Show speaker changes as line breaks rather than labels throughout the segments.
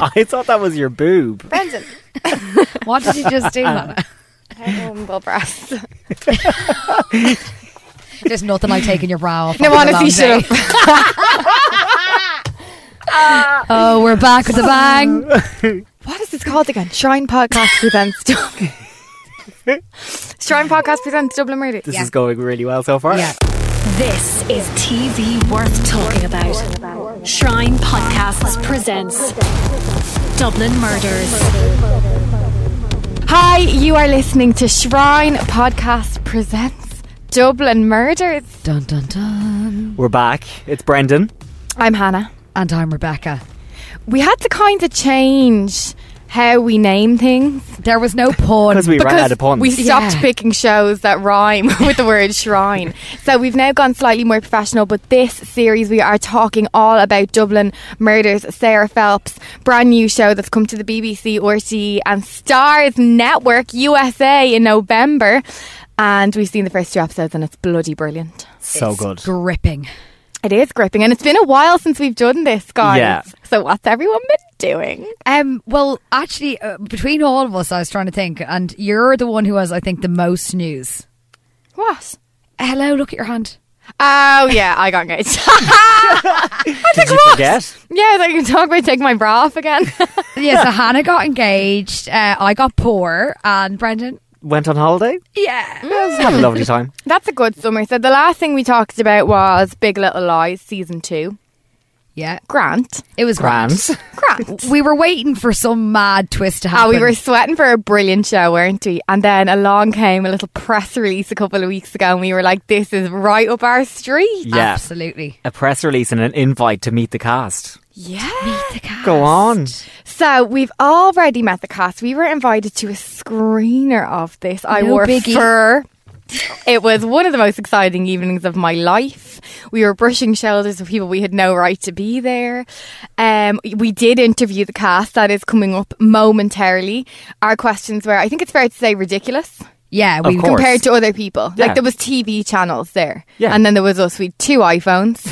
I thought that was your boob.
Brendan,
What did you just do, Lana?
humble breasts.
There's nothing like taking your bra off.
No,
after a
honestly,
long
shut
day. Oh, we're back with a bang.
What is this called again? Shrine Podcast presents Dublin. Shrine Podcast presents Dublin Radio.
This is going really well so far.
Yeah.
This is TV worth talking about. Shrine Podcasts presents Dublin Murders.
Hi, you are listening to Shrine Podcast presents Dublin Murders.
Dun dun dun.
We're back. It's Brendan.
I'm Hannah.
And I'm Rebecca.
We had to kind of change how we name things
There was no pun.
Because we ran
because
out of puns.
we stopped
Yeah.
picking shows that rhyme with the word shrine. So we've now gone slightly more professional, but this series we are talking all about Dublin murders. Sarah Phelps, brand new show that's come to the BBC, RTE, and Stars Network USA in November. And we've seen the first two episodes, and it's bloody brilliant.
so
It's
good.
Gripping.
It is gripping, and it's been a while since we've done this, guys.
Yeah.
So what's everyone been doing?
Um, well, actually, uh, between all of us, I was trying to think, and you're the one who has, I think, the most news.
What?
Hello, look at your hand.
Oh yeah, I got engaged.
Did you forget?
yeah, I can talk about taking my bra off again.
Yeah, so Hannah got engaged, uh, I got poor, and Brendan,
Went on holiday.
yeah.
Yeah, had a lovely time.
That's a good summary. So the last thing we talked about was Big Little Lies season two.
Yeah,
Grant,
it was grand.
Grand.
Grant.
We were waiting for some mad twist to happen.
Oh, we were sweating for a brilliant show, weren't we? And then along came a little press release a couple of weeks ago, and we were like, "This is right up our street."
Yeah.
Absolutely.
A press release and an invite to meet the cast.
Yeah.
Go on.
So we've already met the cast. We were invited to a screener of this. I
No
wore
biggie.
fur. It was one of the most exciting evenings of my life. We were brushing shoulders with people we had no right to be there. Um, we did interview the cast. That is coming up momentarily. Our questions were, I think it's fair to say, ridiculous
Yeah, we
Of course.
compared to other people.
Yeah.
Like there was TV channels there,
Yeah.
and then there was us. We had two iPhones.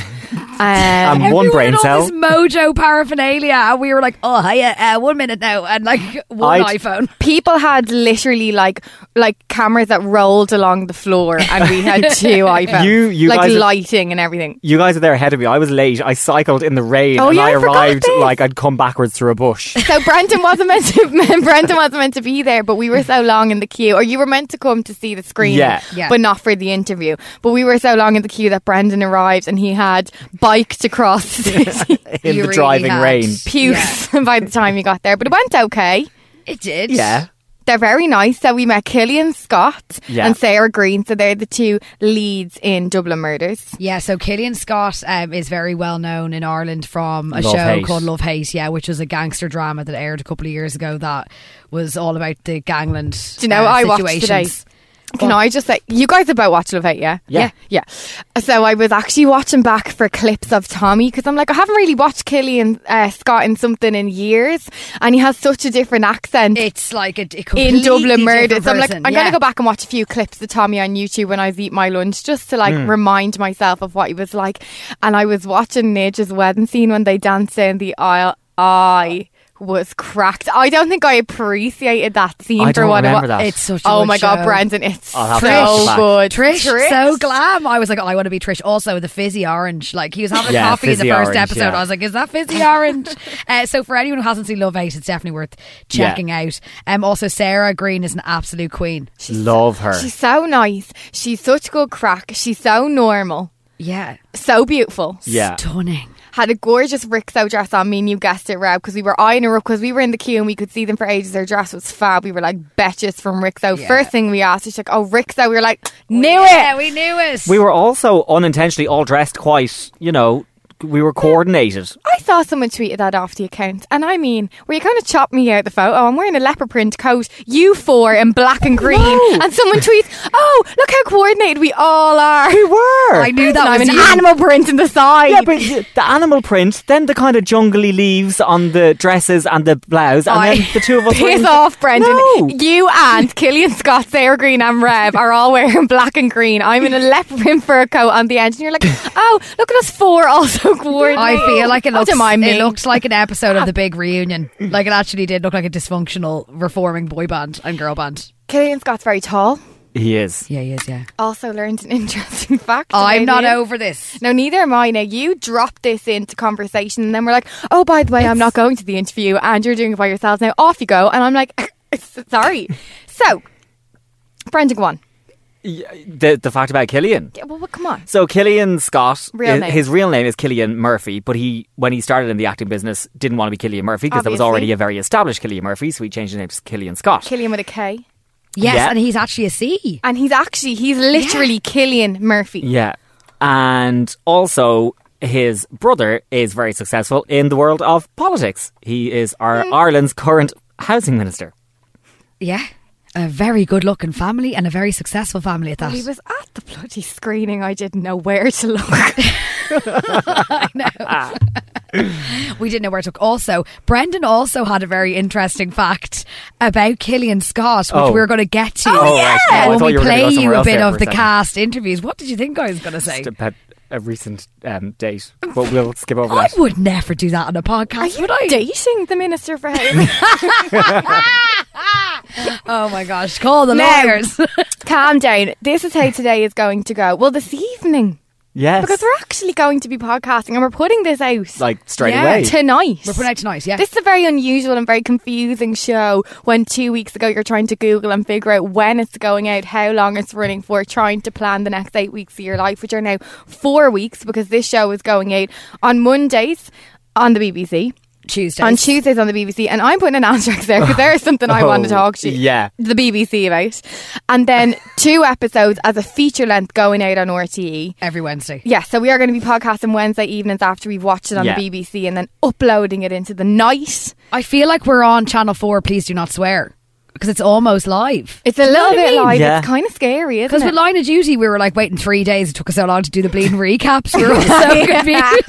Um,
Um, one
Everyone
brain
had
cell.
All this mojo paraphernalia, and we were like, "Oh, hiya, uh, one minute now," and like one
I'd-
iPhone.
people had literally like like cameras that rolled along the floor and we had two iPhones.
You- you
like
guys are-
lighting and everything.
You guys are there ahead of me. I was late. I cycled in the rain
Oh,
and
yeah,
I
I forgot
arrived
this.
like I'd come backwards through a bush.
So Brendan wasn't meant to Brendan wasn't meant to be there, but we were so long in the queue. Or you were meant to come to see the screen,
Yeah.
Yeah.
but not for the interview. But we were so long in the queue that Brendan arrived and he had biked across the city.
in
You
the
really
driving
had-
rain.
Puce by the time he got there. But it went okay.
It did.
Yeah.
They're very nice. So we met Killian Scott
Yeah.
and Sarah Green. So they're the two leads in Dublin Murders.
Yeah, so Killian Scott um, is very well known in Ireland from a
Love
show
Hate.
called Love Hate, yeah, which was a gangster drama that aired a couple of years ago that was all about the gangland.
Do you know
uh,
what I watched
situations.
today? Can I just say, you guys about Watch Love Hate, yeah?
Yeah.
Yeah. So I was actually watching back for clips of Tommy because I'm like, I haven't really watched Killian uh, Scott in something in years and he has such a different accent.
It's like a, a
in
completely
Dublin
different
murders. I'm like, I'm
person,
gonna
yeah.
go back and watch a few clips of Tommy on YouTube when I was eat my lunch, just to
Mm.
like remind myself of what he was like. And I was watching Nage's wedding scene when they danced in the aisle. I was cracked. I don't think I appreciated that scene
I
for
don't
what it was.
remember that.
It's such a
Oh
good
my god,
show.
Brendan, it's so
I'll have to watch it back.
good.
Trish, so glam. I was like, oh, I want to be Trish. Also, the fizzy orange. Like, he was having
Yeah,
coffee in the
fizzy
first
orange,
episode.
yeah.
I was like, is that fizzy orange? uh, so, for anyone who hasn't seen Love 8, it's definitely worth
Yeah.
checking out. Um, also, Sarah Green is an absolute queen.
Love her.
She's so nice. She's such good crack. She's so normal.
Yeah.
So beautiful.
yeah.
Stunning.
Had a gorgeous Rixo dress on. Me and you guessed it, Rob, because we were eyeing her up because we were in the queue and we could see them for ages. Their dress was fab. We were like, betches from Rixo.
Yeah.
First thing we asked, she's like, oh, Rixo. We were like, knew
Yeah,
it.
we knew it.
We were also unintentionally all dressed quite, you know, we were coordinated.
I saw someone tweeted that off the account, and I mean, were you going to chop me out the photo? I'm wearing a leopard print coat, you four in black and green, and someone tweets, "Oh, look how coordinated we all are."
We were.
I knew that
I'm
was
an
you.
animal print in the side.
Yeah, but y- the animal print, then the kind of jungly leaves on the dresses and the blouse, and
I-
then the two of us. were in-
Piss off, Brendan.
No.
You and Killian Scott, Sarah Green, and Rev are all wearing black and green. I'm in a leopard print fur coat on the edge, and you're like, oh, look at us four also coordinated.
I feel like it
Oh,
looks,
don't mind me.
it looks like an episode of The Big Reunion. Like, it actually did look like a dysfunctional reforming boy band and girl band.
Killian Scott's very tall.
He is.
Yeah, he is, yeah.
Also learned an interesting fact.
I'm
about
not
him.
over this.
No, neither am I. Now you dropped this into conversation, and then we're like, "Oh, by the way, I'm not going to the interview, and you're doing it by yourselves now. Off you go." And I'm like, "Sorry." so, Brendan, go on.
The, the fact about Killian.
Yeah, well, well, come on.
So Killian Scott,
Real
i-
name.
his real name is Killian Murphy, but he, when he started in the acting business, didn't want to be Killian Murphy because there was
Obviously.
already a very established Killian Murphy, so he changed his name to Killian Scott.
Killian with a K,
Yes,
Yeah.
and he's actually a C.
and he's actually he's literally Killian Murphy.
yeah, and also his brother is very successful in the world of politics. He is our
Hmm.
Ireland's current housing minister.
Yeah. A very good looking family and a very successful family at that.
He was at the bloody screening. I didn't know where to look.
we didn't know where to look. Also, Brendan also had a very interesting fact about Killian Scott, which
Oh.
we were going to get to.
Oh, yeah. right. Oh, I
when
thought
we
you were gonna
play
go
you
somewhere
a
else
bit
there
of
for a
the
second.
cast interviews. What did you think I was going to say?
Just about a recent um, date, but we'll skip over
I
that.
would never do that on a
Are
podcast,
you
would I?
dating the minister for housing?
Oh my gosh, call the
Now-
lawyers.
Calm down. This is how today is going to go. Well, this evening.
Yes,
Because we're actually going to be podcasting and we're putting this out
like straight
Yeah,
away.
tonight.
We're putting out tonight, yeah.
This is a very unusual and very confusing show when two weeks ago you're trying to Google and figure out when it's going out, how long it's running for, trying to plan the next eight weeks of your life, which are now four weeks because this show is going out on Mondays on the BBC.
Tuesday.
On Tuesdays on the BBC, and I'm putting an asterisk there because there is something I want to
Oh,
talk to you-
yeah.
the BBC about. And then two episodes as a feature length going out on E. RTE.
Every Wednesday.
Yeah, so we are going to be podcasting Wednesday evenings after we've watched it on
Yeah.
the BBC and then uploading it into the night.
I feel like we're on Channel 4, please do not swear, because it's almost live.
It's a little
what I
bit
mean?
live.
Yeah.
It's kind of scary, isn't
Because
it?
with Line of Duty, we were like waiting three days. It took us so long to do the bleeding recaps. We were all so confused.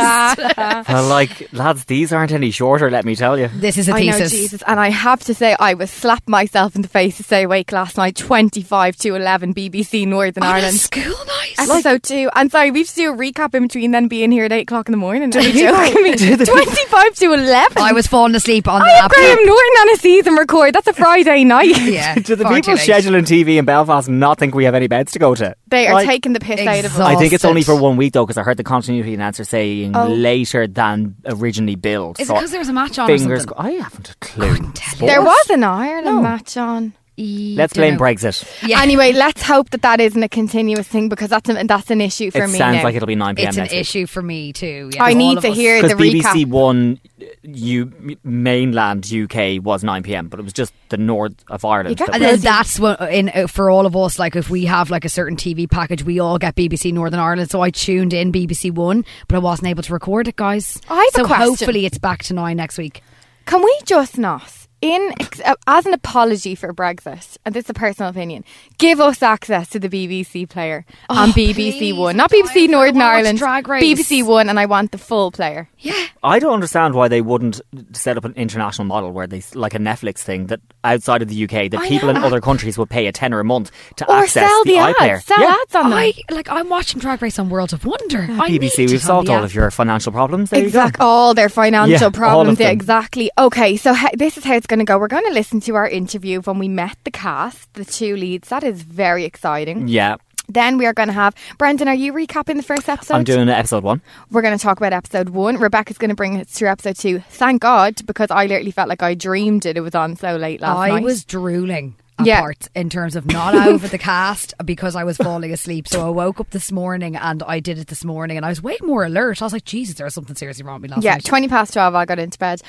Well, like lads, these aren't any shorter. Let me tell you.
this is a
I know,
thesis.
Jesus. And I have to say, I was slapped myself in the face to stay awake last night, 25 to 11, BBC Northern
On a
Ireland.
school night.
Episode two, and sorry, we have to do a recap in between, then being here at eight o'clock in the morning. Are you
people-
joking me?
do the people-
Twenty-five to eleven.
I was falling asleep on
I
the
have
app.
Graham Norton on a season record. That's a Friday night.
Yeah,
Do the
far too
people
late.
scheduling TV in Belfast not think we have any beds to go to?
They are
Like,
taking the piss out of us.
Exhaust-
I think it's only for
exhausted.
one week though, because I heard the continuity announcer saying later than originally billed.
Oh. Is it
So
'cause there was a match on or
Fingers.
something?
cro- I haven't a clue.
tell
There
Sports?
was an Ireland match on.
Let's blame Brexit.
Yeah.
Anyway, let's hope that that isn't a continuous thing because that's a, that's an issue for
it
me.
sounds
now.
like it'll be nine pm
It's an
next week.
issue for me too. Yeah,
I
all
need
of
to
us.
hear
Because
the
BBC
recap.
One, uh, you mainland UK was nine pm, but it was just the north of Ireland.
get
that
And then
was-
that's what in uh, for all of us. Like if we have like a certain TV package, we all get BBC Northern Ireland. So I tuned in BBC One, but I wasn't able to record it, guys.
I have a
so
question.
hopefully it's back to nine next week.
Can we just not, in ex- uh, as an apology for Brexit, and this is a personal opinion, give us access to the BBC player on BBC
Oh, please,
One,
I'm
not BBC
dying. I
Northern
wanna watch
Ireland,
Drag Race.
BBC One, and I want the full player.
Yeah,
I don't understand why they wouldn't set up an international model where they like a Netflix thing that outside of the UK that
I
people
know.
in other countries would pay a tenner a month to
Or
access
sell the ads.
iPlayer.
Sell
yeah.
ads on Ah, them.
I like I'm watching Drag Race on World of Wonder. I need
BBC,
it
we've
on
solved
the
all
app.
of your financial problems. There you
Exactly.
go.
All their financial
Yeah, all of
problems. Yeah,
them.
exactly. Okay, so he- this is how it's going to go. We're going to listen to our interview when we met the cast, the two leads. That is very exciting.
Yeah.
Then we are going to have Brendan. Are you recapping the first episode?
I'm doing episode one.
We're going to talk about episode one. Rebecca's going to bring us through episode two. Thank God, because I literally felt like I dreamed it. It was on so late last
I
night.
was drooling
Yeah.
apart in terms of not over the cast because I was falling asleep. So I woke up this morning and I did it this morning and I was way more alert. I was like, Jesus, there was something seriously wrong with me last
yeah,
night.
twenty past twelve. I got into bed,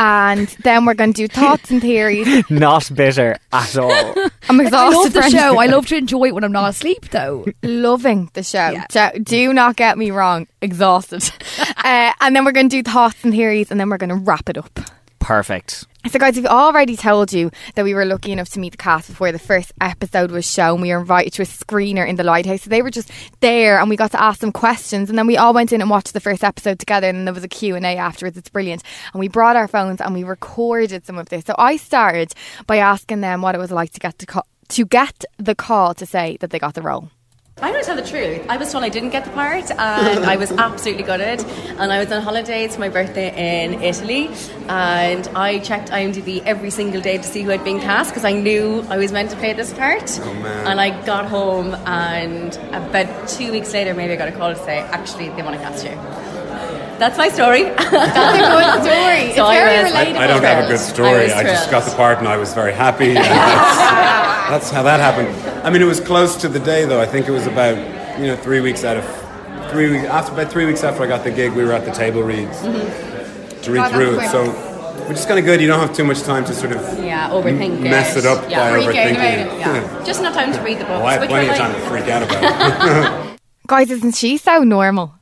and then we're going to do thoughts and theories.
Not bitter at all.
I'm
Like, I
exhausted.
love the
Brendan.
show. I love to enjoy it when I'm not asleep, though.
loving the show.
Yeah.
Jo- Do not get me wrong, exhausted. uh, and then we're going to do thoughts and theories, and then we're going to wrap it up.
Perfect.
So, guys, we've already told you that we were lucky enough to meet the cast before the first episode was shown. We were invited to a screener in the lighthouse, so they were just there, and we got to ask them questions. And then we all went in and watched the first episode together, and there was a Q and A afterwards. It's brilliant. And we brought our phones and we recorded some of this. So I started by asking them what it was like to get to call, to get the call to say that they got the role.
I'm going to tell the truth. I was told I didn't get the part, and I was absolutely gutted. And I was on holiday to my birthday in Italy, and I checked IMDb every single day to see who had been cast because I knew I was meant to play this part. Oh, man. And I got home, and about two weeks later, maybe I got a call to say, actually, they want to cast you. That's my story.
That's a good story. it's
So I
very
was-
relatable.
I don't have a good
Thrilled. I
story.
was
I, just
thrilled.
got the part and I was very happy. And that's, that's how that happened. I mean, it was close to the day though. I think it was about you know three weeks out of three weeks after about three weeks after I got the gig, we were at the table reads to
Mm-hmm. Oh,
read
God, that's
through
quick.
it. So which is kind of good. You don't have too much time to sort of
yeah, overthink it.
mess it up
yeah.
by
Freak out
overthinking
about
it.
it, Yeah. Just enough time to read the books.
Well, I had
which
plenty
I
of time
like.
to freak out about it.
Guys, isn't she so normal?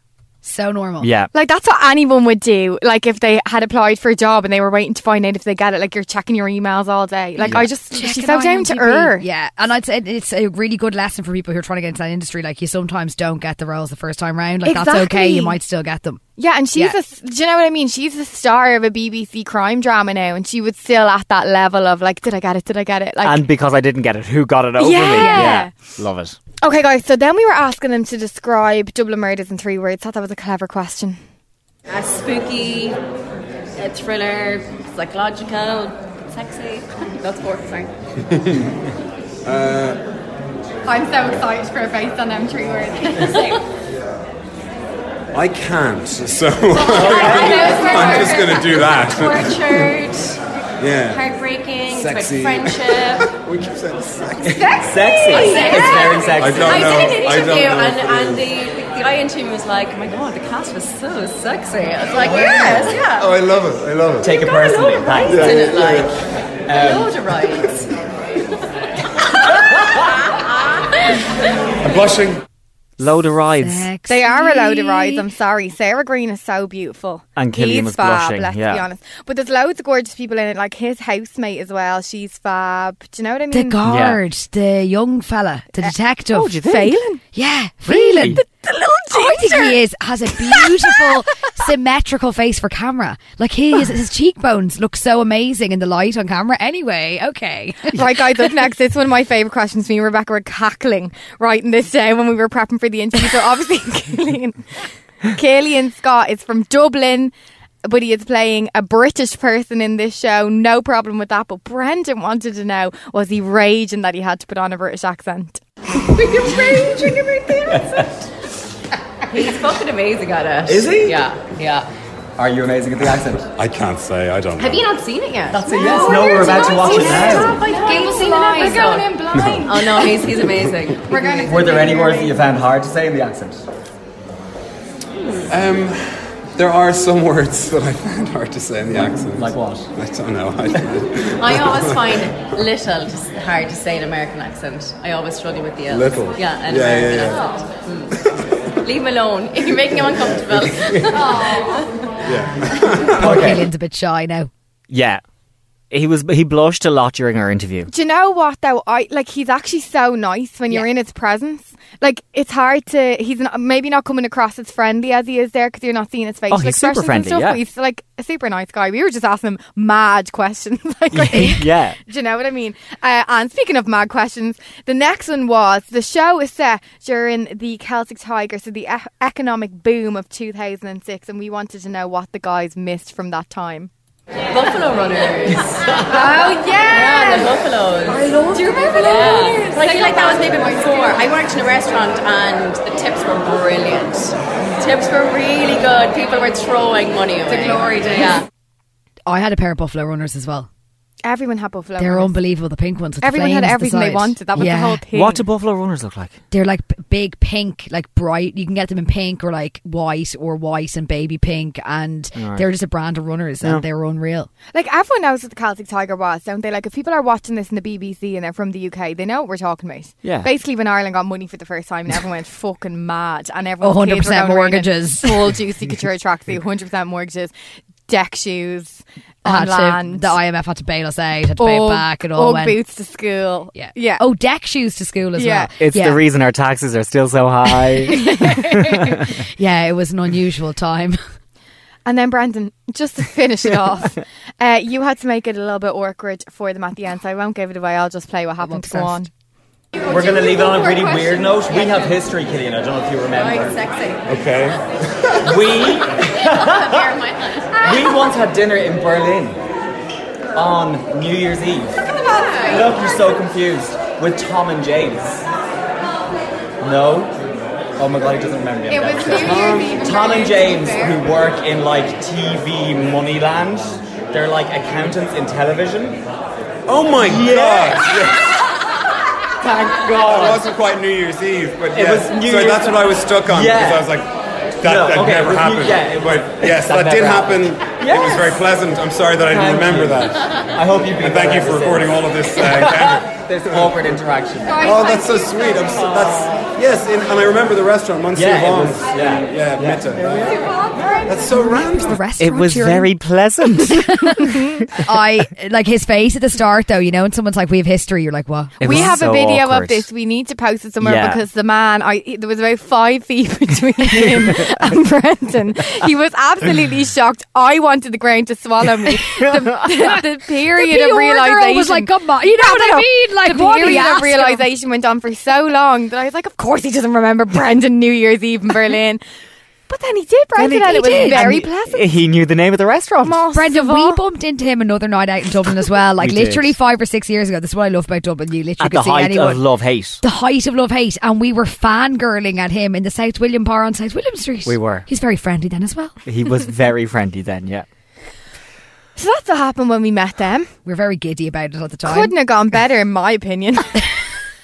So normal.
Yeah.
Like that's what anyone would do. Like if they had applied for a job and they were waiting to find out if they get it. Like you're checking your emails all day. Like I just she's
Checking
so down to
IMDb.
earth.
Yeah, and I'd say it's a really good lesson for people who are trying to get into that industry. Like, you sometimes don't get the roles the first time round. Like, that's okay.
Exactly.
You might still get them.
Yeah, and she's
Yeah.
a s do you know what I mean? She's the star of a BBC crime drama now, and she was still at that level of like, did I get it? Did I get it? Like,
And because I didn't get it, who got it over me?
Yeah.
Yeah. Love it.
okay, guys. So then we were asking them to describe Dublin murders in three words. Thought that was a clever question.
A spooky, a thriller, psychological, sexy. That's four, sorry.
I'm so excited for a based on them three words.
I can't, so I'm just going to do that.
Tortured,
Yeah.
heartbreaking, it's about
Sexy.
friendship.
Would you say sex?
Sexy. It's very
I
sexy.
don't
I
know.
did
I
an
don't know.
interview and,
if it is.
and the, the guy in tune was like, oh my god, the cast was so sexy. I was like, yes, yeah.
Oh, I love it. I love it.
Take it personally. Thanks.
Did it like a
Um,
load of rides.
I'm blushing.
Load of rides.
They are a load of rides. I'm sorry. Sarah Green is so beautiful.
And Killian
He's
was
fab,
blushing,
Let's be
yeah.
honest. But there's loads of gorgeous people in it, like his housemate as well. She's fab. Do you know what I
The
mean?
guard, the young fella,
Uh,
the detective.
oh, do you think?
Phelan? Yeah,
Really?
Phelan.
The-
I think he is has a beautiful symmetrical face for camera. Like he is, his cheekbones look so amazing in the light on camera. Anyway, okay.
right, guys, up next. It's one of my favourite questions. Me and Rebecca were cackling writing this down when we were prepping for the interview. So obviously, Killian, Killian Scott is from Dublin. But he is playing a British person in this show. No problem with that. But Brendan wanted to know was he raging that he had to put on a British accent?
You're raging about the He's fucking amazing at it.
Is he?
Yeah, yeah.
Are you amazing at the accent?
I can't say. I don't know.
Have you not seen it yet?
That's a yes. No, we're about to watch it now.
Game of
We're going in blind.
Oh no, he's, he's amazing. We're going
Were there any words that you found hard to say in the accent?
There are some words that I find hard to say in the accent.
Like what?
I don't know. I,
I always find little just hard to say an American accent. I always struggle with the L.
Little.
Yeah, an
Yeah,
American
yeah,
accent. Mm. Leave him alone. If you're making him uncomfortable.
Poor Phelan's a bit shy now.
Yeah. he was he blushed a lot during our interview.
Do you know what though? I like he's actually so nice when you're
Yeah.
in his presence. Like it's hard to he's not, maybe not coming across as friendly as he is there because you're not seeing his facial
Oh, he's super
expressions and
friendly,
stuff.
yeah.
But he's like a super nice guy. We were just asking him mad questions. like, I think.
Yeah.
Do you know what I mean? Uh, and speaking of mad questions, the next one was the show is set during the Celtic Tiger, so the e- economic boom of 2006, and we wanted to know what the guys missed from that time.
Buffalo Runners.
Oh
Yeah, the Buffaloes. I love Do you remember that? But I feel like that was maybe before. I worked in a restaurant and the tips were brilliant. Tips were really good. People were throwing money away. The glory days. Yeah.
I had a pair of Buffalo Runners as well.
Everyone had buffalo.
They're
runners.
unbelievable. The pink ones. With the
Oh, Everyone had
flames at the
everything they
side.
wanted. That was
Yeah.
the whole thing.
What do Buffalo Runners look like?
They're like b- big pink, like bright. You can get them in pink or like white or white and baby pink, and they're just a brand of runners, and they were unreal.
Like everyone knows what the Celtic Tiger was, don't they? Like if people are watching this in the BBC and they're from the UK, they know what we're talking about.
Yeah.
Basically, when Ireland got money for the first time, and everyone went fucking mad, and everyone
100% mortgages.
full juicy couture tracksuit, hundred percent mortgages, deck shoes,
Had
on
to-
land,
the IMF had to bail us out, had to pay it
Ugg-
back, it all
Ugg
went.
boots to school.
Yeah,
yeah.
Oh, deck shoes to school as
Yeah.
well.
It's
yeah.
the reason our taxes are still so high.
yeah, it was an unusual time.
And then Brandon, just to finish it off, uh, you had to make it a little bit awkward for them at the end. So I won't give it away. I'll just play what happened.
won't
Go on.
first.
We're going to leave it on a really weird note. We have history, Killian. I don't know if you
Oh,
remember.
Sexy.
Okay.
We
Bear in mind.
we once had dinner in Berlin on New Year's Eve. Look, you're so confused with Tom and James. No. Oh my god, he doesn't remember.
It was New Year's Eve.
Tom and James, who work in like TV Moneyland, they're like accountants in television.
Oh my god!
Thank
It
God.
wasn't quite New Year's Eve, but
Oh. It
yeah.
was New
so
Year's-
that's what I was stuck on
Yeah.
because I was like, that,
No,
that
okay,
never
with you-
happened.
yeah, it was-
but yes,
that
that, did
never
happen.
happened.
It was
Yes.
very pleasant. I'm sorry that I
Thank
didn't remember
you.
that.
I hope you.
And thank you for recording all of this. Uh, encounter.
This awkward interaction.
Oh, that's so sweet. I'm so, that's yes, in, and I remember the restaurant, Monsieur
Yeah, it
Vons.
was- yeah.
yeah,
Yeah.
Meta. That's so random.
The restaurant
it was
you're in.
very pleasant.
I like his face at the start, though. You know, when someone's like, "We have history," you're like, "What?"
It
we
was
have a
so
video of
awkward.
this. We need to post it somewhere
Yeah.
because the man, I he- there was about five feet between him and Brendan. He was absolutely shocked. I wanted the ground to swallow me. The, the, the period
The
of
PR girl was
realization
like, "Come on," you know
No,
what I
no, no.
mean? Like,
the
what do you
period
ask
of realization went on for so long that I was like, of course he doesn't remember Brendan New Year's Eve in Berlin, but then he did, Brendan,
he-
and it
he
was
did.
very
And
pleasant.
he knew the name of the restaurant.
Most
Brendan,
of
we
all-
bumped into him another night out in Dublin as well. Like
We did.
literally five or six years ago. This is what I love about Dublin. You literally
At
could
the
see
height
anyone.
of love hate.
the height of love hate, and we were fangirling at him in the South William Bar on South William Street.
We were.
He's very friendly then as well.
He was very friendly then, yeah.
So that's what happened when we met them.
We were very giddy about it at the time.
Couldn't have gone better, in my opinion.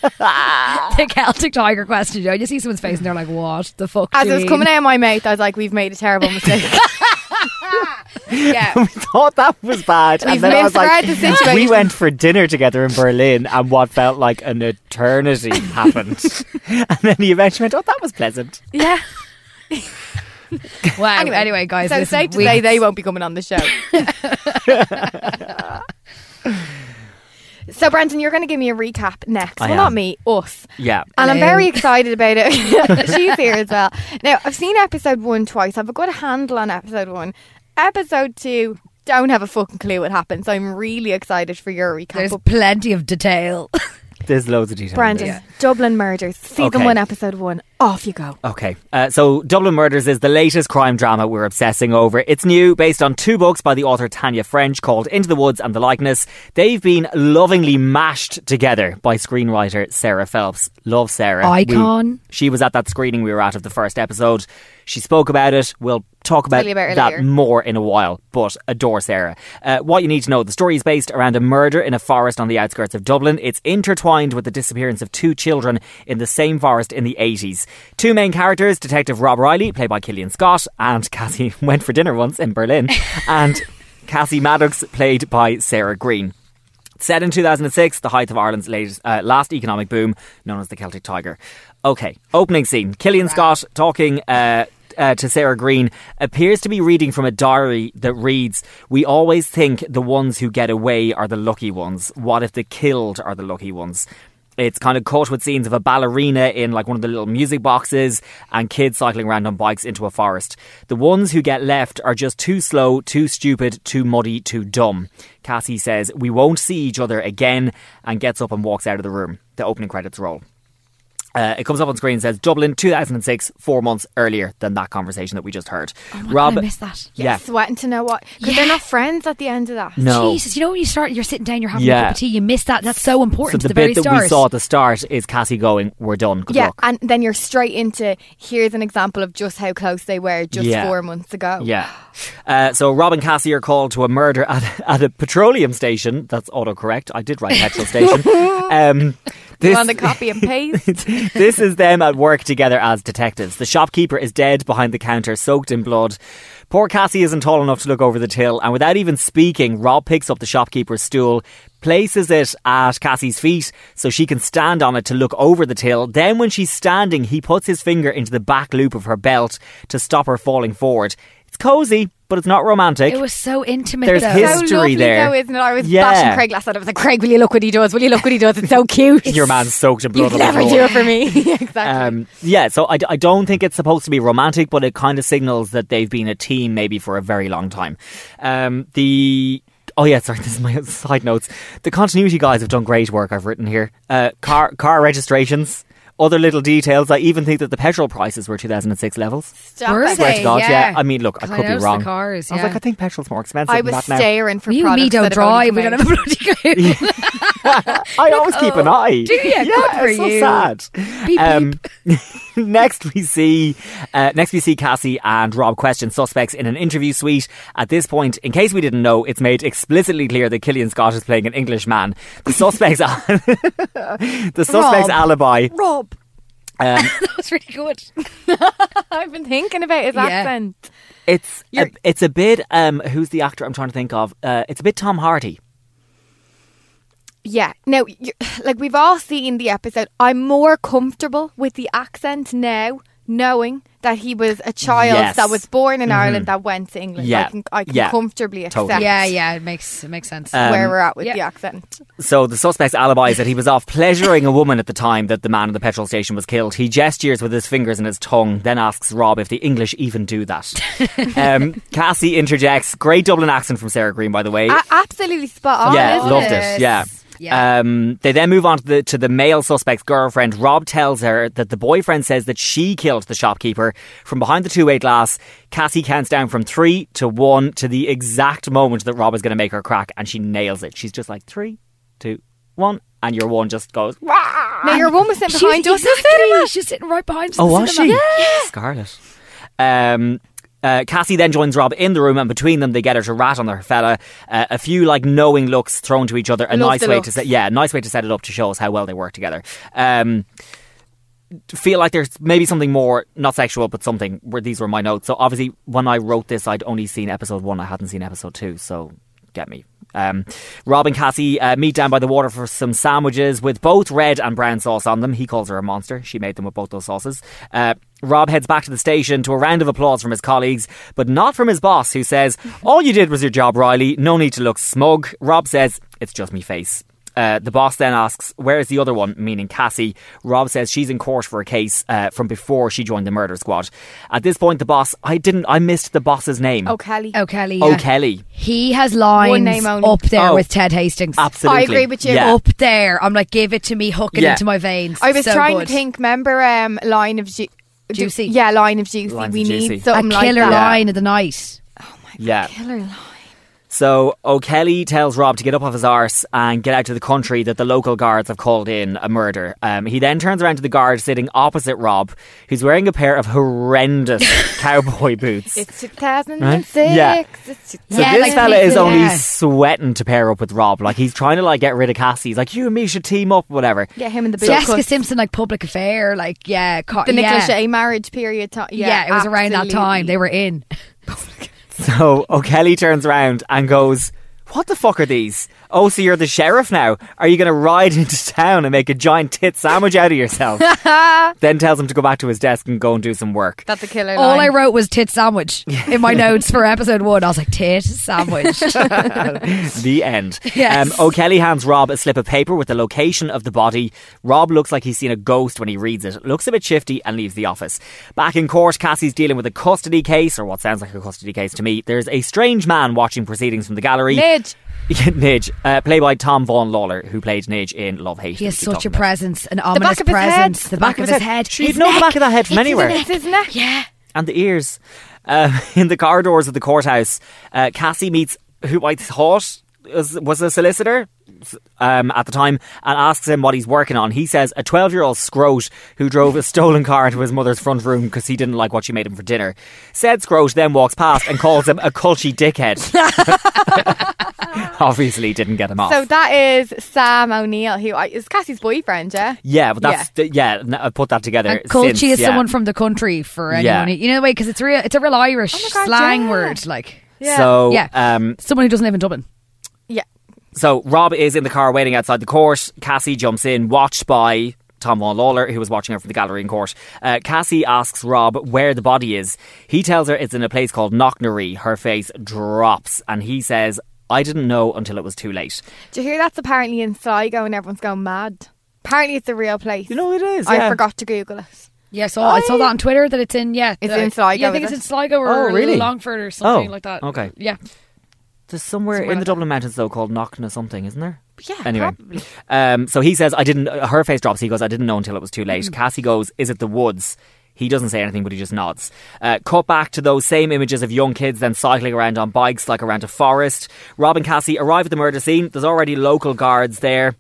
the Celtic Tiger question, you know, you see someone's face and they're like, "What the fuck?"
As
do
it
you
was
mean?"
coming out of my mouth, I was like, "We've made a terrible mistake." yeah,
Thought that was bad.
We've
and then I was
misread
like,
the situation.
we went for dinner together in Berlin and what felt like an eternity happened. and then he eventually went, oh, that was pleasant.
yeah.
Wow.
Anyway,
Anyway, guys,
so
listen,
safe to
we-
say they won't be coming on the show. so, Brandon, you're going to give me a recap next.
I
well,
am.
not me, us.
Yeah.
And I'm
Hello.
very excited about it. She's here as well. Now, I've seen episode one twice. I've got a handle on episode one. Episode two, don't have a fucking clue what happened. So I'm really excited for your recap.
there's
But
plenty of detail.
There's loads of detail. in
Brandon,
this.
Dublin Murders, season
Okay.
one, episode one. Off you go.
Okay. Uh, so, Dublin Murders is the latest crime drama we're obsessing over. It's new, based on two books by the author Tanya French called Into the Woods and the Likeness. They've been lovingly mashed together by screenwriter Sarah Phelps. Love Sarah. We-
Icon.
she was at that screening we were at of the first episode. She spoke about it. We'll talk about,
Tell you about it
that
later.
more in a while, but adore Sarah. Uh, what you need to know the story is based around a murder in a forest on the outskirts of Dublin. It's intertwined with the disappearance of two children in the same forest in the 80s. Two main characters, Detective Rob Riley, played by Killian Scott, and Cassie went for dinner once in Berlin, and Cassie Maddox, played by Sarah Green. Set in 2006, the height of Ireland's latest, uh, last economic boom, known as the Celtic Tiger. Okay, opening scene. Killian Scott talking uh, uh, to Sarah Green appears to be reading from a diary that reads, We always think the ones who get away are the lucky ones. What if the killed are the lucky ones? It's kind of caught with scenes of a ballerina in like one of the little music boxes and kids cycling around on bikes into a forest. The ones who get left are just too slow, too stupid, too muddy, too dumb. Cassie says, We won't see each other again, and gets up and walks out of the room. The opening credits roll. Uh, it comes up on screen and says Dublin 2006, four months earlier than that conversation that we just heard.
Rob, Oh I missed that.
Yeah.
Sweating to know what. Because they're not friends at the end of that.
No.
Jesus, you know when you start, you're sitting down, you're having
Yeah.
a cup of tea, you miss that. That's so
So
important.
the,
to the very
bit that
start.
we saw at the start is Cassie going, "We're done. Good
yeah,
luck."
and then you're straight into here's an example of just how close they were just
Yeah.
four months ago.
Yeah. Uh, so Rob and Cassie are called to a murder at, at a petroleum station. That's autocorrect. I did write petrol station. Um,
You
this,
want to copy and paste?
this is them at work together as detectives. The shopkeeper is dead behind the counter, soaked in blood. Poor Cassie isn't tall enough to look over the till, and without even speaking, Rob picks up the shopkeeper's stool, places it at Cassie's feet so she can stand on it to look over the till. Then, when she's standing, he puts his finger into the back loop of her belt to stop her falling forward. It's cozy, but it's not romantic.
It was so intimate.
There's
though.
his-
so
History
lovely
there.
though, isn't it? I was
Yeah.
bashing Craig last night. I was like, Craig, will you look what he does? Will you look what he does? It's so cute.
Your man's soaked in blood.
You'd
on
never
the floor.
do it for me. Yeah,
Uh,
exactly.
Um, yeah, so I, I don't think it's supposed to be romantic, but it kind of signals that they've been a team maybe for a very long time. Um, the oh yeah, sorry, this is my side notes. The continuity guys have done great work. I've written here uh, car car registrations, other little details. I even think that the petrol prices were 2006 levels.
Stop
Were
it.
they?
Swear to God, yeah.
yeah.
I mean, look, I
'Cause I
could be
noticed the
wrong.
cars,
I was
yeah.
like, I think petrol's more expensive.
I
than
was
that now.
staring for
you and
products
me don't
that have only
drive. We
come
don't
out.
have a bloody clue.
I always keep an eye. Do
oh, you?
Yeah,
Good for
it's so
you.
sad.
Beep,
Um, next we see, uh, next we see Cassie and Rob question suspects in an interview suite. At this point, in case we didn't know, it's made explicitly clear that Killian Scott is playing an English man. The suspects, the suspect's
Rob.
alibi.
Rob.
Um,
that was really good.
I've been thinking about his
Yeah.
accent.
It's a, it's a bit. Um, who's the actor I'm trying to think of? Uh, it's a bit Tom Hardy.
Yeah. Now, you like we've all seen the episode, I'm more comfortable with the accent now, knowing that he was a child
Yes. Mm-hmm.
that was born in Ireland that went to England.
Yeah.
I can, I can
Yeah.
comfortably accept
Totally. Um,
Yeah, yeah, it makes it makes sense.
where we're at with
yeah.
the accent.
So the suspect's alibi is that he was off pleasuring a woman at the time that the man in the petrol station was killed. He gestures with his fingers and his tongue, then asks Rob if the English even do that. um, Cassie interjects. Great Dublin accent from Sarah Green, by the way.
A- absolutely spot on.
yeah,
isn't
loved
it?
it. Yeah.
Yeah.
Um, they then move on to the to the male suspect's girlfriend. Rob tells her that the boyfriend says that she killed the shopkeeper from behind the two way glass. Cassie counts down from three to one to the exact moment that Rob is going to make her crack, and she nails it. She's just like three, two, one, and your one just goes.
Now your one was sitting
She's
behind us.
exactly
Cinema.
right, She's sitting right behind us.
Oh,
in the
was she?
cinema.
Scarlet. Um, uh, Cassie then joins Rob in the room, and between them, they get her to rat on their fella. Uh, a few like knowing looks thrown to each other. A
Love
nice
the
way to
looks.
set, yeah, a nice way to set it up to show us how well they work together. Um, feel like there's maybe something more, not sexual, but something. Where these were my notes. So obviously, when I wrote this, I'd only seen episode one. I hadn't seen episode two. So get me. Um, Rob and Cassie uh, meet down by the water for some sandwiches with both red and brown sauce on them. He calls her a monster. She made them with both those sauces. Uh, Rob heads back to the station to a round of applause from his colleagues, but not from his boss, who says, All you did was your job, Riley. No need to look smug. Rob says, It's just me face. Uh, the boss then asks, Where is the other one? meaning Cassie. Rob says she's in court for a case uh, from before she joined the murder squad. At this point, the boss, I didn't, I missed the boss's name.
Oh, Kelly.
Oh, Kelly. Yeah.
Oh, Kelly.
He has lines
One name only.
up there
Oh.
with Ted Hastings.
Absolutely.
I agree with you. Oh,
Yeah.
Up there. I'm like, give it to me, hooking
Yeah.
into my veins.
I was
So
trying
good.
to think. Remember, um, line of ju- ju-
Juicy.
yeah, line of juicy.
Lines
we
of
need
Juicy.
A
something like
killer
that.
line of the night.
Yeah.
Killer line.
So O'Kelly tells Rob to get up off his arse and get out to the country that the local guards have called in a murder. Um, he then turns around to the guard sitting opposite Rob, who's wearing a pair of horrendous cowboy boots.
It's 2006.
Yeah.
It's
So
Yeah,
this
like
fella
he's
is
a-
only
yeah.
sweating to pair up with Rob. Like he's trying to like get rid of Cassie. He's like, you and me should team up, whatever.
Get him in the boot.
Jessica Simpson, like public affair, like yeah, co-
the
yeah.
Nicola Shea marriage period time.
Yeah,
Yeah,
it was around that time
absolutely.
they were in.
So O'Kelly turns around and goes, what the fuck are these? Oh, so you're the sheriff now? Are you going to ride into town and make a giant tit sandwich out of yourself? then tells him to go back to his desk and go and do some work.
That's a killer line.
All I wrote was tit sandwich in my notes for episode one. I was like, tit sandwich.
the end.
Yes.
Um, O'Kelly hands Rob a slip of paper with the location of the body. Rob looks like he's seen a ghost when he reads it, looks a bit shifty, and leaves the office. Back in court, Cassie's dealing with a custody case, or what sounds like a custody case to me. There's a strange man watching proceedings from the gallery.
Midge.
Nidge, uh, played by Tom Vaughan Lawler, who played Nidge in Love Hate.
He has
We keep
such
talking
a
about.
presence, an ominous
back of his head.
presence. The back, of his head.
You'd know the back of that head from anywhere
It's his neck.
Yeah.
and the ears. Um, in the corridors of the courthouse, uh, Cassie meets who I thought was, was a solicitor um, at the time and asks him what he's working on. He says a 12 year old scrote who drove a stolen car into his mother's front room because he didn't like what she made him for dinner. Said scrote then walks past and calls him a culchy dickhead. Obviously, didn't get him off.
So that is Sam O'Neill, who I, is Cassie's boyfriend, yeah?
yeah, but that's yeah. n- I put that together.
And culture
since,
is
yeah.
someone from the country for
Yeah.
anyone. who- You know the way because it's real. It's a real Irish
Oh God,
slang
yeah.
word. Like
Yeah.
So
Yeah.
um,
someone who doesn't live in Dublin.
Yeah.
So Rob is in the car waiting outside the court. Cassie jumps in, watched by Tom Vaughan Lawler, who was watching her from the gallery in court. Uh, Cassie asks Rob where the body is. He tells her it's in a place called Knocknary. Her face drops, and he says, "I didn't know until it was too late."
Do you hear that's apparently in Sligo and everyone's going mad? Apparently it's a real place.
You know it is.
I
yeah.
forgot to Google it.
Yeah, so I saw that on Twitter that it's in yeah.
It's
the-
in Sligo,
Yeah, I think
is
it's
it?
in Sligo or
Oh, really?
Longford or something
Oh,
like that.
okay.
Yeah.
There's somewhere,
Somewhere
in the
like
Dublin Mountains though called Knockna something, isn't there?
Yeah,
Anyway,
probably.
um, so he says, "I didn't." uh, Her face drops. He goes, "I didn't know until it was too late." Cassie goes, "Is it the woods?" He doesn't say anything, but he just nods. Uh, cut back to those same images of young kids then cycling around on bikes, like around a forest. Rob and Cassie arrive at the murder scene. There's already local guards there.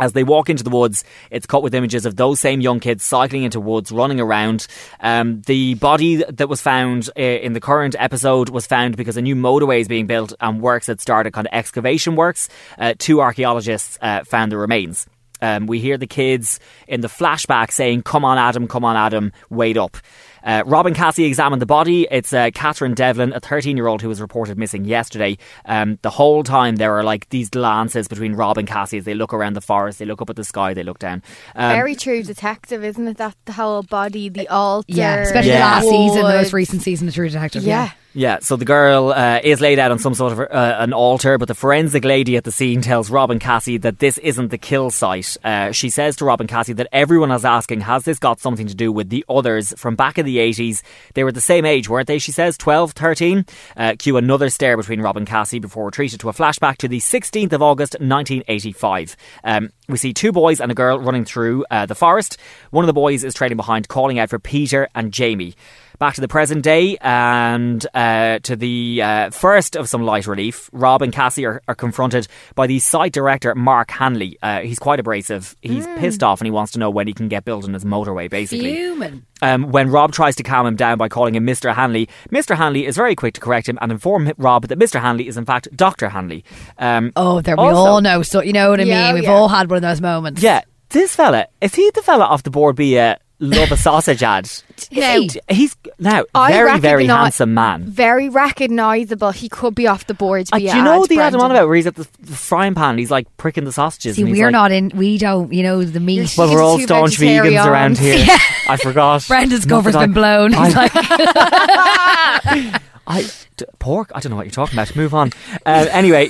As they walk into the woods, it's cut with images of those same young kids cycling into woods, running around. Um, the body that was found uh, in the current episode was found because a new motorway is being built and works had started, kind of excavation works. Uh, two archaeologists uh, found the remains. Um, we hear the kids in the flashback saying, Come on, Adam, come on, Adam, wait up. Uh, Rob and Cassie examined the body. It's uh, Catherine Devlin, a 13 year old who was reported missing yesterday. Um, the whole time there are like these glances between Rob and Cassie as they look around the forest, they look up at the sky, they look down. Um, Uh,
Very true detective, isn't it? That the whole body, the altar.
Yeah, especially
Yeah.
the last season, the most
woods.
recent season of True Detective. Yeah,
yeah.
Yeah, so the girl uh, is laid out on some sort of uh, an altar, but the forensic lady at the scene tells Rob and Cassie that this isn't the kill site. Uh, she says to Rob and Cassie that everyone is asking, has this got something to do with the others from back in the 80s? They were the same age, weren't they? She says 12, 13. Uh, cue another stare between Rob and Cassie before retreated to a flashback to the 16th of August 1985. Um, we see two boys and a girl running through uh, the forest. One of the boys is trailing behind, calling out for Peter and Jamie back to the present day and uh, to the uh, first of some light relief. Rob and Cassie are, are confronted by the site director, Mark Hanley. Uh, he's quite abrasive. He's pissed off and he wants to know when he can get building his motorway, basically.
human.
Um, when Rob tries to calm him down by calling him Mr. Hanley, Mr. Hanley is very quick to correct him and inform Rob that Mr. Hanley is, in fact, Dr. Hanley. Um,
Oh, there we
Also-
all know. So you know what I mean.
Yeah,
We've
yeah.
all had one of those moments.
Yeah, this fella, is he the fella off the board be a love a sausage ad?
No.
He's now
I
very, very
recognise-
handsome man.
Very recognisable. He could be off the board. To
Uh,
be
do you know the Adam
Adam
on about where he's at the, f- the frying pan? and He's like pricking the sausages.
See,
and he's
we're
like,
not in. We don't. You know the meat.
Well, we're all
two
staunch vegans
vegetarians.
around here. I forgot.
Brendan's
Not
cover's
that I-
been blown.
I-
He's like,
I d- pork. I don't know what you're talking about. Move on. Uh, anyway,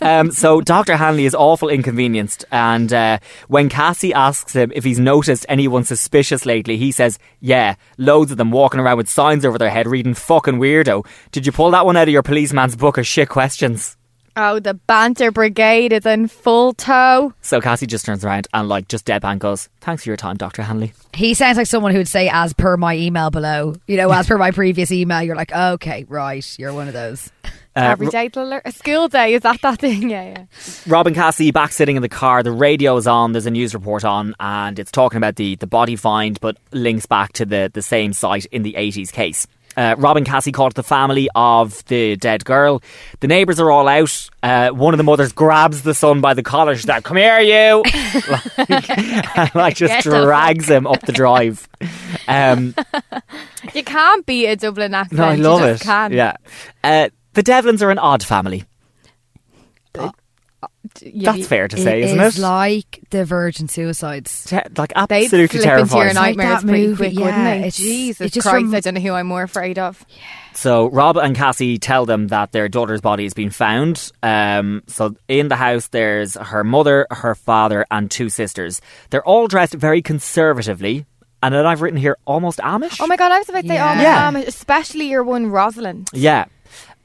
um, so Doctor Hanley is awful inconvenienced, and uh, when Cassie asks him if he's noticed anyone suspicious lately, he says, "Yeah, loads of them walking around with signs over their head, reading fucking weirdo." Did you pull that one out of your policeman's book of shit questions?
Oh, the banter brigade is in full tow.
So Cassie just turns around and like just deadpan goes, "Thanks for your time, Doctor Hanley."
he sounds like someone who would say, "As per my email below." You know, as per my previous email. You're like, okay, right. You're one of those.
Uh,
Every day's a lear- a school day. Is that that thing? Yeah, yeah.
Rob and Cassie back sitting in the car. The radio's on. There's a news report on, and it's talking about the, the body find, but links back to the, the same site in the 80s case. Uh, Rob and Cassie caught the family of the dead girl. The neighbours are all out. Uh, one of the mothers grabs the son by the collar. She's like, Come here, you! like, and, like, just drags him up the drive. Um,
You can't beat a Dublin accent.
no, I love
you
it.
just Can.
Yeah. Uh, the Devlins are an odd family.
You-
That's fair to say,
is
isn't it?
like the Virgin Suicides.
Te-
They'd
like absolutely
slip into your
terrifying.
night-
nightmares
Like that
pretty
movie,
quick,
yeah,
wouldn't they?
it's-
Jesus
it just
Christ,
rem-
I don't know who I'm more afraid of.
So Rob and Cassie tell them that their daughter's body has been found. Um, so in the house, there's her mother, her father, and two sisters. They're all dressed very conservatively, and then I've written here almost Amish.
Oh my god, I was about to say, oh my
Yeah.
god, especially your one, Rosalind.
Yeah.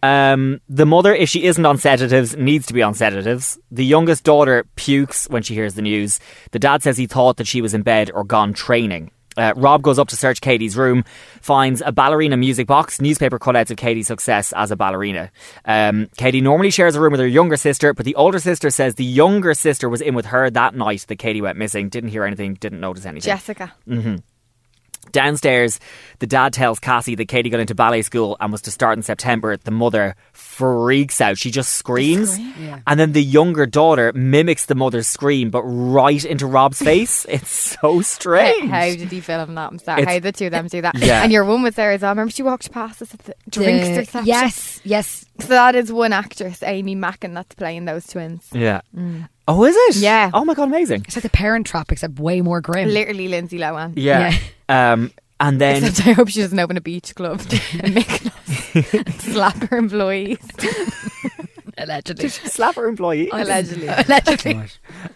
Um, the mother, if she isn't on sedatives, needs to be on sedatives. The youngest daughter pukes when she hears the news. The dad says he thought that she was in bed or gone training. Uh, Rob goes up to search Katie's room, finds a ballerina music box, newspaper cutouts of Katie's success as a ballerina. Um, Katie normally shares a room with her younger sister, but the older sister says the younger sister was in with her that night that Katie went missing. Didn't hear anything, didn't notice anything.
Jessica.
Downstairs, the dad tells Cassie that Katie got into ballet school and was to start in September. The mother freaks out. She just screams. And then the younger daughter mimics the mother's scream, but right into Rob's face. It's so strange.
How did he film that? I'm sorry.
It's-
How did the two of them do that?
Yeah.
And your one with there as well. Remember she walked past us at the drinks
The-
reception?
yes, yes.
So that is one actress, Amy Mackin, that's playing those twins.
Yeah. Oh, is it?
Yeah.
Oh my God, amazing.
It's like the Parent Trap, except way more grim.
Literally Lindsay Lohan.
Yeah. Um, and then
Except Mm. I hope she doesn't open a beach club and make and slap her employees.
allegedly,
slap her employee.
Allegedly.
allegedly.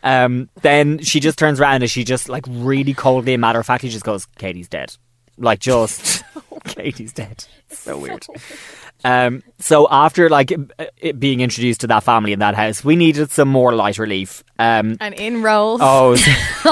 Um, then she just turns around and she just like really coldly and matter of factly just goes, Katie's dead. Like just Katie's dead. So weird. Um, so after like it- it being introduced to that family in that house, we needed some more light relief. Um,
And in rolls.
oh, so-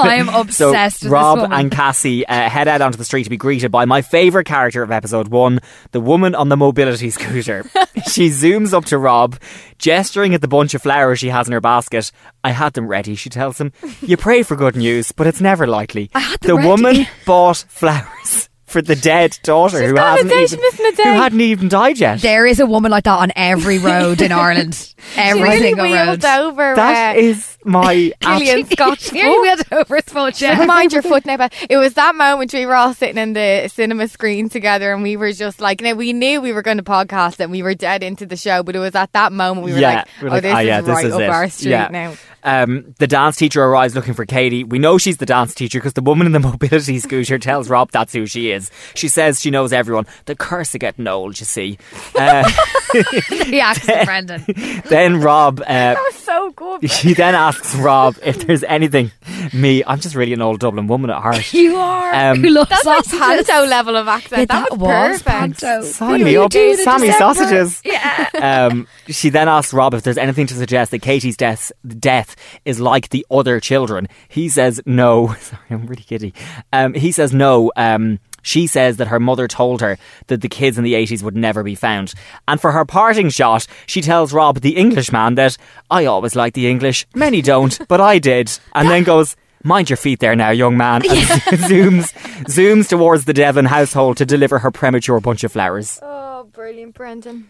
I am
so
obsessed with
Rob
this woman.
and Cassie uh, head out onto the street to be greeted by my favorite character of episode one, the woman on the mobility scooter. she zooms up to Rob, gesturing at the bunch of flowers she has in her basket. I had them ready, she tells him. You pray for good news, but it's never likely. I
had them
the
ready.
woman bought flowers for the dead daughter who
got a
hasn't
day, she's
even,
missing a
who
day.
hadn't even died yet.
there is a woman like that on every road in Ireland.
she
Every
really
single road.
wheeled over.
that
uh,
is my
Gillian Scott's
She nearly wheeled over his full
Like,
chest.
mind your foot now. But it was that moment we were all sitting in the cinema screen together and we were just like, now we knew we were going to podcast and we were dead into the show, but it was at that moment we were like,
we're
oh, this
"Ah,
is
yeah,
right up
it."
our street
Yeah.
now.
Um, the dance teacher arrives looking for Katie. We know she's the dance teacher because the woman in the mobility scooter tells Rob that's who she is. She says she knows everyone. The curse of getting old, you see. Uh,
the accent, Brendan.
then Rob. Uh,
So good.
she then asks Rob if there's anything. Me, I'm just really an old Dublin woman at heart.
You are.
Um,
who loves
That's like
sausages.
panto level of accent.
Yeah,
that, was, perfect.
panto.
Sign
Who
me
you
up.
do to
Sammy
December?
sausages.
Yeah.
um, she then asks Rob if there's anything to suggest that Katie's death, death is like the other children. He says no. Sorry, I'm really giddy. Um, he says no. Um, she says that her mother told her that the kids in the 80s would never be found. And for her parting shot, she tells Rob, the Englishman, that I always liked the English. Many don't, but I did. And then goes, Mind your feet there now, young man. And zooms, zooms towards the Devon household to deliver her premature bunch of flowers.
Oh, brilliant, Brendan.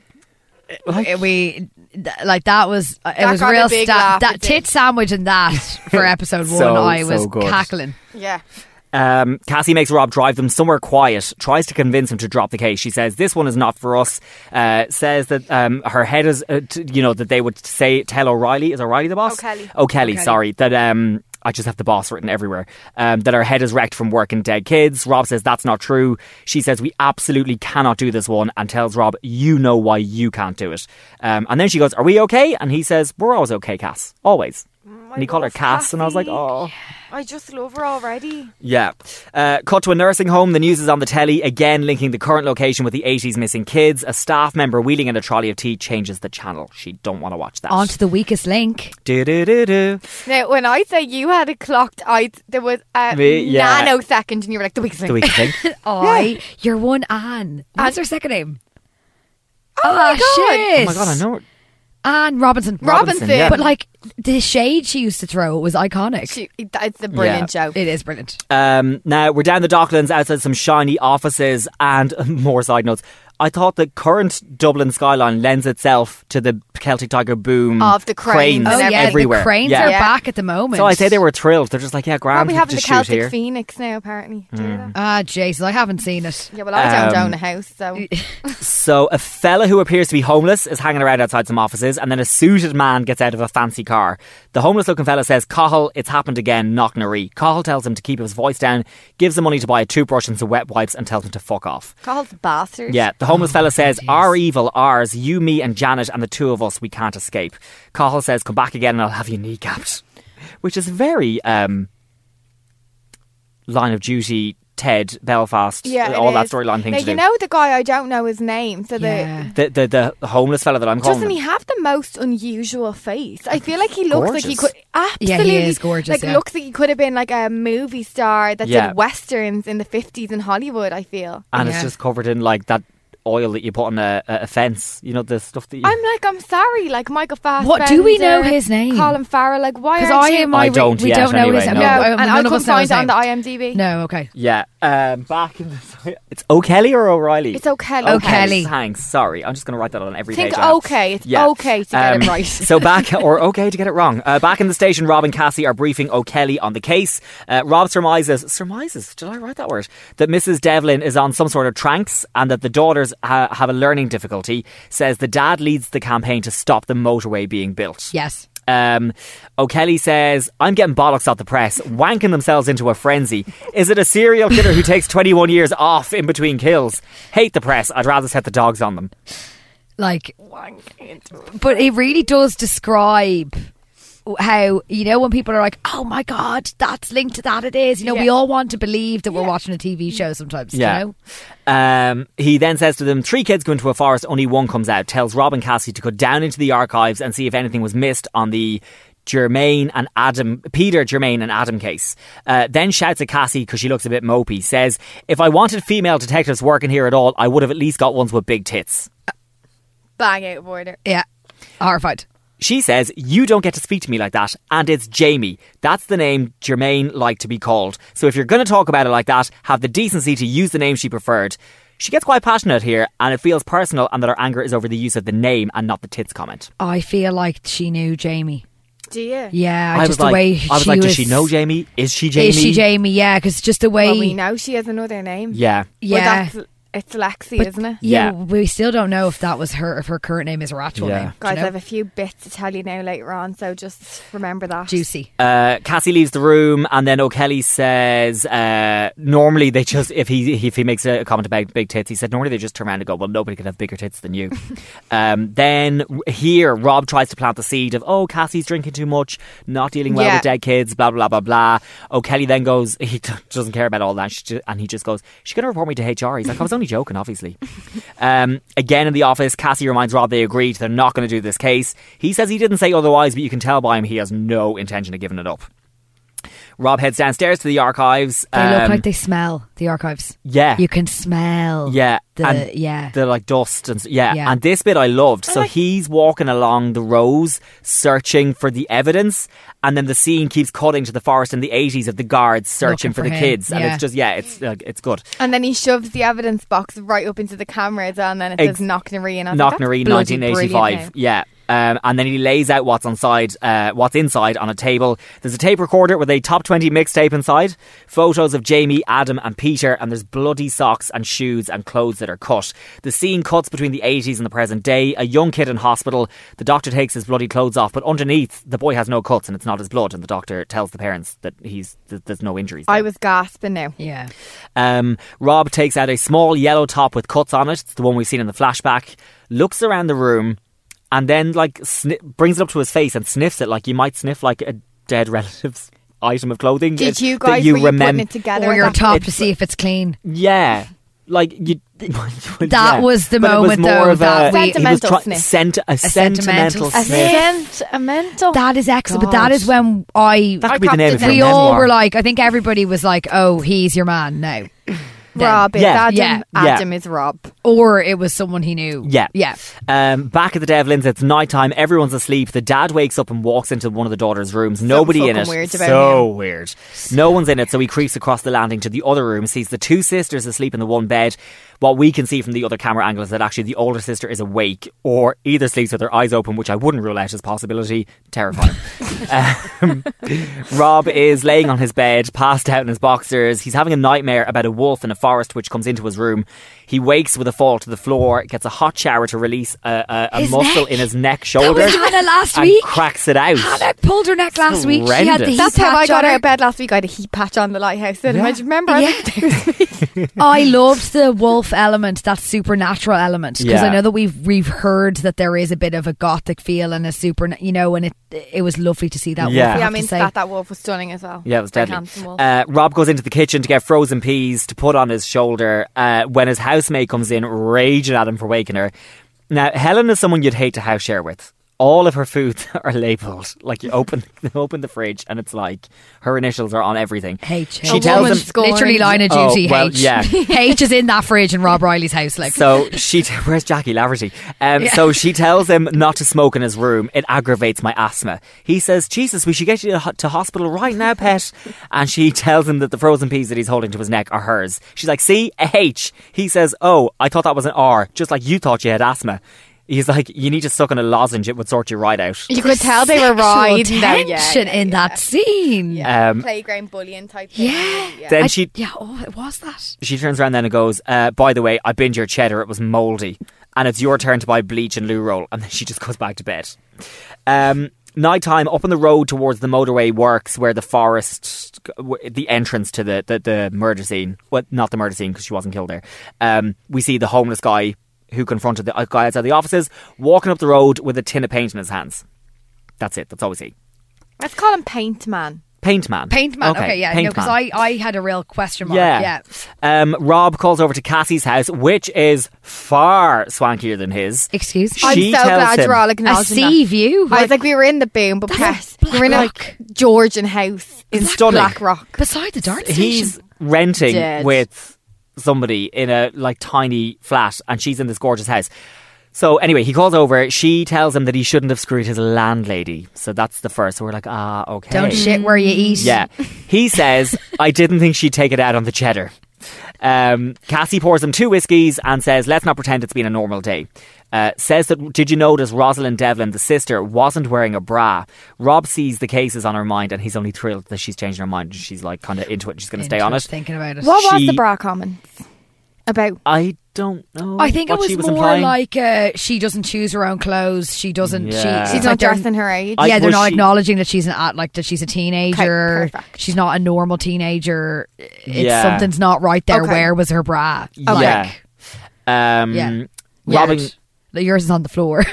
It- we th- like that was uh, it
That
was
got a
real
big
stuff.
laugh,
That
it
tit sandwich and that for episode
So,
one, I was
so good.
cackling.
Yeah.
Um, Cassie makes Rob drive them somewhere quiet, tries to convince him to drop the case. She says, This one is not for us. Uh, says that um, her head is, uh, t- you know, that they would say, tell O'Reilly. Is O'Reilly the boss?
O'Kelly.
O'Kelly, sorry. That um, I just have the boss written everywhere. Um, that her head is wrecked from work and dead kids. Rob says, That's not true. She says, We absolutely cannot do this one and tells Rob, You know why you can't do it. Um, and then she goes, Are we okay? And he says, We're always okay, Cass. Always. and he called her
Mm, gosh,
Cass, and I was like,
Cassie.
Oh.
I just love her already.
Yeah. Uh, cut to a nursing home. The news is on the telly, again linking the current location with the 80s missing kids. A staff member wheeling in a trolley of tea changes the channel. She don't want to watch that.
On to the weakest link.
Do-do-do-do.
Now, when I say you had it clocked, I there was a
Me- yeah.
nanosecond, and you were like the weakest
The
link.
weak thing.
I, you're one Anne. What's her second name? Oh,
my God.
shit!
oh my god, I know.
Anne Robinson.
Robinson,
yeah.
But like the shade she used to throw was iconic.
She, it's a brilliant
Yeah.
show.
it is brilliant.
Um, now, we're down the Docklands outside some shiny offices and more side notes. I thought the current Dublin skyline lends itself to the Celtic Tiger boom
Of the cranes
Oh
and
yeah,
everywhere.
the cranes
yeah.
are
Yeah.
back at the moment.
So I say they were thrilled. They're just like, yeah, grand.
Probably
we could
having the
just shoot
Celtic
here. Hmm.
Phoenix now, apparently. Do you know that?
Ah, Jesus, I haven't seen it.
Yeah, well, I don't
Um,
own a house, so.
So a fella who appears to be homeless is hanging around outside some offices, and then a suited man gets out of a fancy car. The homeless-looking fella says, "Cahill, it's happened again. Knock Nari." Cahill tells him to keep his voice down, gives him money to buy a toothbrush and some wet wipes, and tells him to fuck off.
Called bastards.
Yeah, the homeless fella
Oh,
says, Our evil, ours, you, me, and Janet, and the two of us, we can't escape. Cahill says, Come back again and I'll have you kneecapped. Which is very um, line of duty, Ted, Belfast,
Yeah,
all
it
that
is.
storyline thing
Now,
to do.
you know the guy I don't know his name, so
Yeah.
the
the, the, the homeless fella that I'm calling.
doesn't he
him.
have the most unusual face? I feel like he looks like he
Gorgeous.
could absolutely
Yeah, he is gorgeous,
Like
yeah.
looks like he could have been like a movie star that
Yeah. Ah.
did westerns in the fifties in Hollywood. I feel.
and it's
Yeah.
just covered in like that oil that you put on a, a a fence. You know, the stuff that you.
I'm like, I'm sorry, like Michael Fassbender.
What do we know his name?
Colin Farrell. Like, why?
Because
aren't
I
you-
am. oh, I,
I don't
We
yet,
don't know
anyway,
his.
no.
No,
I-
and
none
I
of
couldn't
us know
find
his
it on
name.
the IMDb.
No. Okay.
yeah, um, back in the. It's O'Kelly or O'Reilly?
It's O'Kelly.
O'Kelly.
Thanks. Sorry, I'm just going to write that on every
Think
page. I have.
okay. It's okay to get it right.
Um, so back or okay to get it wrong. Uh, back in the station, Rob and Cassie are briefing O'Kelly on the case. Uh, Rob surmises surmises. Did I write that word? That Mrs. Devlin is on some sort of tranks and that the daughters ha- have a learning difficulty. Says the dad leads the campaign to stop the motorway being built.
Yes.
Um, O'Kelly says, I'm getting bollocks off the press, wanking themselves into a frenzy. Is it a serial killer who takes 21 years off in between kills? Hate the press. I'd rather set the dogs on them.
Like, but it really does describe how you know when people are like, "Oh my god, that's linked to that." It is. You know, we all want to believe that we're watching a TV show sometimes.
Yeah.
You know?
Um, he then says to them, Three kids go into a forest, only one comes out. Tells Rob and Cassie to go down into the archives and see if anything was missed on the Germain and Adam, Peter, Germain, and Adam case. Uh, then shouts at Cassie because she looks a bit mopey. Says, If I wanted female detectives working here at all, I would have at least got ones with big tits.
Bang out of order.
Yeah. Horrified.
She says, You don't get to speak to me like that. And it's Jamie. That's the name Germaine liked to be called. So if you're going to talk about it like that, have the decency to use the name she preferred. She gets quite passionate here, and it feels personal, and that her anger is over the use of the name and not the tits comment.
I feel like she knew Jamie.
Do you?
Yeah.
I
just
was
the
like,
way
I was
she
like,
was,
does she know Jamie? Is she Jamie?
Is she Jamie? Yeah, because just the way.
Well, we know she has another name.
Yeah.
Yeah.
But that's, it's Lexi,
But-
isn't it?
yeah,
Yeah.
we still don't know if that was her, if her current name is her actual
Yeah.
name. do you
Guys, I
know?
have a few bits to tell you now later on, so just remember that.
juicy.
Uh, Cassie leaves the room, and then O'Kelly says, uh, "Normally they just if he if he makes a comment about big tits, he said normally they just turn around and go, well, nobody can have bigger tits than you." um, then r- here, Rob tries to plant the seed of, "Oh, Cassie's drinking too much, not dealing well
Yeah.
with dead kids, blah blah blah blah." O'Kelly then goes, he t- doesn't care about all that, she ju- and he just goes, "She's gonna report me to HR." He's like, "I was only joking, obviously." Um, again in the office, Cassie reminds Rob they agreed they're not going to do this case. He says he didn't say otherwise, but you can tell by him he has no intention of giving it up. Rob heads downstairs to the archives.
They look
um,
like they smell the archives.
yeah,
You can smell.
yeah,
Oh, the-
and
yeah.
the like dust and s- yeah.
Yeah.
And this bit I loved. so he's walking along the rows searching for the evidence, and then the scene keeps cutting to the forest in the eighties of the guards searching
Looking
for,
for
the
him,
kids, and
yeah.
it's just yeah, it's like, it's good.
And then he shoves the evidence box right up into the camera as well, and then it
Ex-
says knock Nari and I was like,
Knock
that's
Noreen,
bloody brilliant
1985.
now.
Yeah. Um, and then he lays out what's on side, uh, what's inside on a table. There's a tape recorder with a top 20 mixtape inside, photos of Jamie, Adam, and Peter, and there's bloody socks and shoes and clothes that are cut. The scene cuts between the 80s and the present day. A young kid in hospital. The doctor takes his bloody clothes off, but underneath, the boy has no cuts and it's not his blood. And the doctor tells the parents that he's that there's no injuries.
I
there.
was gasping now.
Yeah.
Um, Rob takes out a small yellow top with cuts on it. It's the one we've seen in the flashback. Looks around the room and then like sni- brings it up to his face and sniffs it like you might sniff like a dead relative's item of clothing.
Did
It-
you
that
guys
you
were you
remem-
putting it together?
Or
at
your
that
top
point?
to see if it's clean.
Oh Yeah. Like you, that
was the moment,
it was more
though,
of
that
a,
we-
he was
Sentimental
try-
sniff.
sent- a, sentimental
sentimental
a
sniff.
scent, a mental.
That is excellent. But that is when I.
That could be the
popped
name
it
of
down.
your
we all
memoir.
were like, I think everybody was like, oh, he's your man now.
Rob is
Yeah,
Adam.
yeah,
yeah.
Adam is Rob.
or it was someone he knew.
Yeah.
Yeah.
Um, back at the Devlins, it's nighttime. Everyone's asleep. The dad wakes up and walks into one of the daughter's rooms. Nobody in
fucking
it.
weird about
so weird. No one's in it, so he creeps across the landing to the other room, sees the two sisters asleep in the one bed. What we can see from the other camera angle is that actually the older sister is awake or either sleeps with her eyes open, which I wouldn't rule out as a possibility. Terrifying. Rob is laying on his bed, passed out in his boxers. He's having a nightmare about a wolf in a forest which comes into his room. He wakes with a fall to the floor, gets a hot shower to release a, a, a
His
muscle
neck.
in his neck
That
shoulder
was Hannah last
and
week.
cracks it out.
Hannah pulled her neck last week. She had the
Horrendous.
heat
That's how I
patch
got
on
out
her.
of bed last week. I had a heat patch on the lighthouse cinema. Do you remember? I
Yeah.
was there this week.
I loved the wolf element, that supernatural element, because
Yeah.
I know that we've we've heard that there is a bit of a gothic feel and a super, you know, and it it was lovely to see that.
Yeah.
wolf, I
Yeah,
Yeah,
I
have to
mean,
say.
that, that wolf was stunning as well.
Yeah, it was
Very
deadly.
handsome wolf.
Uh, Rob goes into the kitchen to get frozen peas to put on his shoulder uh, when his housemate comes in, raging at him for waking her. Now, Helen is someone you'd hate to house share with. All of her foods are labelled. Like you open open the fridge and it's like her initials are on everything.
H.
She tells him
woman's scorned.
literally line of
Oh,
duty.
well,
H.
yeah.
H is in that fridge in Rob Riley's house. Like,
So she, where's Jackie Laverty? Um, So she tells him not to smoke in his room. It aggravates my asthma. He says, Jesus, we should get you to ho- to hospital right now, pet. And she tells him that the frozen peas that he's holding to his neck are hers. She's like, see, a H. He says, oh, I thought that was an R, just like you thought you had asthma. He's like, you need to suck on a lozenge. It would sort you right out.
you could tell they were right.
tension in that scene.
Um,
Playground bullying type
Yeah.
then
I-
she
yeah, oh, it was that.
she turns around then and goes, uh, by the way, I binned your cheddar. It was mouldy. And it's your turn to buy bleach and loo roll. And then she just goes back to bed. Um, nighttime, up on the road towards the motorway works where the forest, the entrance to the, the, the murder scene. Well, not the murder scene because she wasn't killed there. Um, we see the homeless guy who confronted the uh, guy outside the offices walking up the road with a tin of paint in his hands. That's it. That's all we see.
Let's call him Paint Man.
Paint man.
Paint man. Okay, yeah, no,
Paint
because
Man.
I, I had a real question mark.
Yeah.
Yeah.
Um, Rob calls over to Cassie's house, which is far swankier than his.
Excuse me.
I'm
She
so
tells
glad
him-
you're all
A
acknowledging
sea
that.
view.
I was like, we were in the boom, but press. We were in a
Black-
Georgian house in
Stunning.
Black Rock.
beside the dart station.
He's renting
Dead.
with somebody in a like tiny flat, and she's in this gorgeous house. So anyway, he calls over. She tells him that he shouldn't have screwed his landlady. So that's the first. So we're like, ah, okay.
Don't shit where you eat.
Yeah. He says, I didn't think she'd take it out on the cheddar. Um, Cassie pours him two whiskies and says, let's not pretend it's been a normal day. Uh, says that, did you notice Rosalind Devlin, the sister, wasn't wearing a bra? Rob sees the cases on her mind and he's only thrilled that she's changing her mind and she's like kind of into it and she's going to stay on it.
Just Thinking about it.
What was
She-
the bra comments about?
I don't know.
I think
what
it was,
she was
more
implying.
like uh, she doesn't choose her own clothes. She doesn't.
Yeah.
She,
She's
it's
not
like they're-
dressing her age.
Uh, I-
yeah, they're
was
not
she-
acknowledging that she's an ad- like that she's a teenager.
perfect.
she's not a normal teenager. It's
Yeah.
something's not right there.
Okay.
Where was her bra?
Yeah. Um,
Yeah.
Robin,
Weird. Like, Yours is on the floor.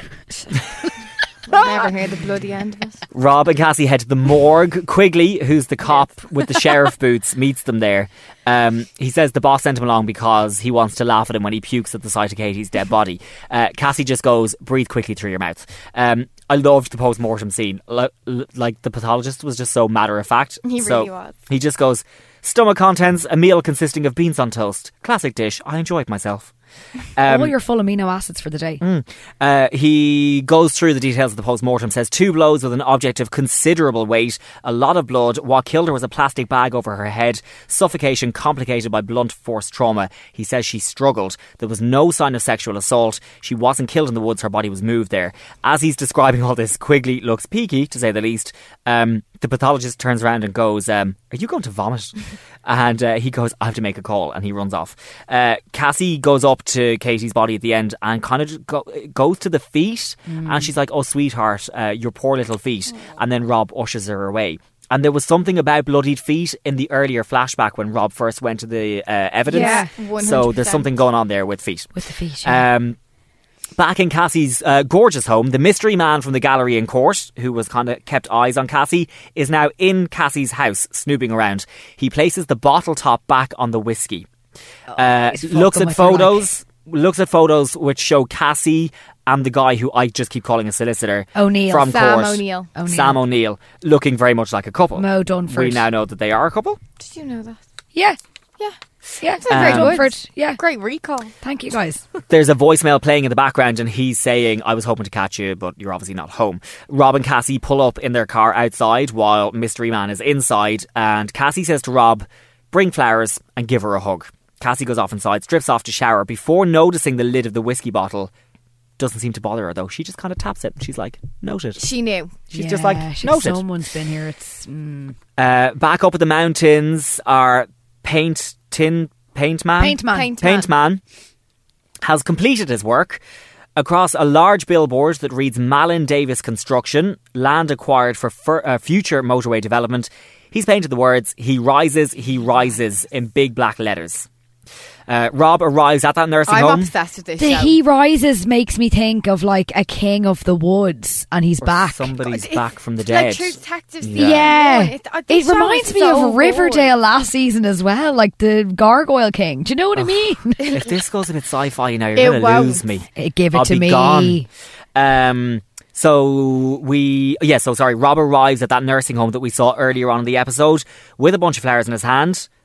I'll never hear the bloody end of it.
Rob and Cassie head to the morgue. Quigley, who's the cop with the sheriff boots, meets them there. Um, he says the boss sent him along because he wants to laugh at him when he pukes at the sight of Katie's dead body. Uh, Cassie just goes, breathe quickly through your mouth. Um, I loved the post mortem scene. L- l- like, the pathologist was just so matter of fact.
He
So
really was.
He just goes, stomach contents, a meal consisting of beans on toast. Classic dish. I enjoyed myself. Um,
All your full amino acids for the day.
Uh, he goes through the details of the post mortem, says two blows with an object of considerable weight, a lot of blood. What killed her was a plastic bag over her head, suffocation complicated by blunt force trauma. He says she struggled. There was no sign of sexual assault. She wasn't killed in the woods, her body was moved there. As he's describing all this, Quigley looks peaky, to say the least. Um, the pathologist turns around and goes, um, Are you going to vomit? And uh, he goes, I have to make a call. And he runs off. Uh, Cassie goes up to Katie's body at the end and kind of go, goes to the feet. And she's like, Oh, sweetheart, uh, your poor little feet. And then Rob ushers her away. And there was something about bloodied feet in the earlier flashback when Rob first went to the uh, evidence.
Yeah,
So there's
100%.
something going on there with feet.
With the feet. yeah.
Um, back in Cassie's uh, gorgeous home, the mystery man from the gallery in court, who was kind of kept eyes on Cassie, is now in Cassie's house, snooping around. He places the bottle top back on the whiskey. Uh,
he's
looks
fucking
at
with her, like.
photos. Looks at photos which show Cassie and the guy who I just keep calling a solicitor
O'Neill.
from
Sam
court,
O'Neill.
O'Neill.
Sam O'Neill, looking very much like a couple.
Mo Dunford.
We now know that they are a couple.
Did you know that?
yeah.
Yeah.
Yeah,
Um,
very good.
Comfort. Yeah,
Great recall.
thank you guys.
There's a voicemail playing in the background, and he's saying, I was hoping to catch you, but you're obviously not home. Rob and Cassie pull up in their car outside while Mystery Man is inside, and Cassie says to Rob, Bring flowers and give her a hug. Cassie goes off inside, strips off to shower before noticing the lid of the whiskey bottle. Doesn't seem to bother her though. She just kind of taps it and she's like, noted.
She knew.
She's just like,
Yeah, she-
noted.
someone's been here. It's mm.
Uh, back up at the mountains are paint tin paint man
Paint Man.
Paint
paint man has completed his work across a large billboard that reads Malin Davis Construction land acquired for fur- uh, future motorway development. He's painted the words "He rises, he rises" in big black letters. Uh, Rob arrives at that nursing
I'm
home.
obsessed with this
the
show.
he rises makes me think of like a king of the woods, and he's back.
Somebody's
It's
back from the dead.
Like True Detective season
Yeah,
one.
it,
uh, this show
reminds
is
me
so
of
good.
Riverdale last season as well, like the Gargoyle King. Do you know what I mean?
if this goes a bit sci-fi now,
It
you're going to
won't.
lose me.
Eh, give it
I'll
to
be
me.
Gone. Um, so we, yeah, so sorry. Rob arrives at that nursing home that we saw earlier on in the episode with a bunch of flowers in his hand.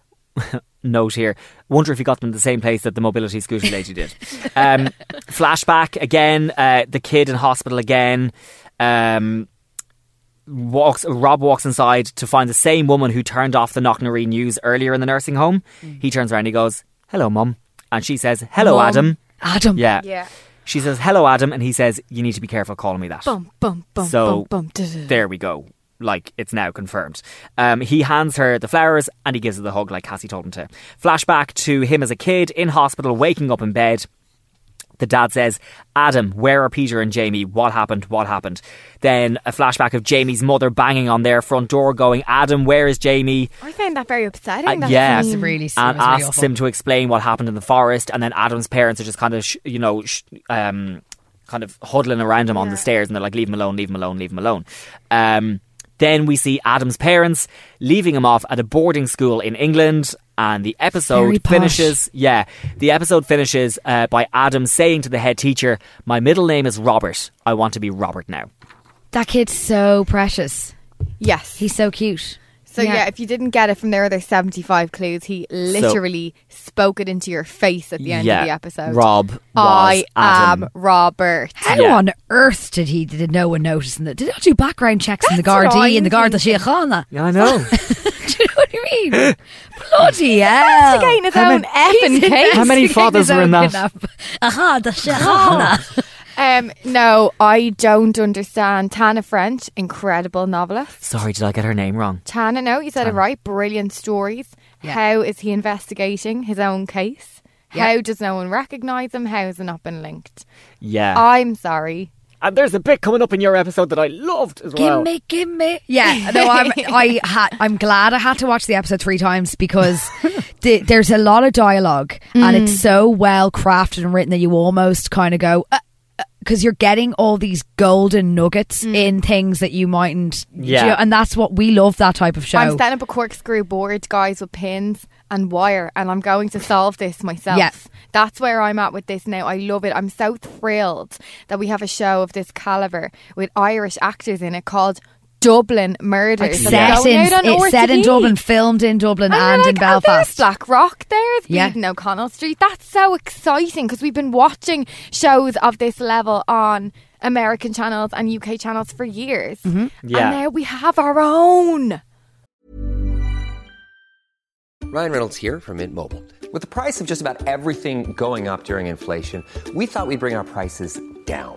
Note here. Wonder if he got them in the same place that the mobility scooter lady did. Um, flashback again. Uh, the kid in hospital again. Um, walks Rob walks inside to find the same woman who turned off the Knocknaree news earlier in the nursing home. He turns around and he goes, "Hello, mum," and she says, "Hello,
Mm. Mum.
Adam."
Adam.
Yeah.
Yeah.
She says, "Hello, Adam," and he says, "You need to be careful calling me that."
Bum, bum, bum,
So,
bum, bum. duh, duh, duh.
There we go. Like it's now confirmed. Um, he hands her the flowers and he gives her the hug, like Cassie told him to. Flashback to him as a kid in hospital, waking up in bed. The dad says, Adam, where are Peter and Jamie? What happened? What happened? Then a flashback of Jamie's mother banging on their front door, going, Adam, where is Jamie?
I found that very upsetting.
Uh,
that
yeah,
scene.
really serious,
and
really
asks
awful.
him to explain what happened in the forest. And then Adam's parents are just kind of, sh- you know, sh- um, kind of huddling around him on the stairs, and they're like, "Leave him alone, leave him alone, leave him alone." Um, then we see Adam's parents leaving him off at a boarding school in England, and the
Very
episode
posh.
finishes. Yeah, the episode finishes uh, by Adam saying to the head teacher, "My middle name is Robert. I want to be Robert now."
That kid's so precious.
Yes.
He's so cute.
so yeah. if you didn't get it from their other 75 clues, he literally spoke it into your face at the end
yeah,
of the episode.
Rob was
I
Adam.
am Robert.
How
Yeah.
on earth did he did no one notice in that? Did not do background checks in the
That's what
Gardaí
I'm
and the Garda Síochána?
Yeah, I know.
Do you know what I mean? Bloody hell!
Investigating his own effing case.
How many
Investigating
fathers
his
were in
own
that?
kidnap. Aha, the Síochána.
Um, no, I don't understand. Tana French, incredible novelist.
Sorry, did I get her name wrong?
Tana, no, you said it right. Brilliant stories.
Yeah.
How is he investigating his own case?
Yeah.
How does no one recognise him? How has it not been linked?
Yeah.
Uh,
I'm sorry.
And there's a bit coming up in your episode that I loved as well.
Gimme, gimme. Yeah, no, I'm, I ha- I'm glad I had to watch the episode three times because the, there's a lot of dialogue and it's so well crafted and written that you almost kind of go, because you're getting all these golden nuggets in things that you mightn't. do you
Yeah.
know, and that's what we love that type of show.
I'm setting up a corkscrew board, guys, with pins and wire, and I'm going to solve this myself.
Yeah.
That's where I'm at with this now. I love it. I'm so thrilled that we have a show of this caliber with Irish actors in it called Dublin Murders.
Like set
That's going
in,
out on
it's set in
RTE.
Dublin, filmed in Dublin
And,
and,
we're
in
like, "Oh, there's
Belfast.
Black Rock, there's
Yeah.
Eden O'Connell Street. That's so exciting because we've been watching shows of this level on American channels and UK channels for years.
Mm-hmm.
Yeah.
And now we have our own.
Ryan Reynolds here from Mint Mobile. With the price of just about everything going up during inflation, we thought we'd bring our prices down.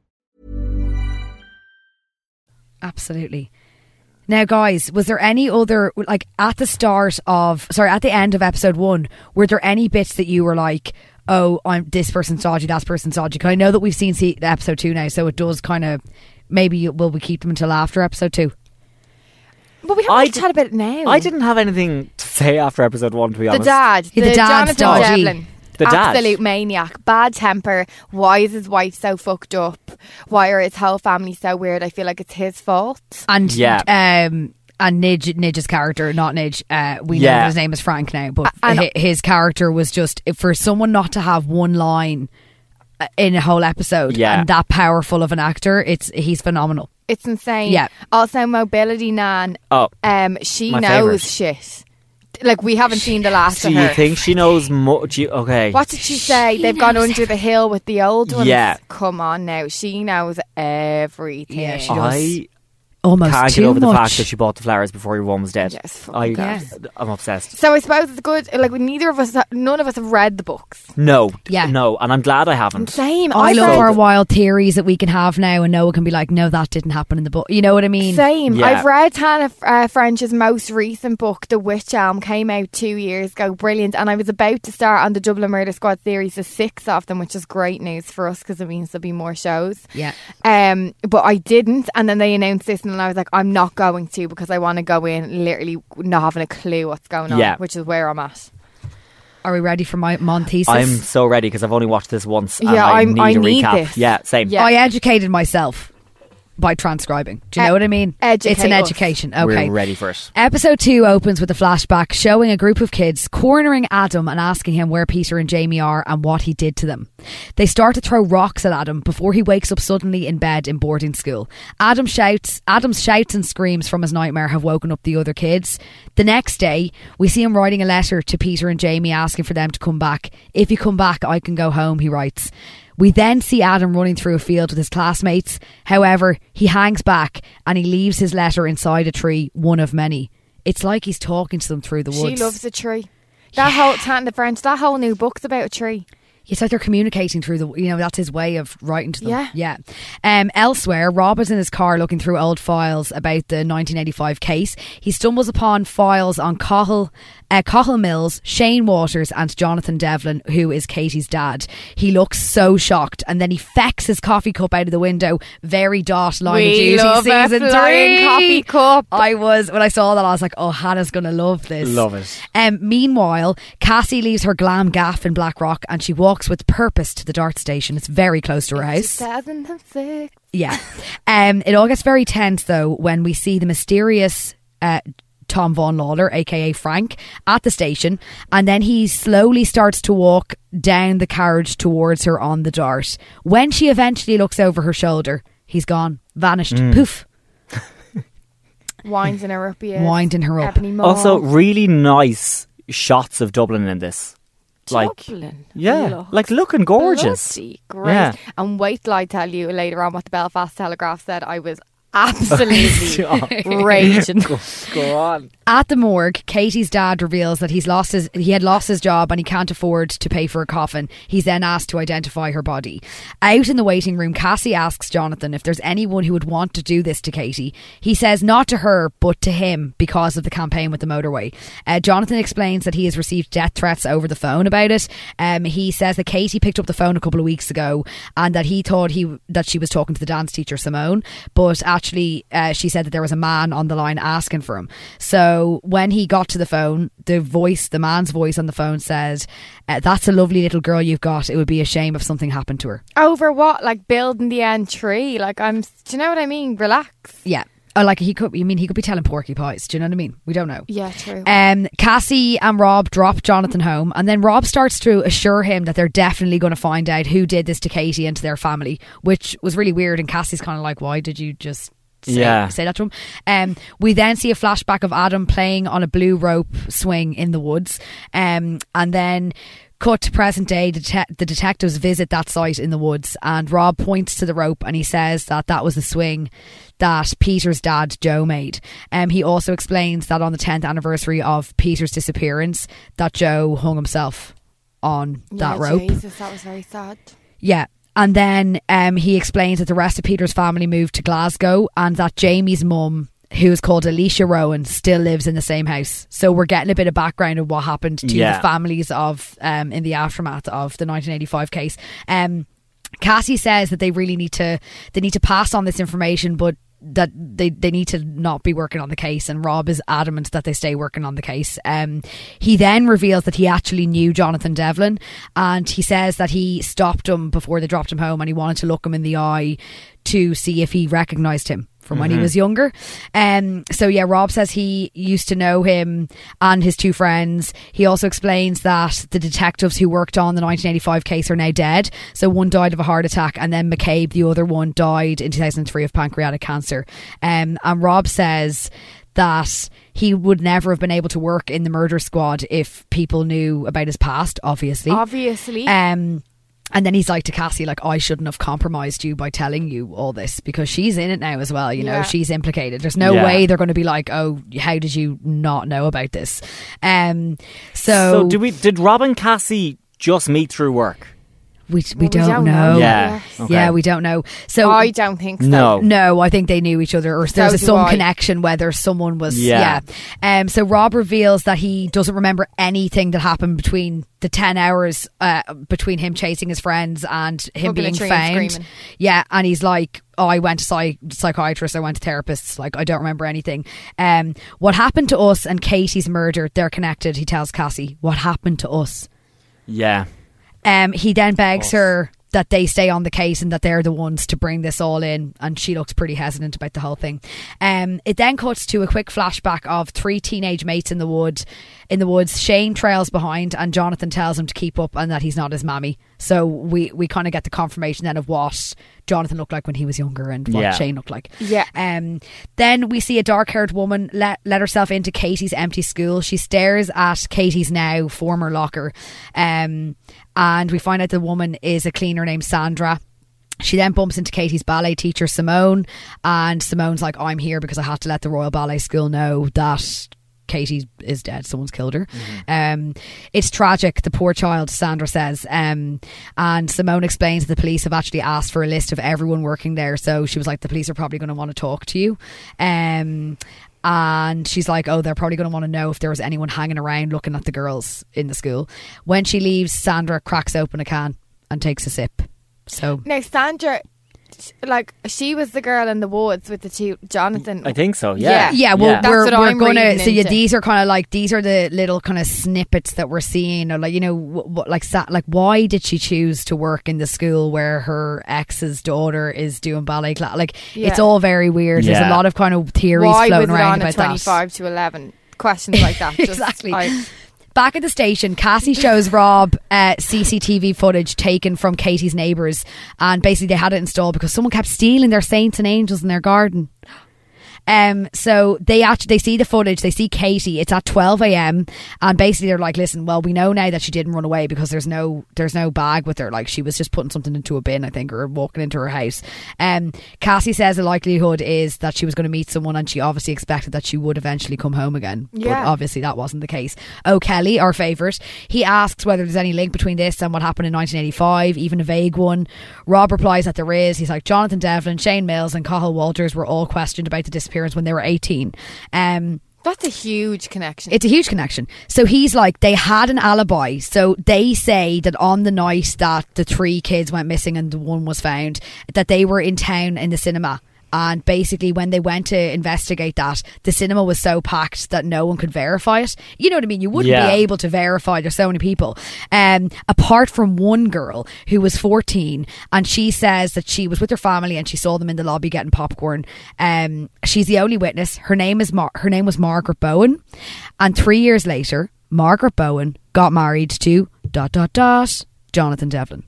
Absolutely. Now, guys, was there any other like at the start of sorry at the end of episode one? Were there any bits that you were like, "Oh, I'm this person's dodgy, that person's dodgy"? 'Cause I know that we've seen se- episode two now, so it does kind of maybe you- will we keep them until after episode two?
But we haven't really chat about it now.
I didn't have anything to say after episode one, to be
The
honest.
dad, the,
Yeah, the dad's
Jonathan
dodgy.
Devlin.
The dad.
Absolute maniac, bad temper. Why is his wife so fucked up? Why are his whole family so weird? I feel like it's his fault.
And
Yeah.
um, and Nidge, Nidge's character, not Nidge. Uh, we know
Yeah.
that his name is Frank now, but
and-
hi- his character was just for someone not to have one line uh, in a whole episode
Yeah.
and that powerful of an actor. It's he's phenomenal.
It's insane.
Yeah.
Also, mobility nan.
Oh,
Um, she
my
knows
favourite.
shit. Like we haven't seen the last
do
of
you
her.
think she knows more? Do you, okay.
What did she say? They've gone under the hill with the old ones.
Yeah.
Come on now. She knows everything.
Yeah, she does.
I
Almost
can't
too
get over
much.
the fact that she bought the flowers before your mom was dead.
Yes, fucking
I,
Yes.
I'm obsessed.
so I suppose it's good. Like neither of us, none of us have read the books.
No.
Yeah.
No, and I'm glad I haven't.
Same.
I love
read-
our wild theories that we can have now, and Noah can be like, "No, that didn't happen in the book." You know what I mean?
Same.
Yeah.
I've read Hannah uh, French's most recent book, The Witch Elm, came out two years ago. Brilliant. And I was about to start on the Dublin Murder Squad series, the six of them, which is great news for us because it means there'll be more shows.
Yeah.
Um, but I didn't. And then they announced this, and I was like, I'm not going to because I want to go in literally not having a clue what's going on,
Yeah.
which is where I'm at.
Are we ready for my mon thesis?
I'm so ready because I've only watched this once. And
Yeah,
I
I'm-
need
I
a
need
recap.
this.
Yeah, same.
Yeah.
I educated myself by transcribing. Do you
E-
know what I mean?
educate
it's an
us.
education. Okay.
We're ready for it.
Episode 2 opens with a flashback showing a group of kids cornering Adam and asking him where Peter and Jamie are and what he did to them. They start to throw rocks at Adam before he wakes up suddenly in bed in boarding school. Adam shouts, Adam's shouts and screams from his nightmare have woken up the other kids. The next day, we see him writing a letter to Peter and Jamie asking for them to come back. If you come back, I can go home, he writes. We then see Adam running through a field with his classmates. However, he hangs back and he leaves his letter inside a tree, one of many. It's like he's talking to them through the woods.
She loves a tree. That whole Tant the French, that whole new book's about a tree.
It's like they're communicating through the, you know, that's his way of writing to them.
Yeah.
Yeah. Um, elsewhere, Rob is in his car looking through old files about the 1985 case. He stumbles upon files on Cahill, uh, Cahill Mills, Shane Waters, and Jonathan Devlin, who is Katie's dad. He looks so shocked and then he fecks his coffee cup out of the window. Very dot line of
We
duty
love a
season
flying
three.
coffee cup.
I was, when I saw that, I was like, oh, Hannah's going to love this.
Love it.
Um, meanwhile, Cassie leaves her glam gaff in Blackrock and she walks with purpose to the dart station. It's very close to her house.
2006.
Yeah. Um, it all gets very tense though when we see the mysterious uh, Tom Von Lawler, aka Frank, at the station, and then he slowly starts to walk down the carriage towards her on the dart. When she eventually looks over her shoulder, he's gone, vanished, poof,
Winding her up, yeah.
winding her up.
Ebony Maw.
Also, really nice shots of Dublin in this. Like,
Dublin.
yeah,
Look.
like looking gorgeous.
Bloody great.
Yeah.
And wait till I tell you later on what the Belfast Telegraph said. I was absolutely raging.
Go on.
At the morgue, Katie's dad reveals that he's lost his he had lost his job and he can't afford to pay for a coffin. He's then asked to identify her body. Out in the waiting room, Cassie asks Jonathan if there's anyone who would want to do this to Katie. He says not to her, but to him because of the campaign with the motorway. Uh, Jonathan explains that he has received death threats over the phone about it. Um, he says that Katie picked up the phone a couple of weeks ago and that he thought he that she was talking to the dance teacher Simone, but actually uh, she said that there was a man on the line asking for him. So when he got to the phone, the voice, the man's voice on the phone said, uh, "That's a lovely little girl you've got. It would be a shame if something happened to her."
Over what? Like building the end tree. Like I'm. Do you know what I mean? Relax.
Yeah. uh, like he could. You mean he could be telling porcupines? Do you know what I mean? We don't know.
Yeah, true.
Um, Cassie and Rob drop Jonathan home, and then Rob starts to assure him that they're definitely going to find out who did this to Katie and to their family, which was really weird. And Cassie's kind of like, "Why did you just?" Say,
Yeah.
say that to him. Um, we then see a flashback of Adam playing on a blue rope swing in the woods, um, and then cut to present day. Dete- the detectives visit that site in the woods, and Rob points to the rope and he says that that was the swing that Peter's dad Joe made. Um, he also explains that on the tenth anniversary of Peter's disappearance, that Joe hung himself on that
yeah,
rope.
Jesus, that was very sad.
Yeah. And then um, he explains that the rest of Peter's family moved to Glasgow and that Jamie's mum, who is called Alicia Rowan, still lives in the same house. So we're getting a bit of background of what happened to
Yeah.
the families of um, in the aftermath of the 1985 case. Um, Cassie says that they really need to they need to pass on this information, but that they, they need to not be working on the case and Rob is adamant that they stay working on the case. Um, he then reveals that he actually knew Jonathan Devlin and he says that he stopped him before they dropped him home and he wanted to look him in the eye to see if he recognized him from when he
Mhm.
was younger. Um, so yeah, Rob says he used to know him and his two friends. He also explains that the detectives who worked on the 1985 case are now dead. So one died of a heart attack, and then McCabe, the other one, died in 2003 of pancreatic cancer. Um, and Rob says that he would never have been able to work in the murder squad if people knew about his past. Obviously,
Obviously.
um, and then he's like to Cassie, like, I shouldn't have compromised you by telling you all this because she's in it now as well. You know,
Yeah.
she's implicated. There's no
Yeah.
way they're going to be like, oh, how did you not know about this? Um, so,
So, did we? Did Rob and Cassie just meet through work?
we, we, don't, know. Oh.
Yeah. Okay.
Yeah, we don't know. So
I don't think so.
No.
No, I think they knew each other or
So
there's
do
some
I.
connection whether someone was
Yeah.
yeah. Um so Rob reveals that he doesn't remember anything that happened between the 10 hours uh, between him chasing his friends and him
Hugging a
being
tree and
found.
screaming.
Yeah, and he's like oh, I went to psych- psychiatrists, I went to therapists, like I don't remember anything. Um what happened to us and Katie's murder, they're connected, he tells Cassie. What happened to us?
Yeah.
Um, he then begs her that they stay on the case and that they're the ones to bring this all in, and she looks pretty hesitant about the whole thing. Um, it then cuts to a quick flashback of three teenage mates in the wood, in the woods. Shane trails behind, and Jonathan tells him to keep up and that he's not his mammy. So we we kind of get the confirmation then of what Jonathan looked like when he was younger and what
Yeah.
Shane looked like.
Yeah.
Um, then we see a dark haired woman let, let herself into Katie's empty school. She stares at Katie's now former locker. Um, and we find out the woman is a cleaner named Sandra. She then bumps into Katie's ballet teacher, Simone. And Simone's like, I'm here because I had to let the Royal Ballet School know that. Katie is dead. Someone's killed her. Um, it's tragic. The poor child, Sandra says. Um, and Simone explains that the police have actually asked for a list of everyone working there. So she was like, the police are probably going to want to talk to you. Um, and she's like, oh, they're probably going to want to know if there was anyone hanging around looking at the girls in the school. When she leaves, Sandra cracks open a can and takes a sip. So
Now, Sandra, sh- like, she was the girl in the woods with the two, Jonathan.
I think so. Yeah.
yeah, well,
That's
we're,
what
we're
I'm
gonna.
reading
So yeah,
into.
these are kind of like these are the little kind of snippets that we're seeing, or like you know, what, what like sa- like why did she choose to work in the school where her ex's daughter is doing ballet class? Like it's
Yeah.
all very weird. There's
Yeah.
a lot of kind of theories
Why
floating
was it
around
on at
about that.
25 to 11? Questions like that. Just,
Exactly.
like-
Back at the station, Cassie shows Rob uh, CCTV footage taken from Katie's neighbours, and basically they had it installed because someone kept stealing their saints and angels in their garden. Um, so they actually they see the footage, they see Katie. It's at twelve a.m. and basically they're like, "Listen, well, we know now that she didn't run away because there's no there's no bag with her. Like she was just putting something into a bin, I think, or walking into her house." Um, Cassie says the likelihood is that she was going to meet someone, and she obviously expected that she would eventually come home again.
Yeah.
But obviously that wasn't the case. O'Kelly, our favourite, he asks whether there's any link between this and what happened in 1985, even a vague one. Rob replies that there is. He's like, Jonathan Devlin, Shane Mills, and Cahill Walters were all questioned about the disappearance when they were 18. Um,
that's a huge connection.
it's a huge connection. So he's like, they had an alibi. So they say that on the night that the three kids went missing and the one was found, that they were in town in the cinema. And basically, when they went to investigate that, the cinema was so packed that no one could verify it. You know what I mean? You wouldn't
Yeah.
be able to verify. There's so many people. Um, apart from one girl who was 14, and she says that she was with her family and she saw them in the lobby getting popcorn. Um, she's the only witness. Her name is Mar- her name was Margaret Bowen, and three years later, Margaret Bowen got married to dot dot dot Jonathan Devlin.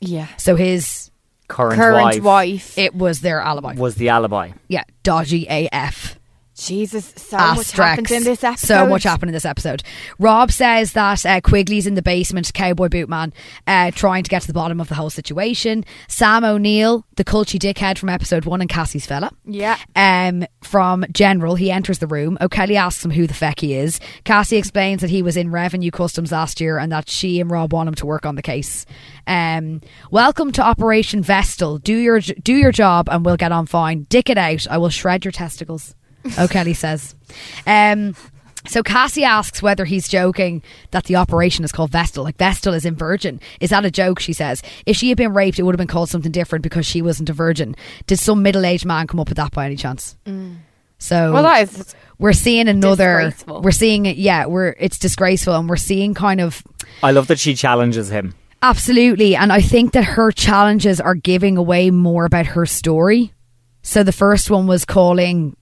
Yeah.
So his
Current Current wife.
wife.
It was their alibi.
was the alibi.
Yeah, dodgy AF.
Jesus, so much
Asterix.
happened in this episode.
So much happened in this episode. Rob says that uh, Quigley's in the basement, cowboy boot man, uh, trying to get to the bottom of the whole situation. Sam O'Neill, the culchy dickhead from episode one, and Cassie's fella.
Yeah.
Um, from General, he enters the room. O'Kelly asks him who the feck he is. Cassie explains that he was in revenue customs last year and that she and Rob want him to work on the case. Um, welcome to Operation Vestal. Do your do your job and we'll get on fine. Dick it out. I will shred your testicles. O'Kelly says. Um, so Cassie asks whether he's joking that the operation is called Vestal. Like Vestal is in virgin. Is that a joke? She says. If she had been raped, it would have been called something different because she wasn't a virgin. Did some middle-aged man come up with that by any chance? So
Mm. Well, that is
we're seeing another.
disgraceful.
We're seeing it. Yeah, we're it's disgraceful, and we're seeing kind of
I love that she challenges him.
Absolutely. And I think that her challenges are giving away more about her story. So the first one was calling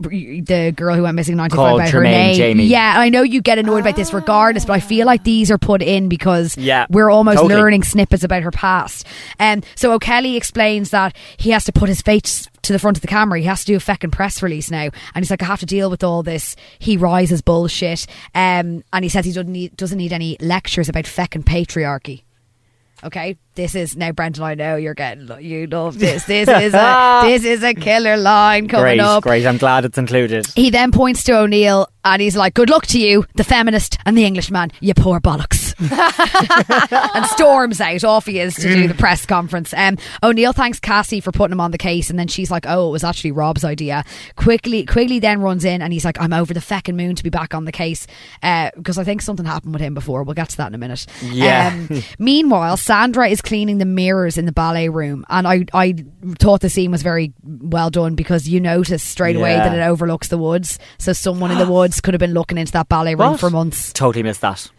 the girl who went missing in 95
Called
by her
Jermaine
name.
Jamie.
Yeah, I know you get annoyed about this regardless, but I feel like these are put in because
Yeah,
we're almost
totally.
learning snippets about her past. Um, so O'Kelly explains that he has to put his face to the front of the camera. He has to do a feckin' press release now. And he's like, I have to deal with all this. He rises bullshit. Um, and he says he doesn't need, doesn't need any lectures about feckin' patriarchy. Okay, this is now, Brendan. I know you're getting you love this. This is a this is a killer line coming
great,
up.
great. I'm glad it's included.
He then points to O'Neill and he's like, Good luck to you, the feminist and the Englishman, you poor bollocks. and storms out. Off he is to do the press conference. Um, O'Neill thanks Cassie for putting him on the case and then she's like, Oh, it was actually Rob's idea. Quickly, Quigley then runs in and he's like, I'm over the feckin' moon to be back on the case because I think something happened with him before. We'll get to that in a minute. Um,
Yeah.
meanwhile, Sandra is cleaning the mirrors in the ballet room and I, I thought the scene was very well done because you notice straight away
Yeah.
that it overlooks the woods. So someone in the woods could have been looking into that ballet room
What?
for months.
Totally missed that.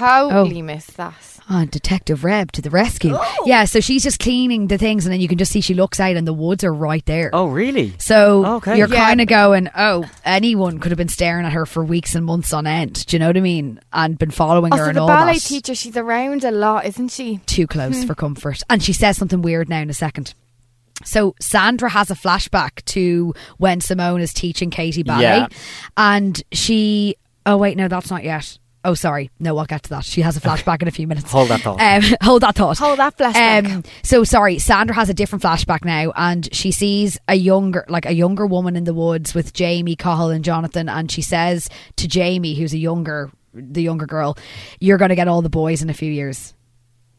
oh.
Totally missed that.
Ah, Detective Reb to the rescue.
Oh.
Yeah, so she's just cleaning the things, and then you can just see she looks out, and the woods are right there.
Oh, really?
So
Okay.
you're
Yeah.
kind of going, oh, anyone could have been staring at her for weeks and months on end. Do you know what I mean? And been following
Oh,
her
Also,
and
the
all
ballet
that.
teacher, she's around a lot, isn't she?
too close
Hmm.
for comfort. And she says something weird now in a second. So Sandra has a flashback to when Simone is teaching Katie ballet,
Yeah.
and she. Oh wait, no, that's not yet. Oh, sorry. No, I'll get to that. She has a flashback in a few minutes.
Hold that thought.
Um, hold that thought. Um,
Hold that flashback.
so sorry, Sandra has a different flashback now, and she sees a younger, like a younger woman in the woods with Jamie, Cahill, and Jonathan, and she says to Jamie, who's a younger, the younger girl, "You're going to get all the boys in a few years."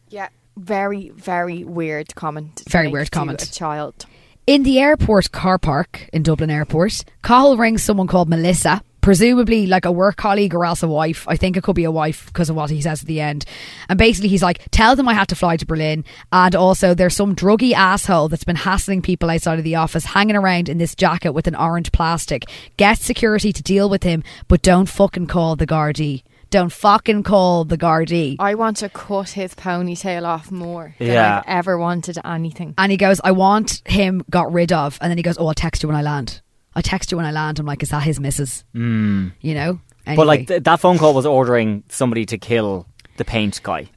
Yeah. Very, very weird comment. to
Very
make
weird
to
comment.
A child.
In the airport car park in Dublin Airport, Cahill rings someone called Melissa, presumably like a work colleague or else a wife. I think it could be a wife because of what he says at the end. And basically, he's like, Tell them I had to fly to Berlin. And also, there's some druggy asshole that's been hassling people outside of the office, hanging around in this jacket with an orange plastic. Get security to deal with him, but don't fucking call the Gardaí. Don't fucking call the Gardaí.
I want to cut his ponytail off more than
Yeah.
I've ever wanted anything.
And he goes, I want him got rid of. And then he goes, Oh, I'll text you when I land. I'll text you when I land. I'm like, Is that his missus? Mm. You know? Anyway.
Hmm. But like th- that phone call was ordering somebody to kill the paint guy.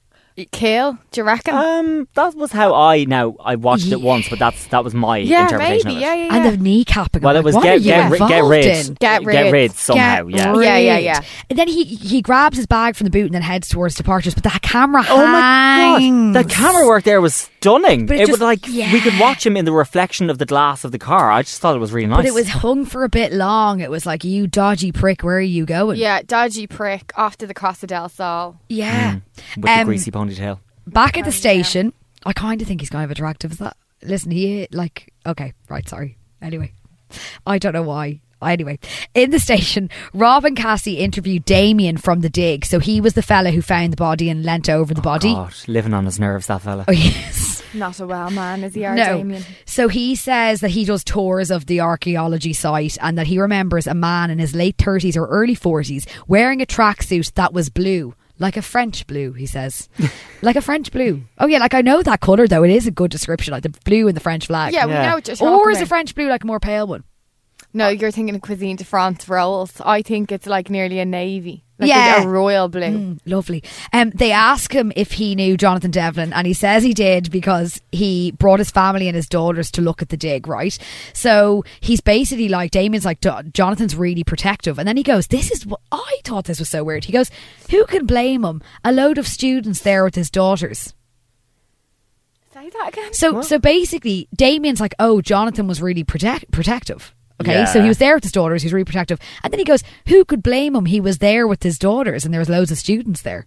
Kill, do you reckon?
Um, that was how I now I watched it once, but that's that was my
yeah,
interpretation
maybe.
of it.
Yeah, yeah, yeah.
and the kneecapping.
Well,
I'm
it was
like,
get
what
get,
are you
ri- get
involved
rid,
in?
Get
get
rid.
rid somehow.
Get
yeah,
rid.
Yeah, yeah, yeah.
And then he he grabs his bag from the boot and then heads towards departures. But that camera
Oh my
hangs.
god, the camera work there was stunning.
But
It,
it
was
just-
like we could
yeah.
watch him in the reflection of the glass of the car. I just thought it was really nice.
But it was hung for a bit long. It was like, you dodgy prick, where are you going?
yeah, dodgy prick after the Costa del Sol.
Yeah.
Hmm. with the
Um,
greasy ponytail.
back at the station. I kind of think he's kind of attractive. Is that? Listen, he like okay, right? Sorry. Anyway, I don't know why. Anyway, in the station, Rob and Cassie interview Damien from the dig. So he was the fella who found the body and leant over the body.
God, living on his nerves, that fella.
Oh yes.
Not a well man, is he, our
no.
Damien?
So he says that he does tours of the archaeology site and that he remembers a man in his late 30s or early 40s wearing a tracksuit that was blue. Like a French blue, he says. like a French blue. Oh, yeah, like I know that colour, though. It is a good description, like the blue in the French flag.
Yeah, we Yeah. know what you're
Or
talking
is a
about.
French blue like a more pale one?
No, you're thinking of Cuisine de France rolls. I think it's like nearly a navy. Like
Yeah.
yeah. a royal blue.
Mm, lovely. Um, they ask him if he knew Jonathan Devlin, and he says he did because he brought his family and his daughters to look at the dig, right? So he's basically like, Damien's like, "Jo- Jonathan's really protective. And then he goes, This is what I thought this was so weird. He goes, Who can blame him? A load of students there with his daughters.
Say that again.
So, so basically, Damien's like, oh, Jonathan was really protect- protective. Okay, so
Yeah.
he was there with his daughters. He was really protective, and then he goes, "Who could blame him? He was there with his daughters, and there was loads of students there."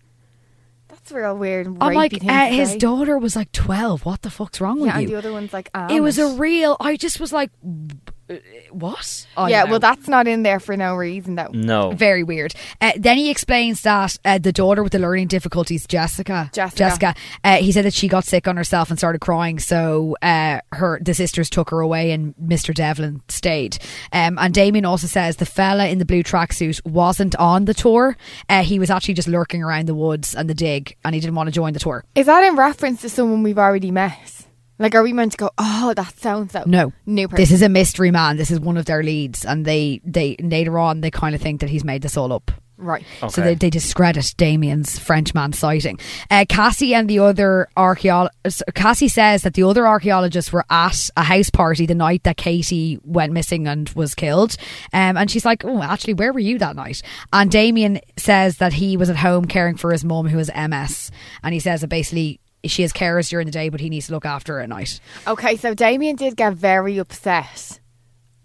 That's real weird. and
I'm
rapey
like,
thing
uh,
to
his
say.
daughter was like 12. What the fuck's wrong with
Yeah,
you?
and the other one's like,
it was a
almond.
real. I just was like, w- uh, what? I
Oh, yeah,
don't know.
well, that's not in there for no reason, though.
Mm.
No.
Very weird. Uh, then he explains that uh, the daughter with the learning difficulties, Jessica,
Jessica.
uh, he said that she got sick on herself and started crying, so uh, her the sisters took her away, and Mr. Devlin stayed. Um, and Damien also says the fella in the blue tracksuit wasn't on the tour; uh, he was actually just lurking around the woods and the dig, and he didn't want to join the tour.
Is that in reference to someone we've already met? Like, are we meant to go, oh, that sounds so
No,
new person?
This is a mystery man. This is one of their leads, and they they later on they kind of think that he's made this all up.
Right.
So they, they discredit Damien's Frenchman sighting. Uh, Cassie and the other archaeologists. Cassie says that the other archaeologists were at a house party the night that Katie went missing and was killed. Um, and she's like, "Oh, actually, where were you that night?" And Damien says that he was at home caring for his mum who has MS, and he says that basically she has carers during the day, but he needs to look after her at night.
Okay, so Damien did get very upset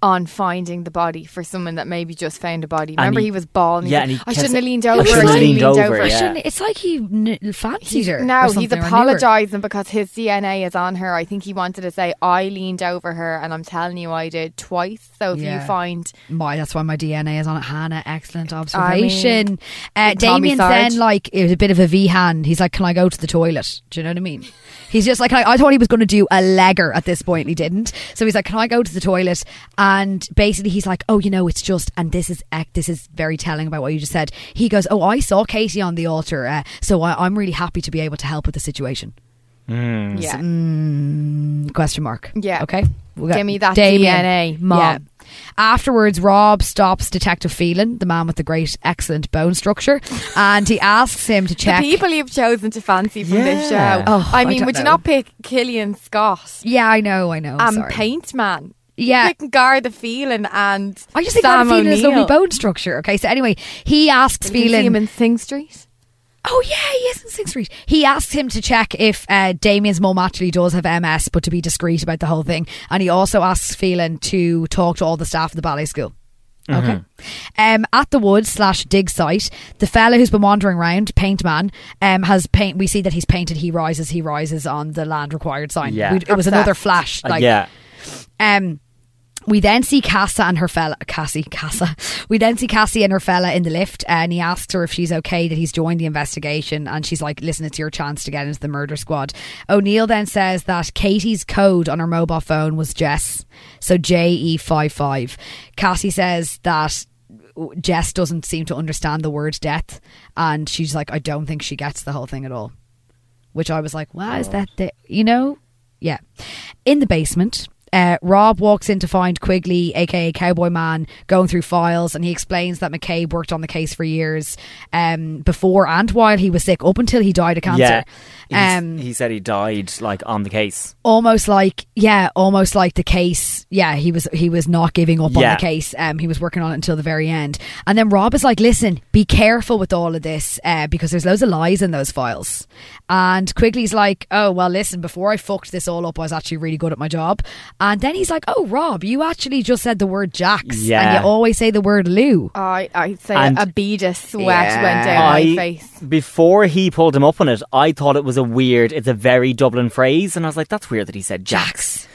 on finding the body for someone that maybe just found a body.
And
Remember, he,
he-
was bald. And
yeah, and
he,
he
I
kept
shouldn't have
saying,
leaned
"I
over. I
shouldn't have
leaned,
leaned
over.
over, I yeah. shouldn't- it's like he n- fancied her.
No,
or
he's
something, or knew her.
apologising because his DNA is on her. I think he wanted to say, I leaned over her, and I'm telling you, I did twice. So if
Yeah.
you find
My, that's why my DNA is on it. Hannah, excellent observation. uh,
Tommy
Damien's
Sarge.
then like it was a bit of a V hand. He's like, "Can I go to the toilet?" Do you know what I mean? He's just like, "Can I, I thought he was going to do a legger at this point. and He didn't. So he's like, "Can I go to the toilet?" And basically, he's like, "Oh, you know, it's just." And this is ec- this is very telling about what you just said. He goes, "Oh, I saw Katie on the altar, uh, so I, I'm really happy to be able to help with the situation." So, mm, question mark.
Yeah.
Okay. We'll
Give me that DNA, Mom.
Afterwards, Rob stops Detective Phelan, the man with the great, excellent bone structure, and he asks him to check.
the people you've chosen to fancy from this
Yeah.
show.
Oh, I
I mean,
don't
would you
know.
not pick Killian Scott?
Yeah, I know, I know. I'm
And
sorry.
Paint Man.
Yeah.
You picking Gar the Feeling and
I just think
Sam
Sam Phelan has lovely
O'Neill.
bone structure. Okay, so anyway, he asks
You can see
Phelan.
him in Sing Street.
Oh yeah, he is in Sixth Street. He asks him to check if uh, Damien's mum actually does have MS, but to be discreet about the whole thing. And he also asks Phelan to talk to all the staff of the ballet school. Okay. Um, at the woods slash dig site, the fella who's been wandering around, Paint Man, um, has paint. We see that he's painted. He rises. He rises on the land required sign.
Yeah.
We- it was another flash.
Uh,
Like
yeah.
um, we then see Casa and her fella, Cassie, Casa. We then see Cassie and her fella in the lift, uh, and he asks her if she's okay that he's joined the investigation, and she's like, "Listen, it's your chance to get into the murder squad." O'Neill then says that Katie's code on her mobile phone was Jess, so J E five five. Cassie says that Jess doesn't seem to understand the word death, and she's like, "I don't think she gets the whole thing at all." Which I was like, "Why is that? The, you know, yeah." In the basement, uh, Rob walks in to find Quigley, aka Cowboy Man, going through files, and he explains that McCabe worked on the case for years, um, before and while he was sick, up until he died of cancer.
Yeah.
Um,
Um, he said he died like on the case.
almost like yeah almost like the case yeah he was he was not giving up on
Yeah.
the case um he was working on it until the very end and then rob is like listen be careful with all of this uh, because there's loads of lies in those files and quigley's like oh well listen before i fucked this all up i was actually really good at my job and then he's like oh rob you actually just said the word jacks
Yeah.
and you always say the word lou
I, I'd say
And-
a bead of sweat went down my face.
Before he pulled him up on it, I thought it was a weird, it's a very Dublin phrase, and I was like, that's weird that he said jacks.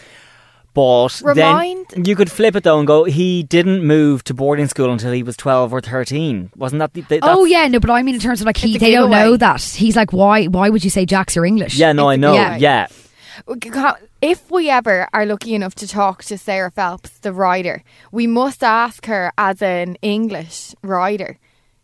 But
Remind-
then you could flip it though and go, he didn't move to boarding school until he was 12 or 13. Wasn't that the. the
oh
that's-
yeah no but i mean in terms of like he
a
they don't
giveaway.
know that he's like why why would you say jacks you're english
Yeah, no, I know. Yeah.
if we ever are lucky enough to talk to Sarah Phelps, the rider, we must ask her as an English rider.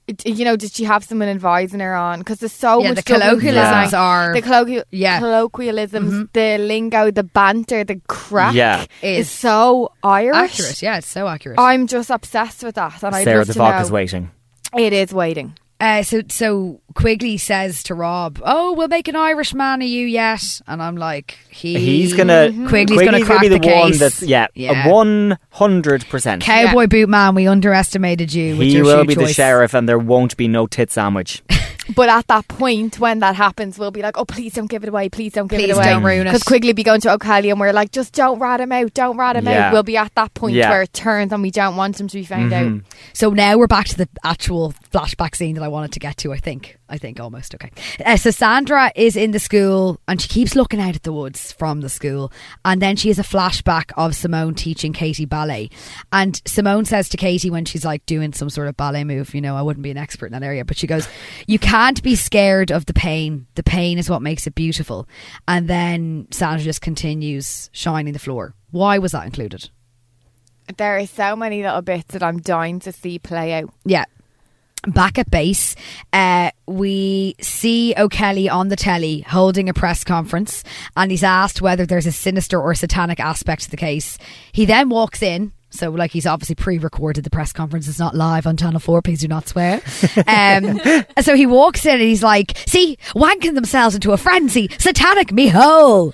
d- You know, did she have someone advising her on? Because there's so
Yeah,
much
the
Dublin
colloquialisms
slang.
are-
the colloquial
Yeah. Mm-hmm.
colloquialisms, the lingo, the banter, the crack
Yeah.
is,
Is
so Irish.
Accurate, yeah, it's so accurate.
I'm just obsessed with that, and I'd
Sarah,
love
the
to
vodka's
know.
waiting.
It is waiting.
Uh, so so Quigley says to Rob, "Oh, we'll make an Irish man of you yet," and I'm like, "He
He's gonna
Quigley's, gonna crack
be the, one
case.
that's yeah,
Yeah.
one hundred percent.
Cowboy boot man, we underestimated you. with
He
your
will
shoe
be the
choice.
sheriff, and there won't be no tit sandwich.
But at that point, when that happens, we'll be like, oh, please don't give it away. Please don't give
Please
it away.
don't ruin it.
Because Quigley be going to O'Cally and we're like, just don't rat him out. Don't rat him
Yeah.
out. We'll be at that point
Yeah. Mm-hmm.
where it turns and we don't want him to be found out.
So now we're back to the actual flashback scene that I wanted to get to. I think. I think almost okay. Uh, so Sandra is in the school and she keeps looking out at the woods from the school, and then she has a flashback of Simone teaching Katie ballet, and Simone says to Katie when she's like doing some sort of ballet move, you know, I wouldn't be an expert in that area, but she goes, "You can't be scared of the pain. The pain is what makes it beautiful." And then Sandra just continues shining the floor. Why was that included?
There are so many little bits that I'm dying to see play out.
Yeah. Back at base, uh, we see O'Kelly on the telly holding a press conference, and he's asked whether there's a sinister or satanic aspect to the case. He then walks in. So, like, he's obviously pre recorded the press conference. It's not live on Channel 4. Please do not swear. Um, so he walks in and he's like, See, wanking themselves into a frenzy. Satanic me ho.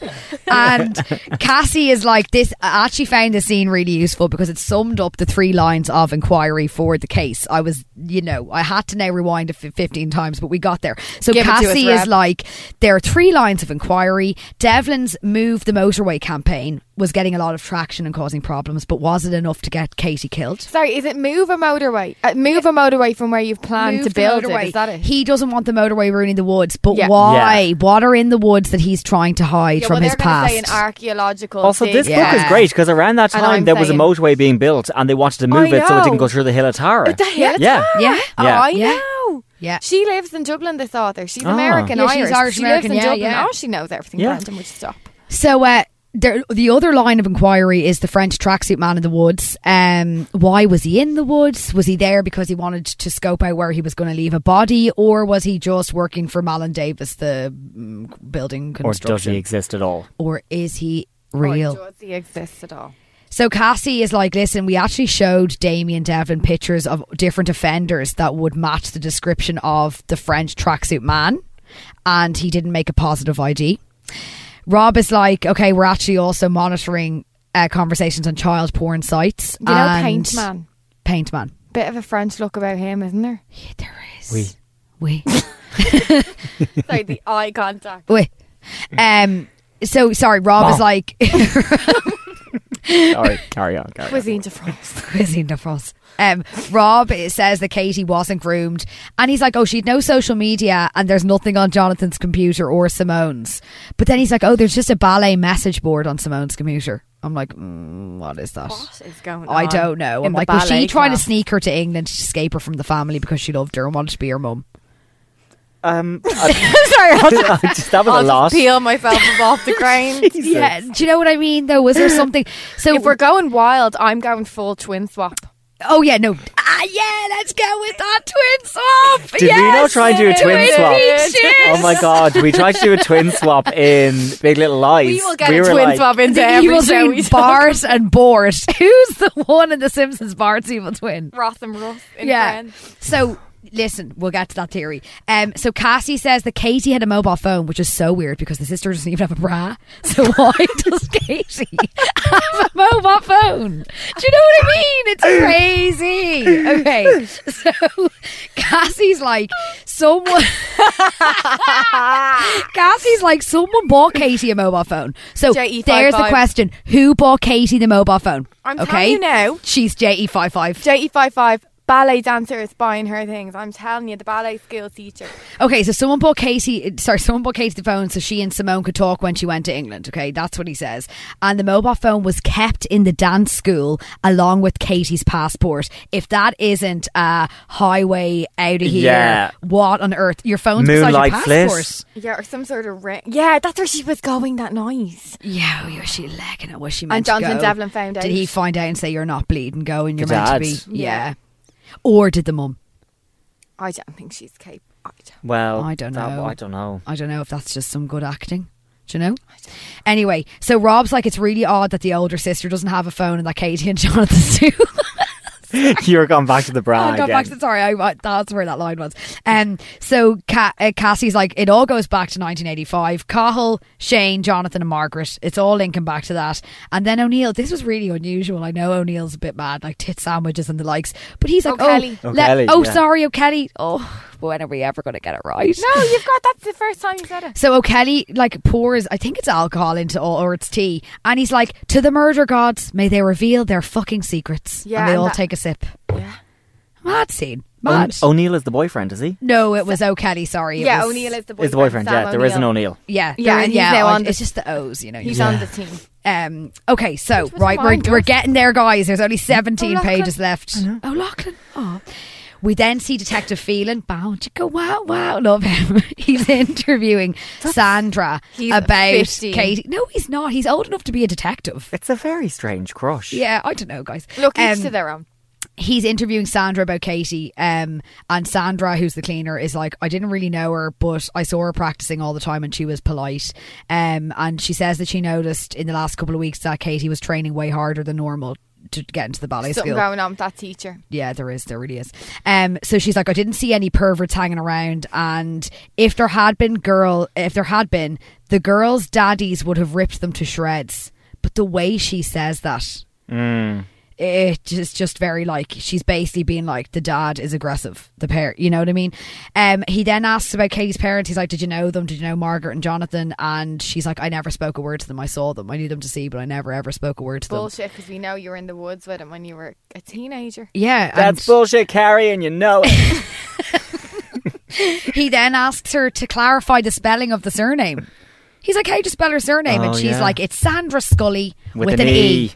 And Cassie is like, This, I actually found this scene really useful because it summed up the three lines of inquiry for the case. I was, you know, I had to now rewind it fif- 15 times, but we got there. So
Give it to us,
Cassie is
Reb.
like, There are three lines of inquiry. Devlin's Move the Motorway campaign was getting a lot of traction and causing problems, but was it enough to get Katie killed?
Sorry, is it move a motorway? Uh, move a motorway from where you've planned
Move
to
the
build
motorway.
it. Is that it?
He doesn't want the motorway ruining the woods, but
Yeah.
why? What are in the woods that he's trying to hide
yeah,
from
well,
his
they're gonna
past?
Say an archaeological.
Also, this
dig.
book is
Yeah.
great because around that
And I'm
time there was a
saying-
motorway being built, and they wanted to move it so it
know.
didn't go through the hill of Tara.
The hell?
Yeah.
yeah.
Yeah.
I
Yeah.
know.
Yeah.
She lives in Dublin, this author. She's
Ah.
American
Yeah, she's
Irish.
Irish
she
American,
lives in
yeah,
Dublin.
yeah.
Oh, she knows everything,
Yeah.
Brandon, would you stop?
So uh, there, the other line of inquiry is the French tracksuit man in the woods. Um, why was he in the woods? Was he there because he wanted to scope out where he was going to leave a body, or was he just working for Malin Davis, the mm, building
Or does
construction,
he exist at all?
or is he
Or
real?
does he exist at all?
So Cassie is like, listen, we actually showed Damien Devlin pictures of different offenders that would match the description of the French tracksuit man, and he didn't make a positive ID. Rob is like, okay, we're actually also monitoring uh, conversations on child porn sites.
You know,
and-
Paint Man.
Paint man.
Bit of a French look about him, isn't there?
There is.
We.
We.
Sorry, the eye contact.
we. Um. So sorry, Rob is
Bon.
like.
All right, carry on. Carry on.
Cuisine de France.
cuisine de France. Um, Rob says that Katie wasn't groomed, and he's like, "Oh, she'd no social media, and there's nothing on Jonathan's computer or Simone's." But then he's like, "Oh, there's just a ballet message board on Simone's computer." I'm like, mm, "What is that?"
What is going on?
I don't know.
in
I'm
the
like, was she
ballet
trying to
class?
sneak her to England to escape her from the family because she loved her and wanted to be her mum?
Um,
Sorry,
that was a
I'll
lot.
just peel myself off the crane.
yeah. Uh, Do you know what I mean? Though, was there something? So
If we're going wild, I'm going full twin swap.
Oh yeah, no. Ah, yeah, let's go with that twin swap.
Did we not try and do a twin
Twin
swap?
Peaks, yes.
Oh my god, we tried to do a twin swap in Big Little Lies.
We will get a
were
twin
like-
swap into
the
every
evil
show we
twin
do.
Bart and Bort. Who's the one in The Simpsons? Bart's evil twin.
Ross and Russ in Friends.
So listen, we'll get to that theory. Um, so Cassie says that Katie had a mobile phone, which is so weird because the sister doesn't even have a bra. So why does Katie have a mobile phone? Do you know what I mean? It's crazy. Okay, so Cassie's like someone. Cassie's like someone bought Katie a mobile phone. So
JE55.
there's the question: Who bought Katie the mobile phone? E
I'm telling you now.
She's JE55.
JE55 E ballet dancer is buying her things. I'm telling you, the ballet school teacher.
Okay, so someone bought Katie. Sorry, someone bought Katie the phone so she and Simone could talk when she went to England. Okay, that's what he says. And the mobile phone was kept in the dance school along with Katie's passport. If that isn't a highway out of here,
Yeah.
what on earth? Your phone's
Moonlight
beside your
flit.
passport.
Yeah, or some sort of ring. Yeah, that's where she was going that night.
Yeah, was she lacking it? Was she
And
meant to
Jonathan
go?
Devlin found out.
Did he find out and say you're not bleeding? Go and you're
The
meant to be.
dad.
Yeah. Or did the mum?
I don't think she's capable.
Well,
I don't
that-
know.
I don't know.
I don't know if that's just some good acting. Do you know? Anyway, so Rob's like, it's really odd that the older sister doesn't have a phone and that Katie and Jonathan do.
You're going back to the
Oh,
brand.
I got back to sorry, I, I- that's where that line was. Um, so Ca- uh, Cassie's like, it all goes back to 1985. Cahill, Shane, Jonathan, and Margaret. It's all linking back to that. And then O'Neill. This was really unusual. I know O'Neill's a bit mad, like tit sandwiches and the likes. But he's like,
O'Kelly.
oh,
O'Kelly,
oh,
yeah.
sorry, O'Kelly. Oh, when are we ever going to get it right?
No, you've got that's the first time you said it.
So O'Kelly like pours, I think it's alcohol into all, or it's tea, and he's like, "To the murder gods, may they reveal their fucking secrets."
Yeah,
and they
and
all
that-
take a sip.
Yeah.
Mad scene.
O-
Mad.
O'Neill is the boyfriend, is he?
No, it was O'Kelly. Sorry. It
yeah,
was,
O'Neill is the boyfriend.
Is the boyfriend?
Sam
yeah, there is an O'Neill.
Yeah,
Yeah,
there-
and he's now
I-
on the-
it's just the O's, you know.
He's
you-
on the team.
Um. Okay, so
was
right, we're,
fine,
we're
yes.
getting there, guys. There's only 17
Lachlan.
pages left. Oh, Lachlan. Oh. We then see Detective Phelan. Bow, chicka, wow, wow, love him. he's interviewing Sandra
He's
about
15.
Katie. No, he's not. He's old enough to be a detective.
It's a very strange crush.
Yeah, I don't know, guys.
Look, each
Um,
to their own.
he's interviewing Sandra about Katie, um, and Sandra, who's the cleaner, is like, I didn't really know her, but I saw her practicing all the time, and she was polite. Um, and she says that she noticed in the last couple of weeks that Katie was training way harder than normal to get into the ballet
Something
school.
going on with that teacher.
Yeah, there is. There really is. Um, so she's like, I didn't see any perverts hanging around, and if there had been girl, if there had been, the girls' daddies would have ripped them to shreds. But the way she says that, it is just very like she's basically being like the dad is aggressive. The pair, you know what I mean? Um, he then asks about Katie's parents. He's like, Did you know them? Did you know Margaret and Jonathan? And she's like, I never spoke a word to them. I saw them. I knew them to see, but I never ever spoke a word to them.
Bullshit, because we know you were in the woods with him when you were a teenager.
Yeah, and-
That's bullshit, Carrie, and you know it.
he then asks her to clarify the spelling of the surname. He's like, "How do you spell her surname?" and
Oh,
she's
yeah.
like, "It's Sandra Scully with, an, e.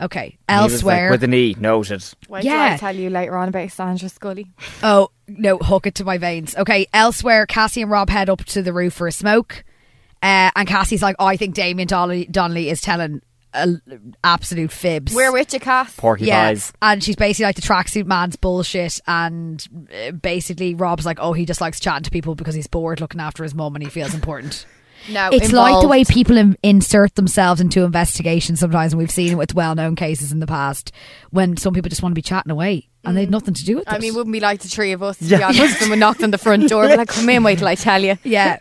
Okay.
He was like,
Elsewhere.
with an E, noted.
Why
Yeah.
did I tell you later on about Sandra Scully?
oh no, hook it to my veins. Okay. Elsewhere, Cassie and Rob head up to the roof for a smoke, uh, and Cassie's like, oh, "I think Damien Donnelly, Donnelly is telling uh, absolute fibs."
We're with you, Cass.
Porky
yeah,
pies.
and she's basically like the tracksuit man's bullshit, and uh, basically Rob's like, "Oh, he just likes chatting to people because he's bored looking after his mum and he feels important."
No,
it's like the way
uh, involved.
people in- insert themselves into investigations sometimes, and we've seen it with well-known cases in the past when some people just want to be chatting away and they've nothing to do with it.
Mm. I mean, wouldn't be like the three of us, to be honest, and we knocked on the front door. We're like, come in, wait till I tell you.
yeah.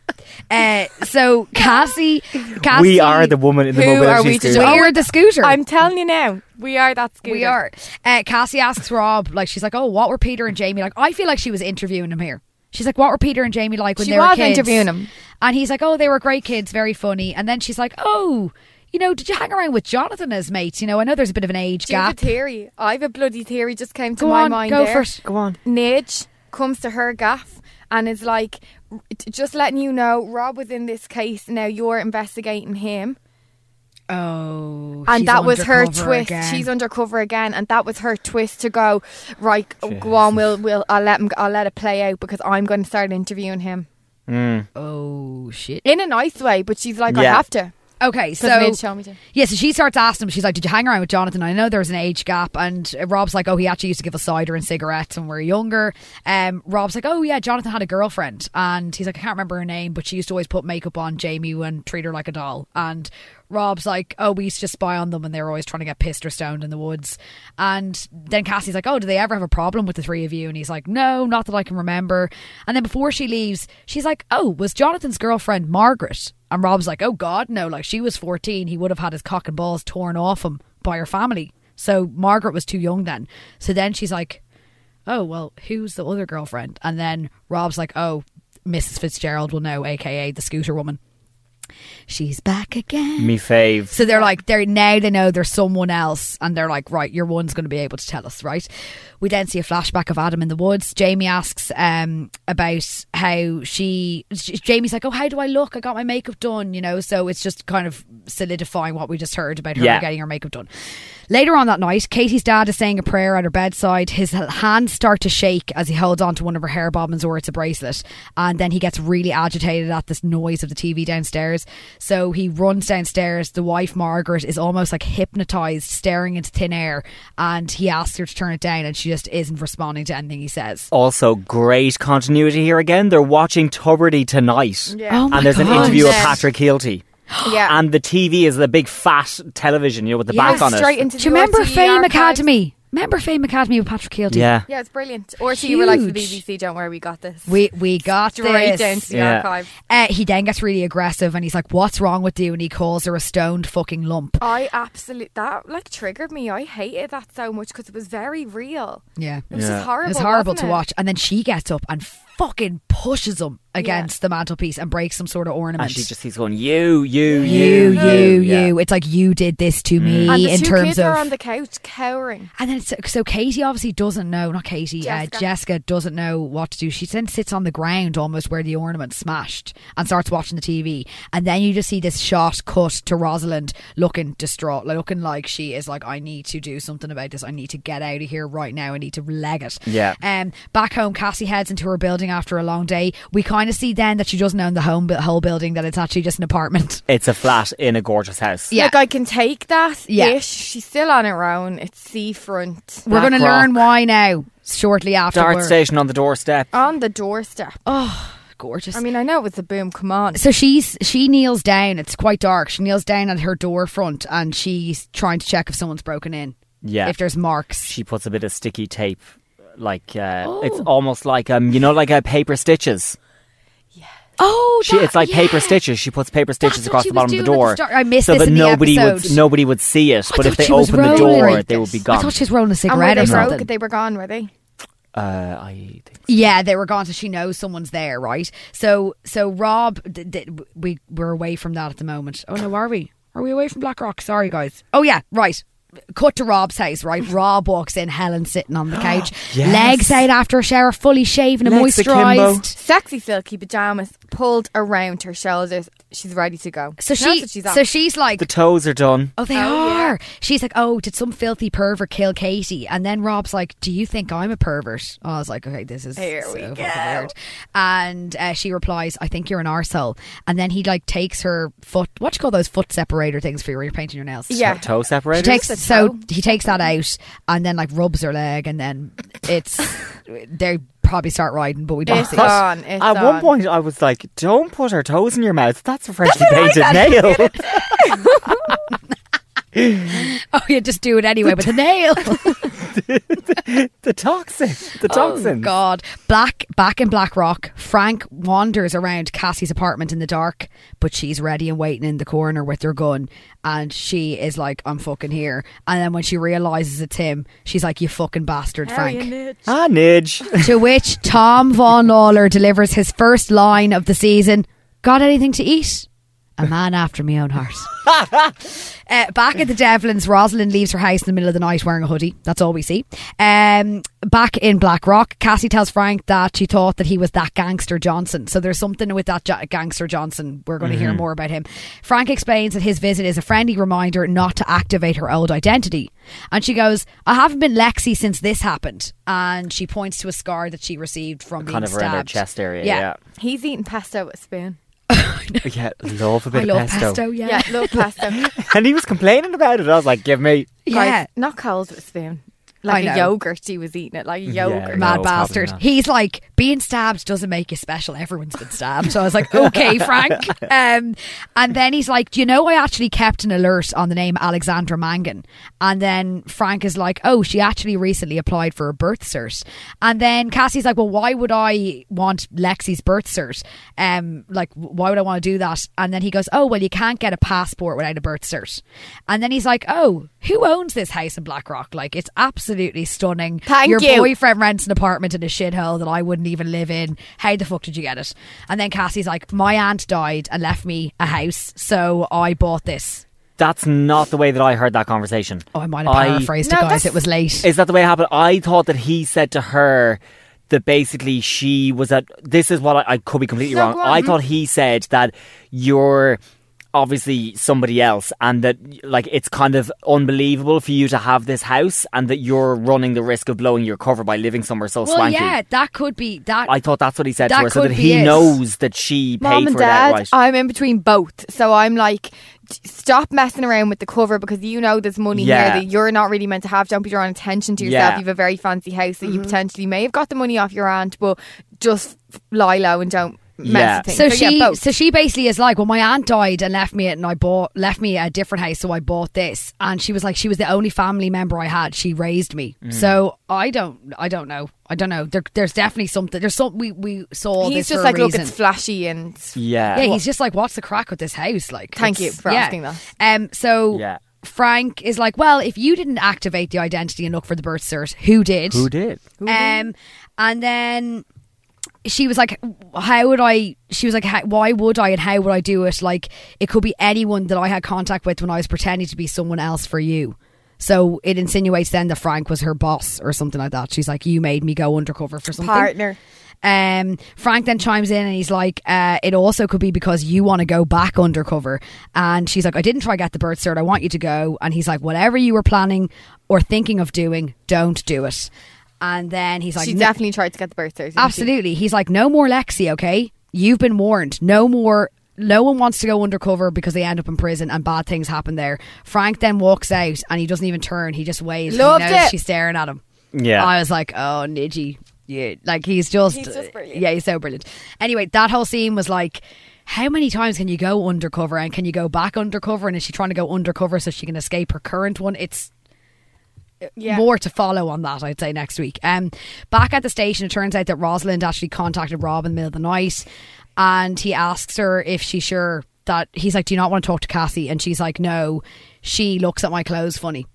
Uh, so Cassie, Cassie,
we are the woman in the
who
mobility
are we to
scooter.
judge?
We're the scooter.
I'm telling you now, we are that school.
we are. Uh, Cassie asks Rob, like, she's like, "Oh, what were Peter and Jamie like?" I feel like she was interviewing him here. She's like, "What were Peter and Jamie like when
She
they were
was
kids?"
interviewing him.
and he's like, "Oh, they were great kids, very funny." And then she's like, "Oh." You know, did you hang around with Jonathan as mates? You know, I know there's a bit of an age
Do you have
gap.
a theory? I have a bloody theory just came to
Go
my
on,
mind.
go
there.
for it. Go
on.
Nidge comes to her gaff and is like, just letting you know, Rob was in this case. Now you're investigating him.
Oh,
and
she's
that was her
undercover
twist.
again.
She's undercover again, and that was her twist to go right. Go on, we'll we'll I'll let him. I'll let it play out because I'm going to start interviewing him
oh shit.
in a nice way. But she's like, I
Yeah.
have to.
Okay,
Doesn't
so
it show me to?
yeah, so she starts asking him. She's like, "Did you hang around with Jonathan?" I know there's an age gap, and uh, Rob's like, "Oh, he actually used to give us cider and cigarettes when we were younger." Um, Rob's like, "Oh yeah, Jonathan had a girlfriend," and he's like, "I can't remember her name, but she used to always put makeup on Jamie and treat her like a doll." And Rob's like, "Oh, we used to spy on them, and they were always trying to get pissed or stoned in the woods." And then Cassie's like, "Oh, do they ever have a problem with the three of you?" And he's like, "No, not that I can remember." And then before she leaves, she's like, "Oh, was Jonathan's girlfriend Margaret?" And Rob's like, oh God, no, like she was 14. He would have had his cock and balls torn off him by her family. So Margaret was too young then. So then she's like, oh, well, who's the other girlfriend? And then Rob's like, oh, Mrs. Fitzgerald will know, AKA the scooter woman. She's back again.
Me fave.
So they're like, they're now they know there's someone else, and they're like, right, your one's going to be able to tell us, right? We then see a flashback of Adam in the woods. Jamie asks um, about how she, she. Jamie's like, "Oh, how do I look? I got my makeup done." You know, so it's just kind of solidifying what we just heard about her
Yeah.
getting her makeup done. Later on that night, Katie's dad is saying a prayer at her bedside. His hands start to shake as he holds onto one of her hair bobbins or it's a bracelet. And then he gets really agitated at this noise of the TV downstairs. So he runs downstairs. The wife, Margaret, is almost like hypnotized, staring into thin air. And he asks her to turn it down, and she just isn't responding to anything he says.
Also, great continuity here again. They're watching Tuberty tonight.
Yeah. Oh my
and there's an
God.
interview of
Yeah.
Patrick Hilty.
Yeah.
And the TV is the big fat television, you know, with the back on it.
Do you remember Fame Academy? Remember Fame Academy with Patrick Keelty?
Yeah.
Yeah, it's brilliant. Or so you were like to the
Huge.
BBC, don't worry, we got this.
We we got
Straight
this.
down to the
Yeah.
archive.
Uh, he then gets really aggressive and he's like, "What's wrong with you?" And he calls her a stoned fucking lump.
I absolutely that like triggered me. I hated that so much because it was very real.
Yeah,
It was just horrible.
It was horrible
wasn't
to
it?
watch. And then she gets up and fucking pushes him against the mantelpiece and breaks some sort of ornament.
And she just keeps going, you,
you,
you, you,
you, you.
Yeah. Mm.
It's like you did this to me
And the
E in
two
terms
kids
of.
are on the couch cowering.
and then it's, so Katie obviously doesn't know, not Katie, Jessica. Uh, Jessica doesn't know what to do. She then sits on the ground almost where the ornament smashed and starts watching the TV. And then you just see this shot cut to Rosalind looking distraught, looking like she is like, I need to do something about this. I need to get out of here right now. I need to leg it.
Yeah.
Um, back home, Cassie heads into her building after a long day. We kind of see then that she doesn't own the home, bu- whole building, that it's actually just an apartment.
It's a flat in a gorgeous house.
Like I can take that.
Yeah.
Ish. She's still on her own. It's seafront.
We're going to learn why now, shortly after.
Dart station on the doorstep.
on the doorstep.
Oh, gorgeous.
I mean, I know it was a boom. Come on.
So she's she kneels down. It's quite dark. She kneels down at her door front and she's trying to check if someone's broken in.
Yeah.
If there's marks.
She puts a bit of sticky tape, like, uh, it's almost like, um, you know, like uh, paper stitches.
Oh,
She, it's like paper stitches. She puts paper stitches
That's what
across
she
the bottom
was
of the
doing at the
door,
start. I missed
so
this
that
in the
nobody would
episode.
nobody would see it. but if
thought
they
she was
open the
rolling.
door, they would be gone.
I thought she was rolling a
and were
cigarette
they
or
broke?
something.
They were gone, were they?
uh, I
Yeah, they were gone, so she knows someone's there, right? So, so Rob, d- d- we we're away from that at the moment. Oh no, are we? Are we away from Black Rock? Sorry, guys. Oh yeah, right. Cut to Rob's house, right? Rob walks in, Helen sitting on the couch,
Yes.
legs out after a shower, fully shaven and moisturised.
Sexy silky pajamas pulled around her shoulders. She's ready to go.
So
knows
she-
what she's on.
so she's like
the toes are done.
Oh, they are. She's like, oh, did some filthy pervert kill Katie? And then Rob's like, do you think I'm a pervert? I was like, okay, this is
Here
so
we
fucking
go.
weird. And uh, she replies, I think you're an arsehole. And then he like takes her foot. What do you call those foot separator things for you when you're painting your nails?
Yeah. Toe separators?
She takes
Just a
so he takes that out and then like rubs her leg, and then it's they probably start riding, but we don't see it.
At one point, I was like, "Don't put her toes in your mouth. That's a freshly
what I said.
painted nail."
Oh, you just do it anyway with the nail.
the toxin. The
Oh
toxins.
God! Black back in Black Rock, Frank wanders around Cassie's apartment in the dark, but she's ready and waiting in the corner with her gun, and she is like, "I'm fucking here." And then when she realizes it's him, she's like, "You fucking bastard, Frank."
Ah, nidge.
to which Tom Von Lawler delivers his first line of the season: "Got anything to eat?" A man after my own heart. Uh, back at the Devlins, Rosalind leaves her house in the middle of the night wearing a hoodie. That's all we see. Um, back in Black Rock, Cassie tells Frank that she thought that he was that gangster Johnson. So there's something with that ja- gangster Johnson. We're going to
Mm-hmm.
hear
Mhm.
more about him. Frank explains that his visit is a friendly reminder not to activate her old identity. And she goes, I haven't been Lexi since this happened. And she points to a scar that she received from being
Kind of
stabbed.
around her chest area.
Yeah.
Yeah.
He's eating pesto with a spoon.
Yeah. love a bit
I
of
love
pesto.
Yeah, love pesto.
And he was complaining about it. I was like, "Give me."
Guys, not cold with a spoon. Like
I
a
know.
yogurt, he was eating it like a
Yeah,
yogurt.
Mad
No, probably
bastard.
not.
He's like, being stabbed doesn't make you special. Everyone's been stabbed. So I was like, okay, Frank. Um, and then he's like, do you know I actually kept an alert on the name Alexandra Mangan? And then Frank is like, oh, she actually recently applied for a birth cert. And then Cassie's like, well, why would I want Lexi's birth cert? Um, like, why would I want to do that? And then he goes, oh, well, you can't get a passport without a birth cert. And then he's like, oh, who owns this house in Blackrock? Like, it's absolutely stunning.
Thank
Your
you.
boyfriend rents an apartment in a shithole that I wouldn't even live in. How the fuck did you get it? And then Cassie's like, My aunt died and left me a house, so I bought this.
That's not the way that I heard that conversation.
Oh, I might have paraphrased it, guys. It was late.
Is that the way it happened? I thought that he said to her that basically she was at. This is what I, I could be completely
No,
wrong.
go on.
I thought he said that you're obviously somebody else and that like it's kind of unbelievable for you to have this house and that you're running the risk of blowing your cover by living somewhere so
well,
swanky.
yeah, that could be that.
I thought that's what he said
That
to her, so
could
that
be
he
it.
knows that she paid
Mom and
for
Dad,
it outright.
I'm in between both. So I'm like, "D- stop messing around with the cover because you know there's money
Yeah.
here that you're not really meant to have. Don't be drawing attention to yourself.
Yeah.
You have a very fancy house that you
Mm-hmm.
potentially may have got the money off your aunt, but just lie low and don't mess
Yeah.
with things.
so she,
yeah, both.
so she basically is like, well, my aunt died and left me it, and I bought left me a different house, so I bought this. And she was like, she was the only family member I had. She raised me,
Mm.
so I don't, I don't know, I don't know. There, there's definitely something. There's something we we saw.
He's
this
just
for
like,
a
look,
reason.
it's flashy and
Yeah.
Yeah, he's just like, what's the crack with this house? Like,
Thank
it's-
you for
yeah.
asking that.
Um, so
Yeah.
Frank is like, well, if you didn't activate the identity and look for the birth cert, who did?
Who did?
Um, and then she was like, how would I? She was like, how, why would I? And how would I do it? Like, it could be anyone that I had contact with when I was pretending to be someone else for you. So it insinuates then that Frank was her boss or something like that. She's like, you made me go undercover for something.
Partner.
Um, Frank then chimes in and he's like, uh, "It also could be because you want to go back undercover." And she's like, "I didn't try to get the birth cert. I want you to go." And he's like, "Whatever you were planning or thinking of doing, don't do it." And then he's like,
she
"No-
definitely tried to get the birth cert. didn't she?
Absolutely. He's like, no more Lexi, okay? You've been warned. No more. No one wants to go undercover because they end up in prison and bad things happen there. Frank then walks out and he doesn't even turn. He just waves.
Loved
he knows
it.
She's staring at him.
Yeah.
I was like, oh, Nidgy. Yeah. Like, he's just.
He's just brilliant.
Yeah, he's so brilliant. Anyway, that whole scene was like. How many times can you go undercover and can you go back undercover? And is she trying to go undercover so she can escape her current one? It's
Yeah.
more to follow on that, I'd say, next week. Um, back at the station, it turns out that Rosalind actually contacted Rob in the middle of the night and he asks her if she's sure that he's like, Do you not want to talk to Cassie? And she's like, No, she looks at my clothes funny.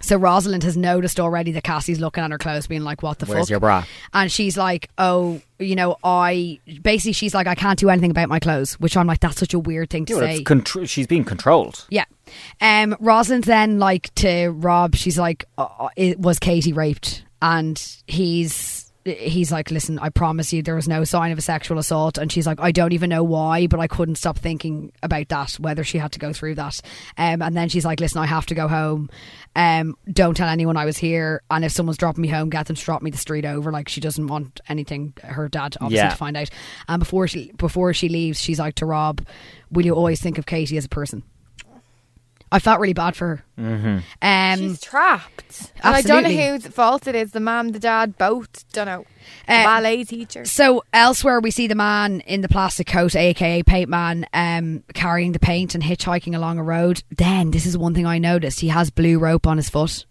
So Rosalind has noticed already that Cassie's looking at her clothes, being like, "What the
Where's
fuck?"
your bra?
And she's like, "Oh, you know, I basically she's like, I can't do anything about my clothes," which I'm like, "That's such a weird thing to
Yeah, well,
say."
it's contr- she's being controlled.
Yeah. Um, Rosalind's then like to Rob, she's like, uh, it was Katie raped? And he's he's like, listen, I promise you, there was no sign of a sexual assault. And she's like, I don't even know why, but I couldn't stop thinking about that, whether she had to go through that. Um, and then she's like, listen, I have to go home. Um, don't tell anyone I was here. And if someone's dropping me home, get them to drop me the street over. Like she doesn't want anything. Her dad obviously
Yeah.
to find out. And before she before she leaves, she's like to Rob, will you always think of Katie as a person? I felt really bad for her.
Mm-hmm.
Um,
She's trapped. And I don't know
Absolutely.
whose fault it is. The mom, the dad, both. Don't know. The
Uh,
ballet teacher.
So elsewhere, we see the man in the plastic coat, aka Paint Man, um, carrying the paint and hitchhiking along a road. Then this is one thing I noticed: he has blue rope on his foot,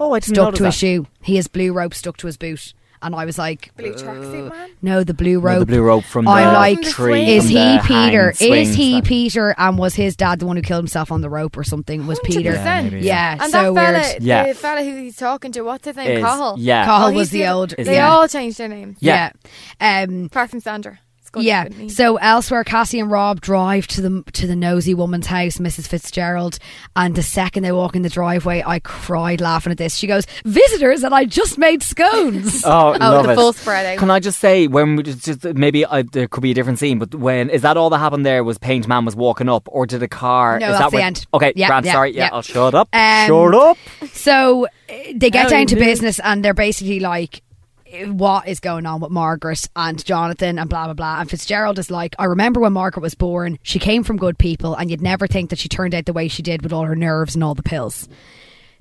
Oh, I
stuck to his shoe. He has blue rope stuck to his boot, and I was like,
Blue tracksuit man.
"No, the blue rope."
No, the blue rope from
I'm
the
like,
tree.
is
from
he
the hang
Peter?
swing
Is he
thing.
Peter? And was his dad the one who killed himself on the rope or something? Was Peter?
Yeah,
Yeah,
maybe,
And
so
that fella,
weird.
the
Yeah.
fella who he's talking to, what's his name?
Is-
Cahill.
yeah.
Cahill
he's
was the old-
They
Is the-
all changed their names.
Yeah.
Yeah.
Um,
Apart from Sandra. It's good,
yeah.
isn't he?
So elsewhere, Cassie and Rob drive to the to the nosy woman's house, Mrs. Fitzgerald, and the second they walk in the driveway, I cried laughing at this. She goes, "Visitors, and I just made scones."
Oh,
Oh,
love
the
it.
full spread out.
Can I just say when we just, just maybe I, there could be a different scene, but when is that all that happened there? Was Paint Man was walking up, or did a car?
No,
is
that's
that
the
where-
end.
Okay,
Yeah,
grand.
yeah,
sorry, yeah,
yeah.
I'll shut up.
Um,
shut up.
So eh, they get
Oh,
down to
indeed.
business and they're basically like, eh, what is going on with Margaret and Jonathan and blah, blah, blah. And Fitzgerald is like, I remember when Margaret was born, she came from good people, and you'd never think that she turned out the way she did with all her nerves and all the pills.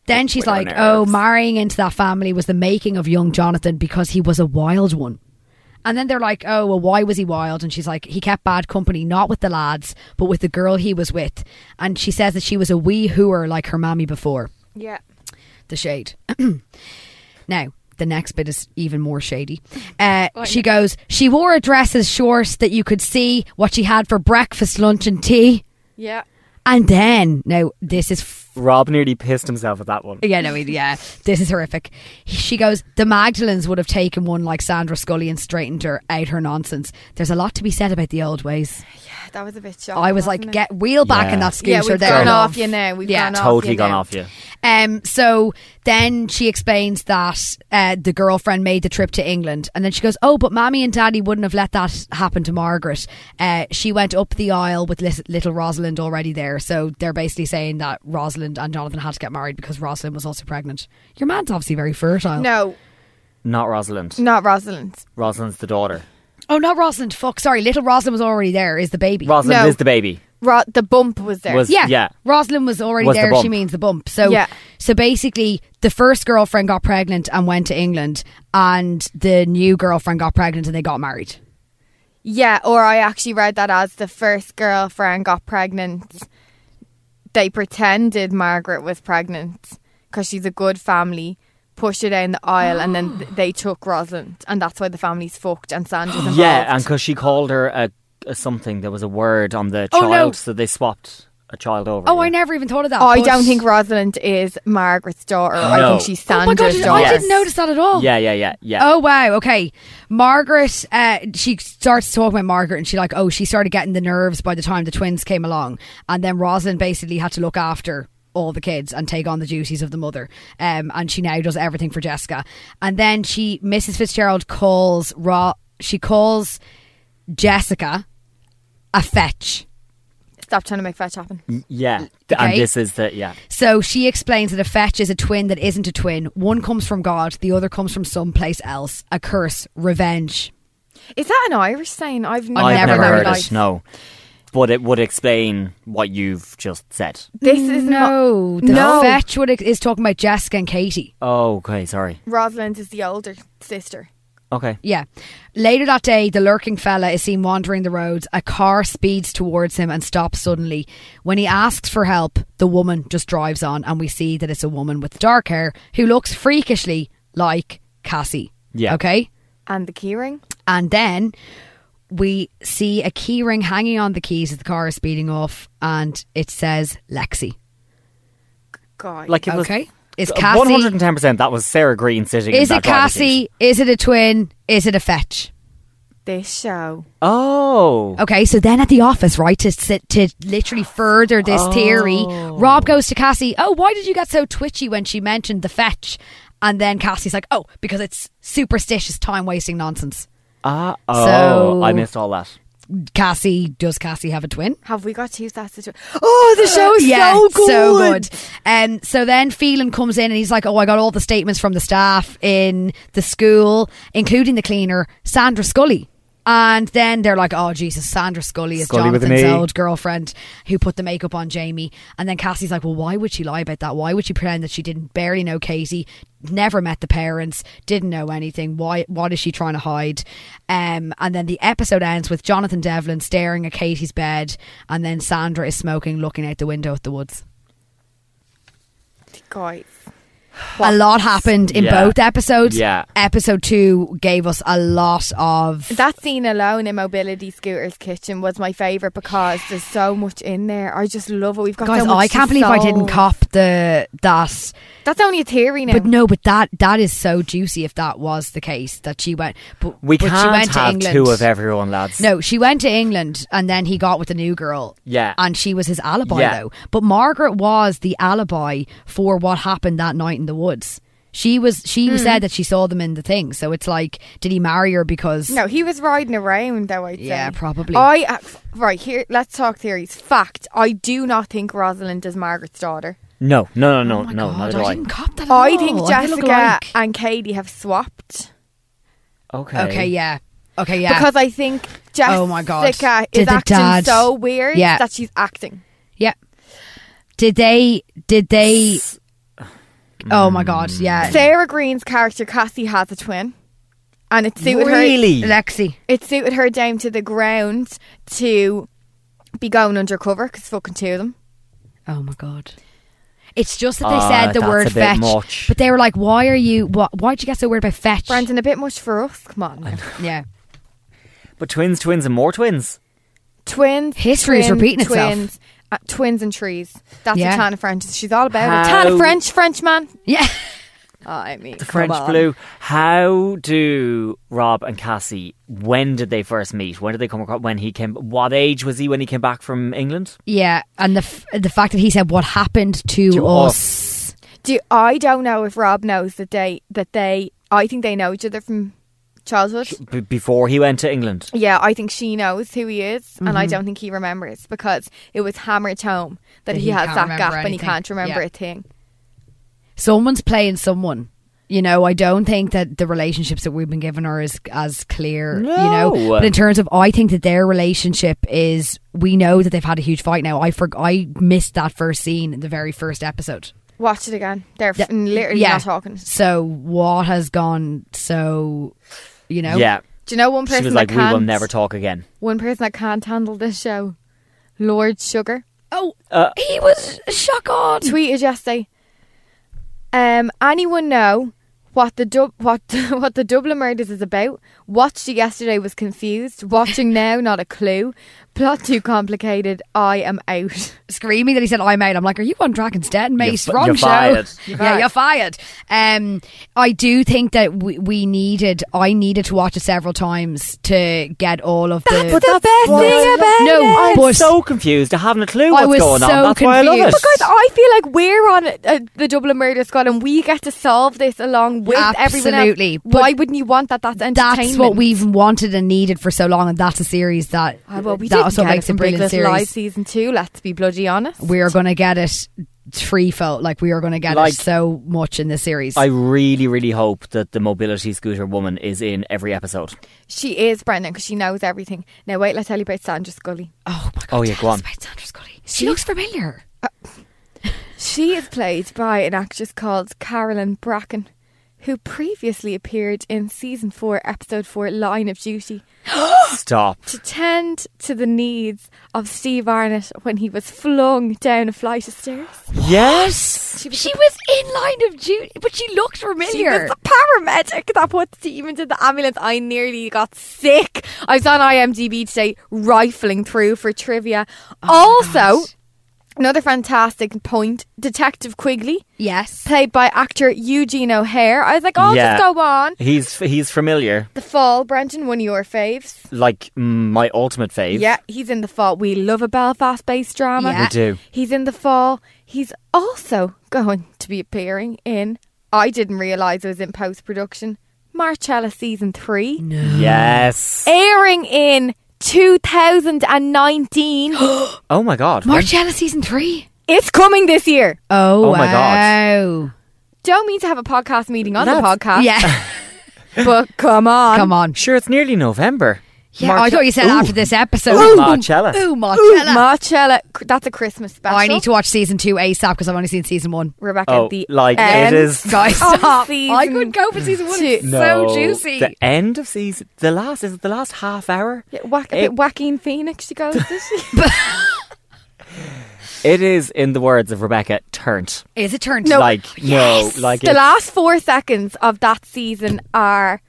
Then she's
With her
like, oh,
nerves.
marrying into that family was the making of young Jonathan because he was a wild one. And then they're like, oh, well, why was he wild? And she's like, he kept bad company, not with the lads, but with the girl he was with. And she says that she was a wee hooer like her mammy before
yeah.
the shade. now, the next bit is even more shady. Uh, she goes, She wore a dress as short that you could see what she had for breakfast, lunch, and tea.
Yeah.
And then, now, this is
Rob nearly pissed himself at that one.
Yeah, no, he- yeah, this is horrific. She goes, The Magdalens would have taken one like Sandra Scully and straightened her out her nonsense. There's a lot to be said about the old ways.
That was a bit shocking.
I was like,
wasn't it?
Get wheel back in
Yeah.
that
Yeah,
scooter
we've
there.
gone
love."
off you now. We've
Yeah.
gone off
Totally
you
gone
now.
off you.
Um, so then she explains that uh, the girlfriend made the trip to England, and then she goes, "Oh, but Mammy and Daddy wouldn't have let that happen to Margaret. Uh, she went up the aisle with lis- little Rosalind already there, so they're basically saying that Rosalind and Jonathan had to get married because Rosalind was also pregnant. Your man's obviously very fertile.
No,
Not Rosalind.
not Rosalind.
Rosalind's the daughter.
Oh, not Rosalind. Fuck, sorry, little Rosalind was already there. Is the baby?
Rosalind
No.
is the baby.
Ro- the bump was there.
Was-
Yeah,
Yeah.
Rosalind was already
Was the
there. she
bump.
means the bump. So,
Yeah.
so basically, the first girlfriend got pregnant and went to England, and the new girlfriend got pregnant and they got married.
yeah, or I actually read that as the first girlfriend got pregnant. They pretended Margaret was pregnant because she's a good family. Push her down the aisle, and then th- they took Rosalind, and that's why the family's fucked. And Sandra's involved.
Yeah, and because she called her a, a something, there was a word on the
Oh,
child,
no.
so they swapped a child over.
Oh,
yeah.
I never even thought of that.
I
but-
don't think Rosalind is Margaret's daughter. I
No.
think she's
Oh my
Sandra's
god! did-
daughter.
I didn't notice that at all.
Yeah, yeah, yeah, yeah.
Oh wow. Okay. Margaret. Uh, she starts talking about Margaret, and she like, oh, she started getting the nerves by the time the twins came along, and then Rosalind basically had to look after all the kids and take on the duties of the mother. Um, and she now does everything for Jessica. And then she, Mrs. Fitzgerald, calls Ro- She calls Jessica a fetch.
Stop trying to make fetch happen.
yeah.
Okay.
And this is the yeah.
So she explains that a fetch is a twin that isn't a twin. One comes from God, the other comes from someplace else. A curse, revenge.
Is that an Irish saying? I've never,
I've never,
never
heard
realised.
it. No, but it would explain what you've just said.
This is not.
No, the
Oh, No.
fetch would, is talking about Jessica and Katie.
Oh, okay, sorry.
Rosalind is the older sister.
Okay,
Yeah. Later that day, the lurking fella is seen wandering the roads. A car speeds towards him and stops suddenly. When he asks for help, the woman just drives on, and we see that it's a woman with dark hair who looks freakishly like Cassie.
Yeah.
Okay.
And the keyring?
And then we see a key ring hanging on the keys as the car is speeding off, and it says Lexi.
God.
like it was.
Okay. Is
One hundred
Cassie.
and ten percent. That was Sarah Green sitting.
Is
in
it
that driver's seat.
Cassie? Is it a twin? Is it a fetch?
this show.
Oh,
Okay, so then at the office, right, to sit, to literally further this theory,
Oh.
Rob goes to Cassie, "Oh, why did you get so twitchy when she mentioned the fetch?" And then Cassie's like, "Oh, because it's superstitious time wasting nonsense."
ah, oh,
So-
I missed all that.
Cassie, does Cassie have a twin?
Have we got two sets of Oh, the show is
yeah,
so good.
Um, so then Phelan comes in and he's like, "Oh, I got all the statements from the staff in the school, including the cleaner, Sandra Scully." And then they're like, "Oh Jesus, Sandra Scully is
Scully with an
Jonathan's
E.
old girlfriend who put the makeup on Jamie." And then Cassie's like, "Well, why would she lie about that? Why would she pretend that she didn't barely know Katie, never met the parents, didn't know anything? Why? What is she trying to hide?" Um, and then the episode ends with Jonathan Devlin staring at Katie's bed, and then Sandra is smoking, looking out the window at the woods.
Guys.
a lot happened in
Yeah.
both episodes.
Yeah.
Episode two gave us a lot of.
That scene alone in Mobility Scooter's Kitchen was my favourite because there's so much in there. I just love it. We've got
Guys,
so much
I can't
to
believe I didn't
solve.
cop the that.
That's only a theory now.
But no, but that that is so juicy. If that was the case, that she went, but
We
but
can't
she went
have
to England.
two of everyone, lads.
No, she went to England, and then he got with the new girl.
Yeah.
and she was his alibi
Yeah.
though. But Margaret was the alibi for what happened that night in the woods. She was. She
Hmm.
said that she saw them in the thing. So it's like, did he marry her because?
No, he was riding around though. I'd
Yeah,
say.
probably.
I uh, f- right here. Let's talk theories. Fact: I do not think Rosalind is Margaret's daughter.
no, no, no, no,
Oh my
Oh, no,
God,
not at all.
I didn't cop that. At
I
all.
think
They look
Jessica
alike.
and Katie have swapped
Okay,
Okay, yeah. Okay, yeah.
because I think Jessica
Ah. Oh my God.
is
Did the
acting
dad-
so weird
Yeah.
that she's acting.
yeah. Did they? Did they? Oh my god! Yeah.
Hmm.
Sarah Green's character Cassie has a twin, and it suited her.
Really?
Lexi.
It suited her down to the ground to be going undercover because fucking two of them.
Oh my god. It's just that they
Ah,
said the
that's
word
a bit
fetch,
much.
but they were like, "Why are you? Why, why'd you get so weird about fetch?"
Brendan, a bit much for us. Come on, now.
Yeah.
But twins, twins, and more twins.
twins.
History is
twins,
repeating itself.
twins. Uh, twins and trees. That's
Yeah.
a Tana French. She's all about it.
How-
Tana French, French man. Oh,
Yeah.
I mean,
The French Blue. How do Rob and Cassie? When did they first meet? When did they come across? When he came? What age was he when he came back from England?
Yeah, and the f- the fact that he said what happened to,
To
us.
Do I don't know if Rob knows that they that they. I think they know each other from childhood.
B- before he went to England.
Yeah, I think she knows who he is, and
Mm-hmm.
I don't think he remembers because it was hammered home that,
That
he,
he
has
can't
that
remember
gap and he
anything.
can't remember
Yeah.
a thing.
Someone's playing someone. You know, I don't think that the relationships that we've been given are as as clear. You know,
No.
but in terms of, I think that their relationship is. We know that they've had a huge fight now. I for, I missed that first scene in the very first episode.
Watch it again. They're f- literally not talking.
So what has gone so? You know,
Yeah.
Do you know one
She
person
was like,
that
"We will
can't?
never talk again."
One person that can't handle this show, Lord Sugar.
Oh,
Uh,
he was shock on.
tweeted yesterday. Um, anyone know what the Dub- what what the Dublin murders is about? Watched it yesterday, was confused. Watching now, not a clue. Plot too complicated. I am out.
screaming that he said I'm out. I'm like, are you on Dragon's Den, mate?
fi-
Wrong
you're
show.
fired.
yeah, you're fired. Um, I do think that we, we needed, I needed to watch it several times to get all of the.
best thing about
no,
Oh, I'm
but
so confused. I haven't a clue
I
what's
was
going on.
so
That's why I love it.
confused.
Guys, I feel like we're on uh, the Dublin murder squad and we get to solve this along with everyone
Absolutely,
else.
but
Why wouldn't you want that? That's entertainment.
that's what we've wanted and needed for so long, and that's a series that
Ah, well, we
that's
didn't
what
get
makes a
it from Big
brilliant
Little
series.
Lies season two. Let's be bloody honest.
We are going to get it threefold. Like we are going to get
Like-
it so much in this series.
I really, really hope that the mobility scooter woman is in every episode.
She is Brendan because she knows everything. Now wait, let's tell you about Sandra Scully.
oh my god!
Oh, yeah, go
tell
on.
us about Sandra Scully. She looks familiar.
She is played by an actress called Carolyn Bracken, who previously appeared in season four, episode four, Line of Duty,
Stop.
to tend to the needs of Steve Arnott when he was flung down a flight of stairs.
Yes.
She was,
She was in line of duty, but she looked
the, she was
familiar.
the paramedic that put Steve into the ambulance. I nearly got sick. I was on IMDb today, rifling through for trivia. also, another fantastic point Detective Quigley.
Yes.
played by actor Eugene O'Hare. I was like, oh,
Yeah.
just go on.
He's he's familiar,
The Fall, Brenton, one of your faves.
like mm, my ultimate fave.
Yeah, he's in The Fall. We love a Belfast based drama.
Yeah.
we do.
He's in The Fall. He's also going to be appearing in, I didn't realise it was in post production, Marcella Season 3,
Yes.
airing in 2019.
Oh my god. When-
Marcella season three.
it's coming this year.
Oh,
Oh my God.
wow.
Don't mean to have a podcast meeting on the
That's-
podcast,
Yeah.
but come on.
Come on.
Sure, it's nearly November.
Yeah, I thought you said after this episode.
Ooh, Marcella.
Ooh,
Ooh,
Marcella.
Marcella. That's a Christmas
Oh,
special.
I need to watch season two ASAP because I've only seen season one.
Rebecca
Oh,
the
like, it
end
is-
Guys,
of
stop.
season
Oh, I couldn't go for season one. It's
two.
so juicy.
The end of season. The last is it the last half hour.
Yeah, whack, a
It-
bit Joaquin Phoenix. She goes, does she?
It is, in the words of Rebecca, turnt.
Is it turned?
Like no, Oh, like
the
it's-
last four seconds of that season are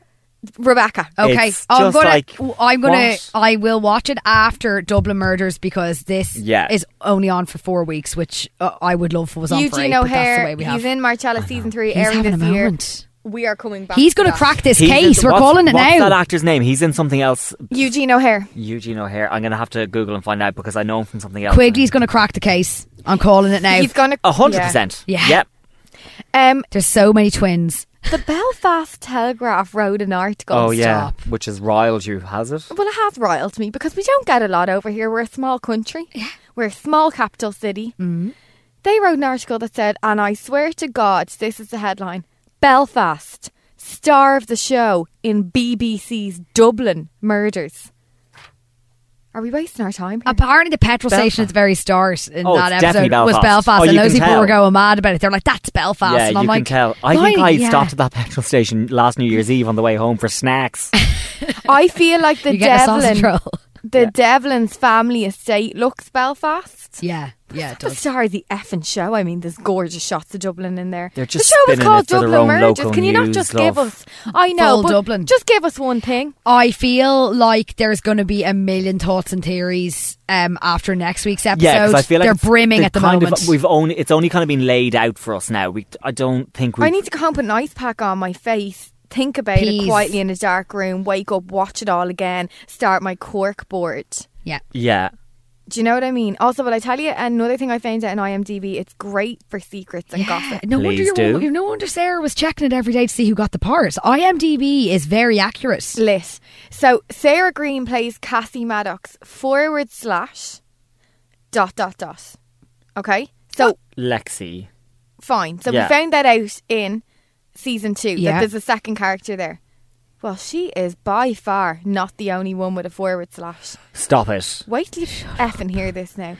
Rebecca.
Okay,
It's
I'm
just
gonna,
like,
I'm gonna,
what?
I will watch it after Dublin Murders because this
Yeah.
is only on for four weeks, which uh, I would love for was on for eight,
Eugene
but that's the
O'Hare.
way we have.
He's in Marcella season three,
He's
airing
having a
this year.
moment.
We are coming back.
He's
going to that.
crack this
He's in-
case. We're
what's-
calling it
What's
now.
that actor's name? He's in something else.
Eugene O'Hare.
Eugene O'Hare. I'm going to have to Google and find out because I know him from something else.
Quigley's going to crack the case. I'm calling it now.
He's going to
A hundred percent.
Yeah.
Yep.
Um,
There's so many twins.
the Belfast Telegraph wrote an article.
Oh yeah.
stop.
Which is riled you, has it?
Well, it has riled me because we don't get a lot over here. We're a small country. Yeah. We're a small capital city.
Mm.
Mm-hmm. They wrote an article that said, and I swear to God, this is the headline Belfast, star of the show in BBC's Dublin murders. Are we wasting our time? Here?
Apparently, the petrol station at the very start in
Oh,
that
it's
episode
definitely
was
Belfast.
Belfast,
Oh,
and
you
those
can
people
tell.
were going mad about it. They're like, "That's Belfast,"
Yeah,
and
you
I'm like,
can tell. I think I
"Blimey, yeah."
stopped at that petrol station last New Year's Eve on the way home for snacks.
I feel like the
You get a
Devlin.
sausage roll.
the Devlin's family estate looks Belfast.
Yeah, yeah, it
The
does.
star of the effing show. I mean, there's gorgeous shots of Dublin in there.
They're just
the show was
spinning
called
it for their
Dublin
own
Mergers.
local
Can you not
news,
just
love.
give us? I know,
Full
but
Dublin.
just give us one thing.
I feel like there's going to be a million thoughts and theories um, after next week's episode.
Yeah, because I feel like
they're
it's-
brimming
they've
at the
kind
moment.
Of, we've only it's only kind of been laid out for us now. We I don't think we.
I need to go and put an ice pack on my face. Think about
Please.
it quietly in a dark room. Wake up, watch it all again. Start my cork board.
yeah,
yeah.
Do you know what I mean? Also, will I tell you another thing I found out in IMDb? It's great for secrets and
yeah.
gossip.
No wonder
Please
your-
do.
no wonder Sarah was checking it every day to see who got the part. IMDb is very accurate.
Lit. So Sarah Green plays Cassie Maddox forward slash dot dot dot. Okay, so
Lexi.
fine. So
Yeah.
we found that out in season two
Yeah.
that there's a second character there. Well, she is by far not the only one with a forward slash.
Stop it.
Wait till you effing hear this now.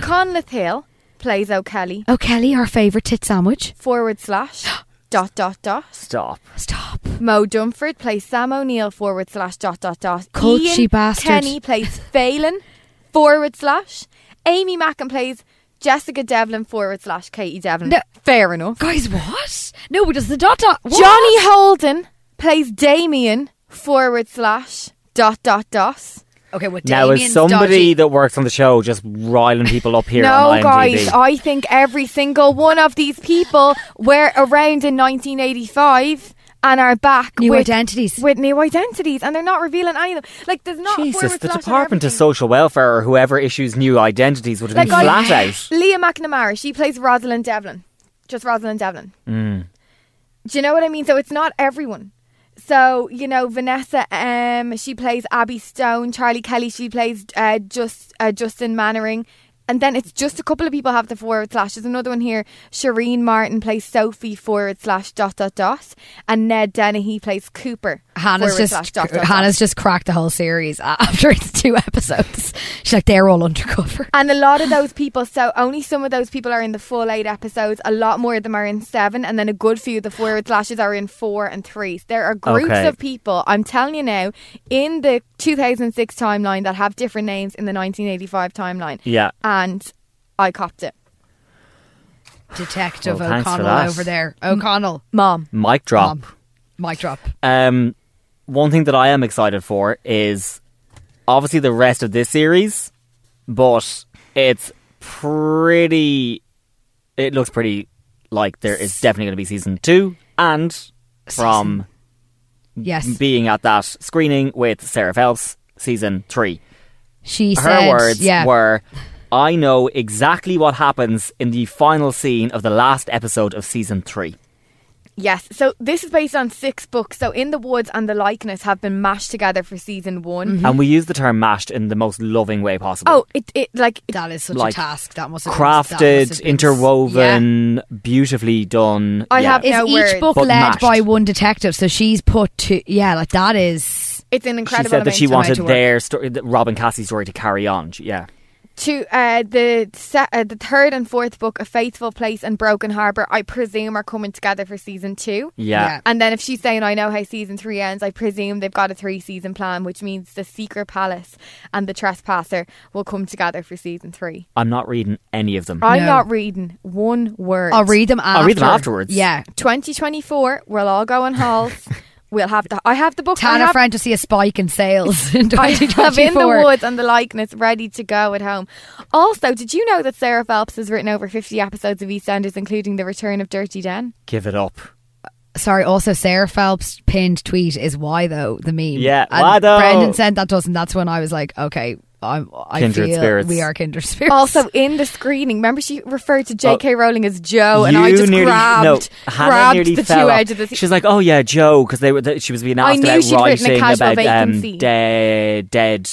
Conleth Hill plays O'Kelly
Oh, Kelly, our favourite tit sandwich.
forward slash dot dot dot.
Stop.
Stop.
Mo Dunford plays Sam O'Neill forward slash dot dot dot.
Coachy
Ian
bastard.
Kenny plays Phelan forward slash. Amy Mackin plays Jessica Devlin forward slash Katie Devlin.
No.
Fair enough.
Guys, what? No, but does the dot dot. what?
Johnny Holden plays Damien forward slash dot dot dot.
Okay, what?
now is
Damien's
somebody
dodgy.
that works on the show just riling people up here
no,
on IMDb?
guys, Oh, I think every single one of these people were around in 1985 and are back
New
with,
identities.
with new identities, and they're not revealing any of them. Like, there's not
Jesus,
forward
the
slash on
Department of
everything.
Social Welfare or whoever issues new identities would have been
Like,
flat
I-
out.
Leah McNamara, she plays Rosalind Devlin. Just Rosalind Devlin. Do you know what I mean? So it's not everyone. So, you know, Vanessa, um, she plays Abby Stone. Charlie Kelly, she plays uh, just uh, Justin Mannering. And then it's just a couple of people have the forward slash. There's another one here. Shireen Martin plays Sophie forward slash dot dot dot. And Ned Dennehy plays Cooper.
Hannah's
forward slash
just
dot, dot, dot.
Hannah's just cracked the whole series uh, after its two episodes. She's like they're all undercover.
And a lot of those people, so only some of those people are in the full eight episodes. A lot more of them are in seven, and then a good few of the forward slashes are in four and three. So there are groups
Okay.
of people, I'm telling you now, in the 2006 timeline that have different names in the 1985 timeline.
Yeah.
And I copped it.
Detective
Well, thanks for
O'Connell
that.
over there. O'Connell,
Mom.
Mic drop.
Mom. mic drop.
Um, one thing that I am excited for is obviously the rest of this series, but it's pretty. It looks pretty like there is definitely going to be season two, and from
Yes,
being at that screening with Sarah Phelps, season three.
she
Her
said.
words
yeah,
were, "I know exactly what happens in the final scene of the last episode of season three.
Yes. So this is based on six books. So In the Woods and The Likeness have been mashed together for season one.
and we use the term mashed in the most loving way possible.
Oh, it, it like
that is such
like,
a task. That must have been- that must
crafted,
have been-
interwoven, beautifully done.
I
Yeah.
have-
Is
No
each
words.
book
But
led
mashed.
by one detective? So she's put to yeah, like that is
it's an
She
incredible.
said that
amount
she
of
wanted
to work.
their story, th- Rob and Cassie's story, to carry on. She- Yeah,
to uh, the se- uh, the third and fourth book, A Faithful Place and Broken Harbour, I presume are coming together for season two.
yeah.
Yeah.
And then if she's saying I know how season three ends, I presume they've got a three season plan, which means the Secret Palace and the Trespasser will come together for season three.
I'm not reading any of them.
I'm
No.
not reading one word.
I'll read them. After.
I'll read them afterwards.
Yeah,
2024. We'll all go on halls. we'll have the. I have the book. I
Tana
have,
Friend to see a spike in sales in
I have
2024.
in the woods and the likeness ready to go at home. Also, did you know that Sarah Phelps has written over 50 episodes of EastEnders, including the return of Dirty Den?
Give it up.
Sorry, also Sarah Phelps' pinned tweet is why though the meme.
Yeah,
and
why though?
Brendan sent that to us, and that's when I was like, okay, I'm, I
Kindred
feel
spirits.
we are kindred spirits.
Also, in the screening, remember she referred to J.K. Rowling as Joe, Oh, and
Oh. you
I just
nearly
grabbed,
no. Hannah
grabbed
nearly
the two
fell off.
edges. Of the
She's like, "Oh yeah, Joe," because they were. th- she was being
I
asked
knew
about
she'd written a
writing
casual
about um,
vacancy.
dead, dead,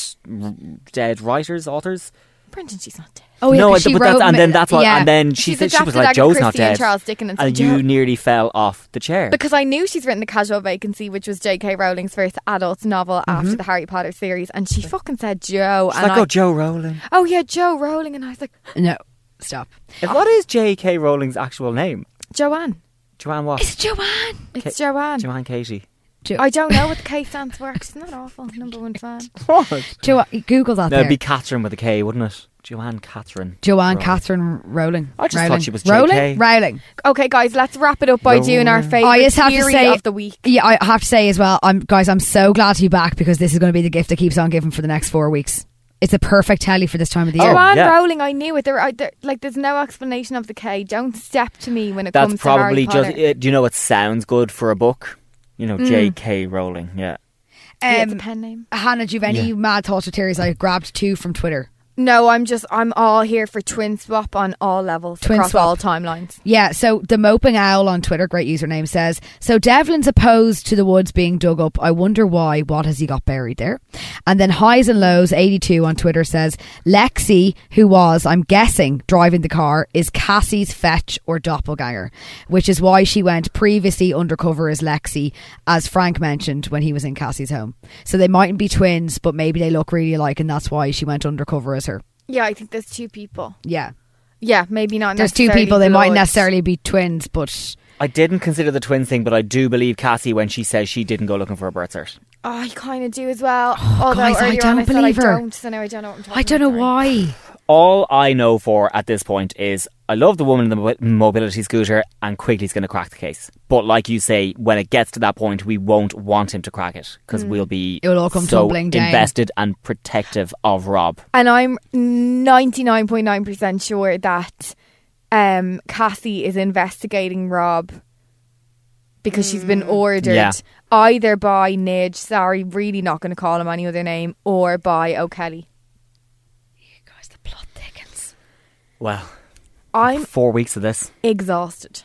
dead writers, authors.
Brendan, she's not dead.
oh yeah,
no,
'cause
but
she
that's-
wrote
and then
mi-
that's what.
yeah.
And then she
She's
said she
adapted
was like,
Agatha
"Joe's not
Christie and
dead."
Charles Dickens and
and
Joe-
you nearly fell off the chair.
Because I knew she's written the casual vacancy, which was J.K. Rowling's first adult novel after the Harry Potter series, and she fucking said Joe.
She's
and
like,
I,
"Oh, Joe Rowling."
oh yeah, Joe Rowling, and I was like,
no, stop.
Oh.
What is J.K. Rowling's actual name?
Joanne,
Joanne what?
Joanne.
it's Joanne.
Joanne Katie.
Do-
I don't know what the K stands for. Isn't that awful? Number one fan.
Do you know what? Google that.
No, it'd
there.
be Catherine with a K, wouldn't it? Joanne Catherine.
Joanne
Right.
Catherine Rowling.
I just thought
Rowling.
she was
Rowling.
JK.
Rowling.
Okay, guys, let's wrap it up by doing our favorite
I just have to
theory
say
of the week.
Yeah, I have to say as well, I'm guys, I'm so glad to be back because this is going to be the gift that keeps on giving for the next four weeks. It's a perfect telly for this time of the year.
Joanne
Oh, yeah.
Rowling, I knew it. There, I, there, like, there's no explanation of the K. Don't step to me when it
That's
comes
probably
to Harry
just.
Potter. Mm.
uh do you know it sounds good for a book? You know, J.K. Rowling. Yeah.
Yeah, it's a
Um,
pen name.
Hannah, do you have any mad thoughts or theories? I grabbed two from Twitter.
No, I'm just I'm all here for twin swap on all levels
Twin
across
swap.
all timelines.
Yeah, so the moping owl on Twitter, great username, says so. Devlin's opposed to the woods being dug up. I wonder why. What has he got buried there? And then highs and lows, eighty two on Twitter says Lexi, who was I'm guessing driving the car, is Cassie's fetch or doppelganger, which is why she went previously undercover as Lexi, as Frank mentioned when he was in Cassie's home. So they mightn't be twins, but maybe they look really alike, and that's why she went undercover as her.
Yeah, I think there's two people.
Yeah,
Yeah, maybe not.
there's two
necessarily
people. They mightn't
blood.
necessarily be twins, but.
I didn't consider the twins thing, but I do believe Cassie when she says she didn't go looking for a birth cert.
Oh, you kind of do as well. Although
Oh, guys, I
earlier
don't
on I said
believe her.
I don't, so now I don't know. What I'm talking
I don't know
about, sorry.
why.
All I know for at this point is I love the woman in the mo- mobility scooter, and Quigley's going to crack the case. But like you say, when it gets to that point, we won't want him to crack it because
Hmm.
we'll be
It'll all come
so
tumbling down.
invested and protective of Rob.
And I'm 99.9% sure that um, Cassie is investigating Rob because she's been ordered
Yeah.
either by Nidge, sorry, really not going to call him any other name, or by O'Kelly.
Guys, the plot thickens.
Well,
I'm
four weeks of this.
exhausted.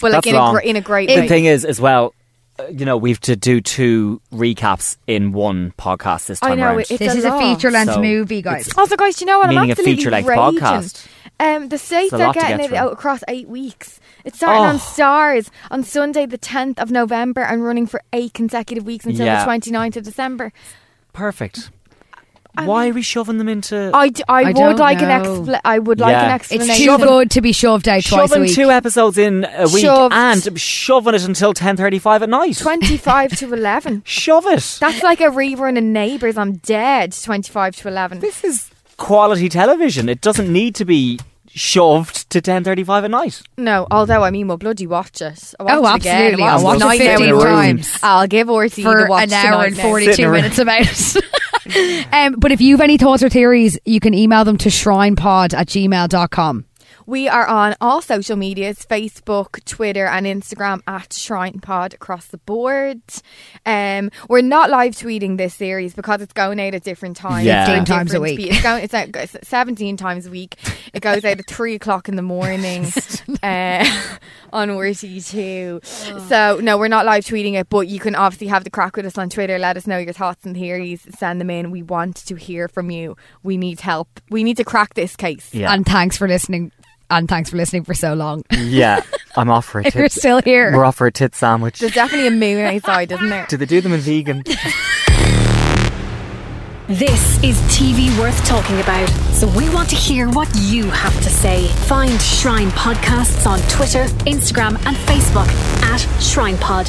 But like
That's
in a,
long.
gr- in a great
The
way.
thing is, as well, uh, you know, we've to do two recaps in one podcast this time
I know,
around.
it- It's
This
a
is a
lot.
feature length
So,
movie, guys.
it's-
Also, guys, do you know what? I'm
Meaning a
absolutely
feature-length
raging.
podcast.
Um, the states
a
are
lot to
getting
get
it
through.
out across eight weeks. It's starting
Oh.
on Stars on Sunday, the 10th of November, and running for eight consecutive weeks until
Yeah.
the 29th of December.
Perfect. Why are we shoving them into?
I, d- I
I
would
don't
like an
know.
expla- I would like an
Yeah.
it's
It's
explanation.
too good to be shoved out twice a
shoving
week.
two episodes in a week
Shoved.
and shoving it until ten thirty-five at night.
25 to 11.
Shove it.
That's like a rerun of Neighbours. I'm dead. 25 to 11.
this is quality television. It doesn't need to be shoved to ten thirty-five at night.
No, although I mean, we'll bloody watch it. I'll watch
Oh,
it again.
absolutely. I'll watch it
tonight now
15
in a room.
times.
I'll give RT
for
the watch
an hour
tonight
and
now.
42 minutes about it. um, but if you've any thoughts or theories, you can email them to shrinepod at gmail.com.
We are on all social medias Facebook, Twitter, and Instagram at Shrine Pod across the board. Um, we're not live tweeting this series because it's going out at different times.
Yeah.
15 times a
Different
week.
pe- It's, going, it's out it's 17 times a week. It goes out at 3 o'clock in the morning uh, on RT2. So, no, we're not live tweeting it, but you can obviously have the crack with us on Twitter. Let us know your thoughts and theories. Send them in. We want to hear from you. We need help. We need to crack this case.
Yeah,
And thanks for listening. And thanks for listening for so long.
yeah. I'm off for a
if you're
tit.
still here.
We're off for a tit sandwich.
There's definitely a moon outside, isn't there?
Do they do them in vegan?
This is TV worth talking about. So we want to hear what you have to say. Find Shrine Podcasts on Twitter, Instagram, and Facebook at Shrine Pod.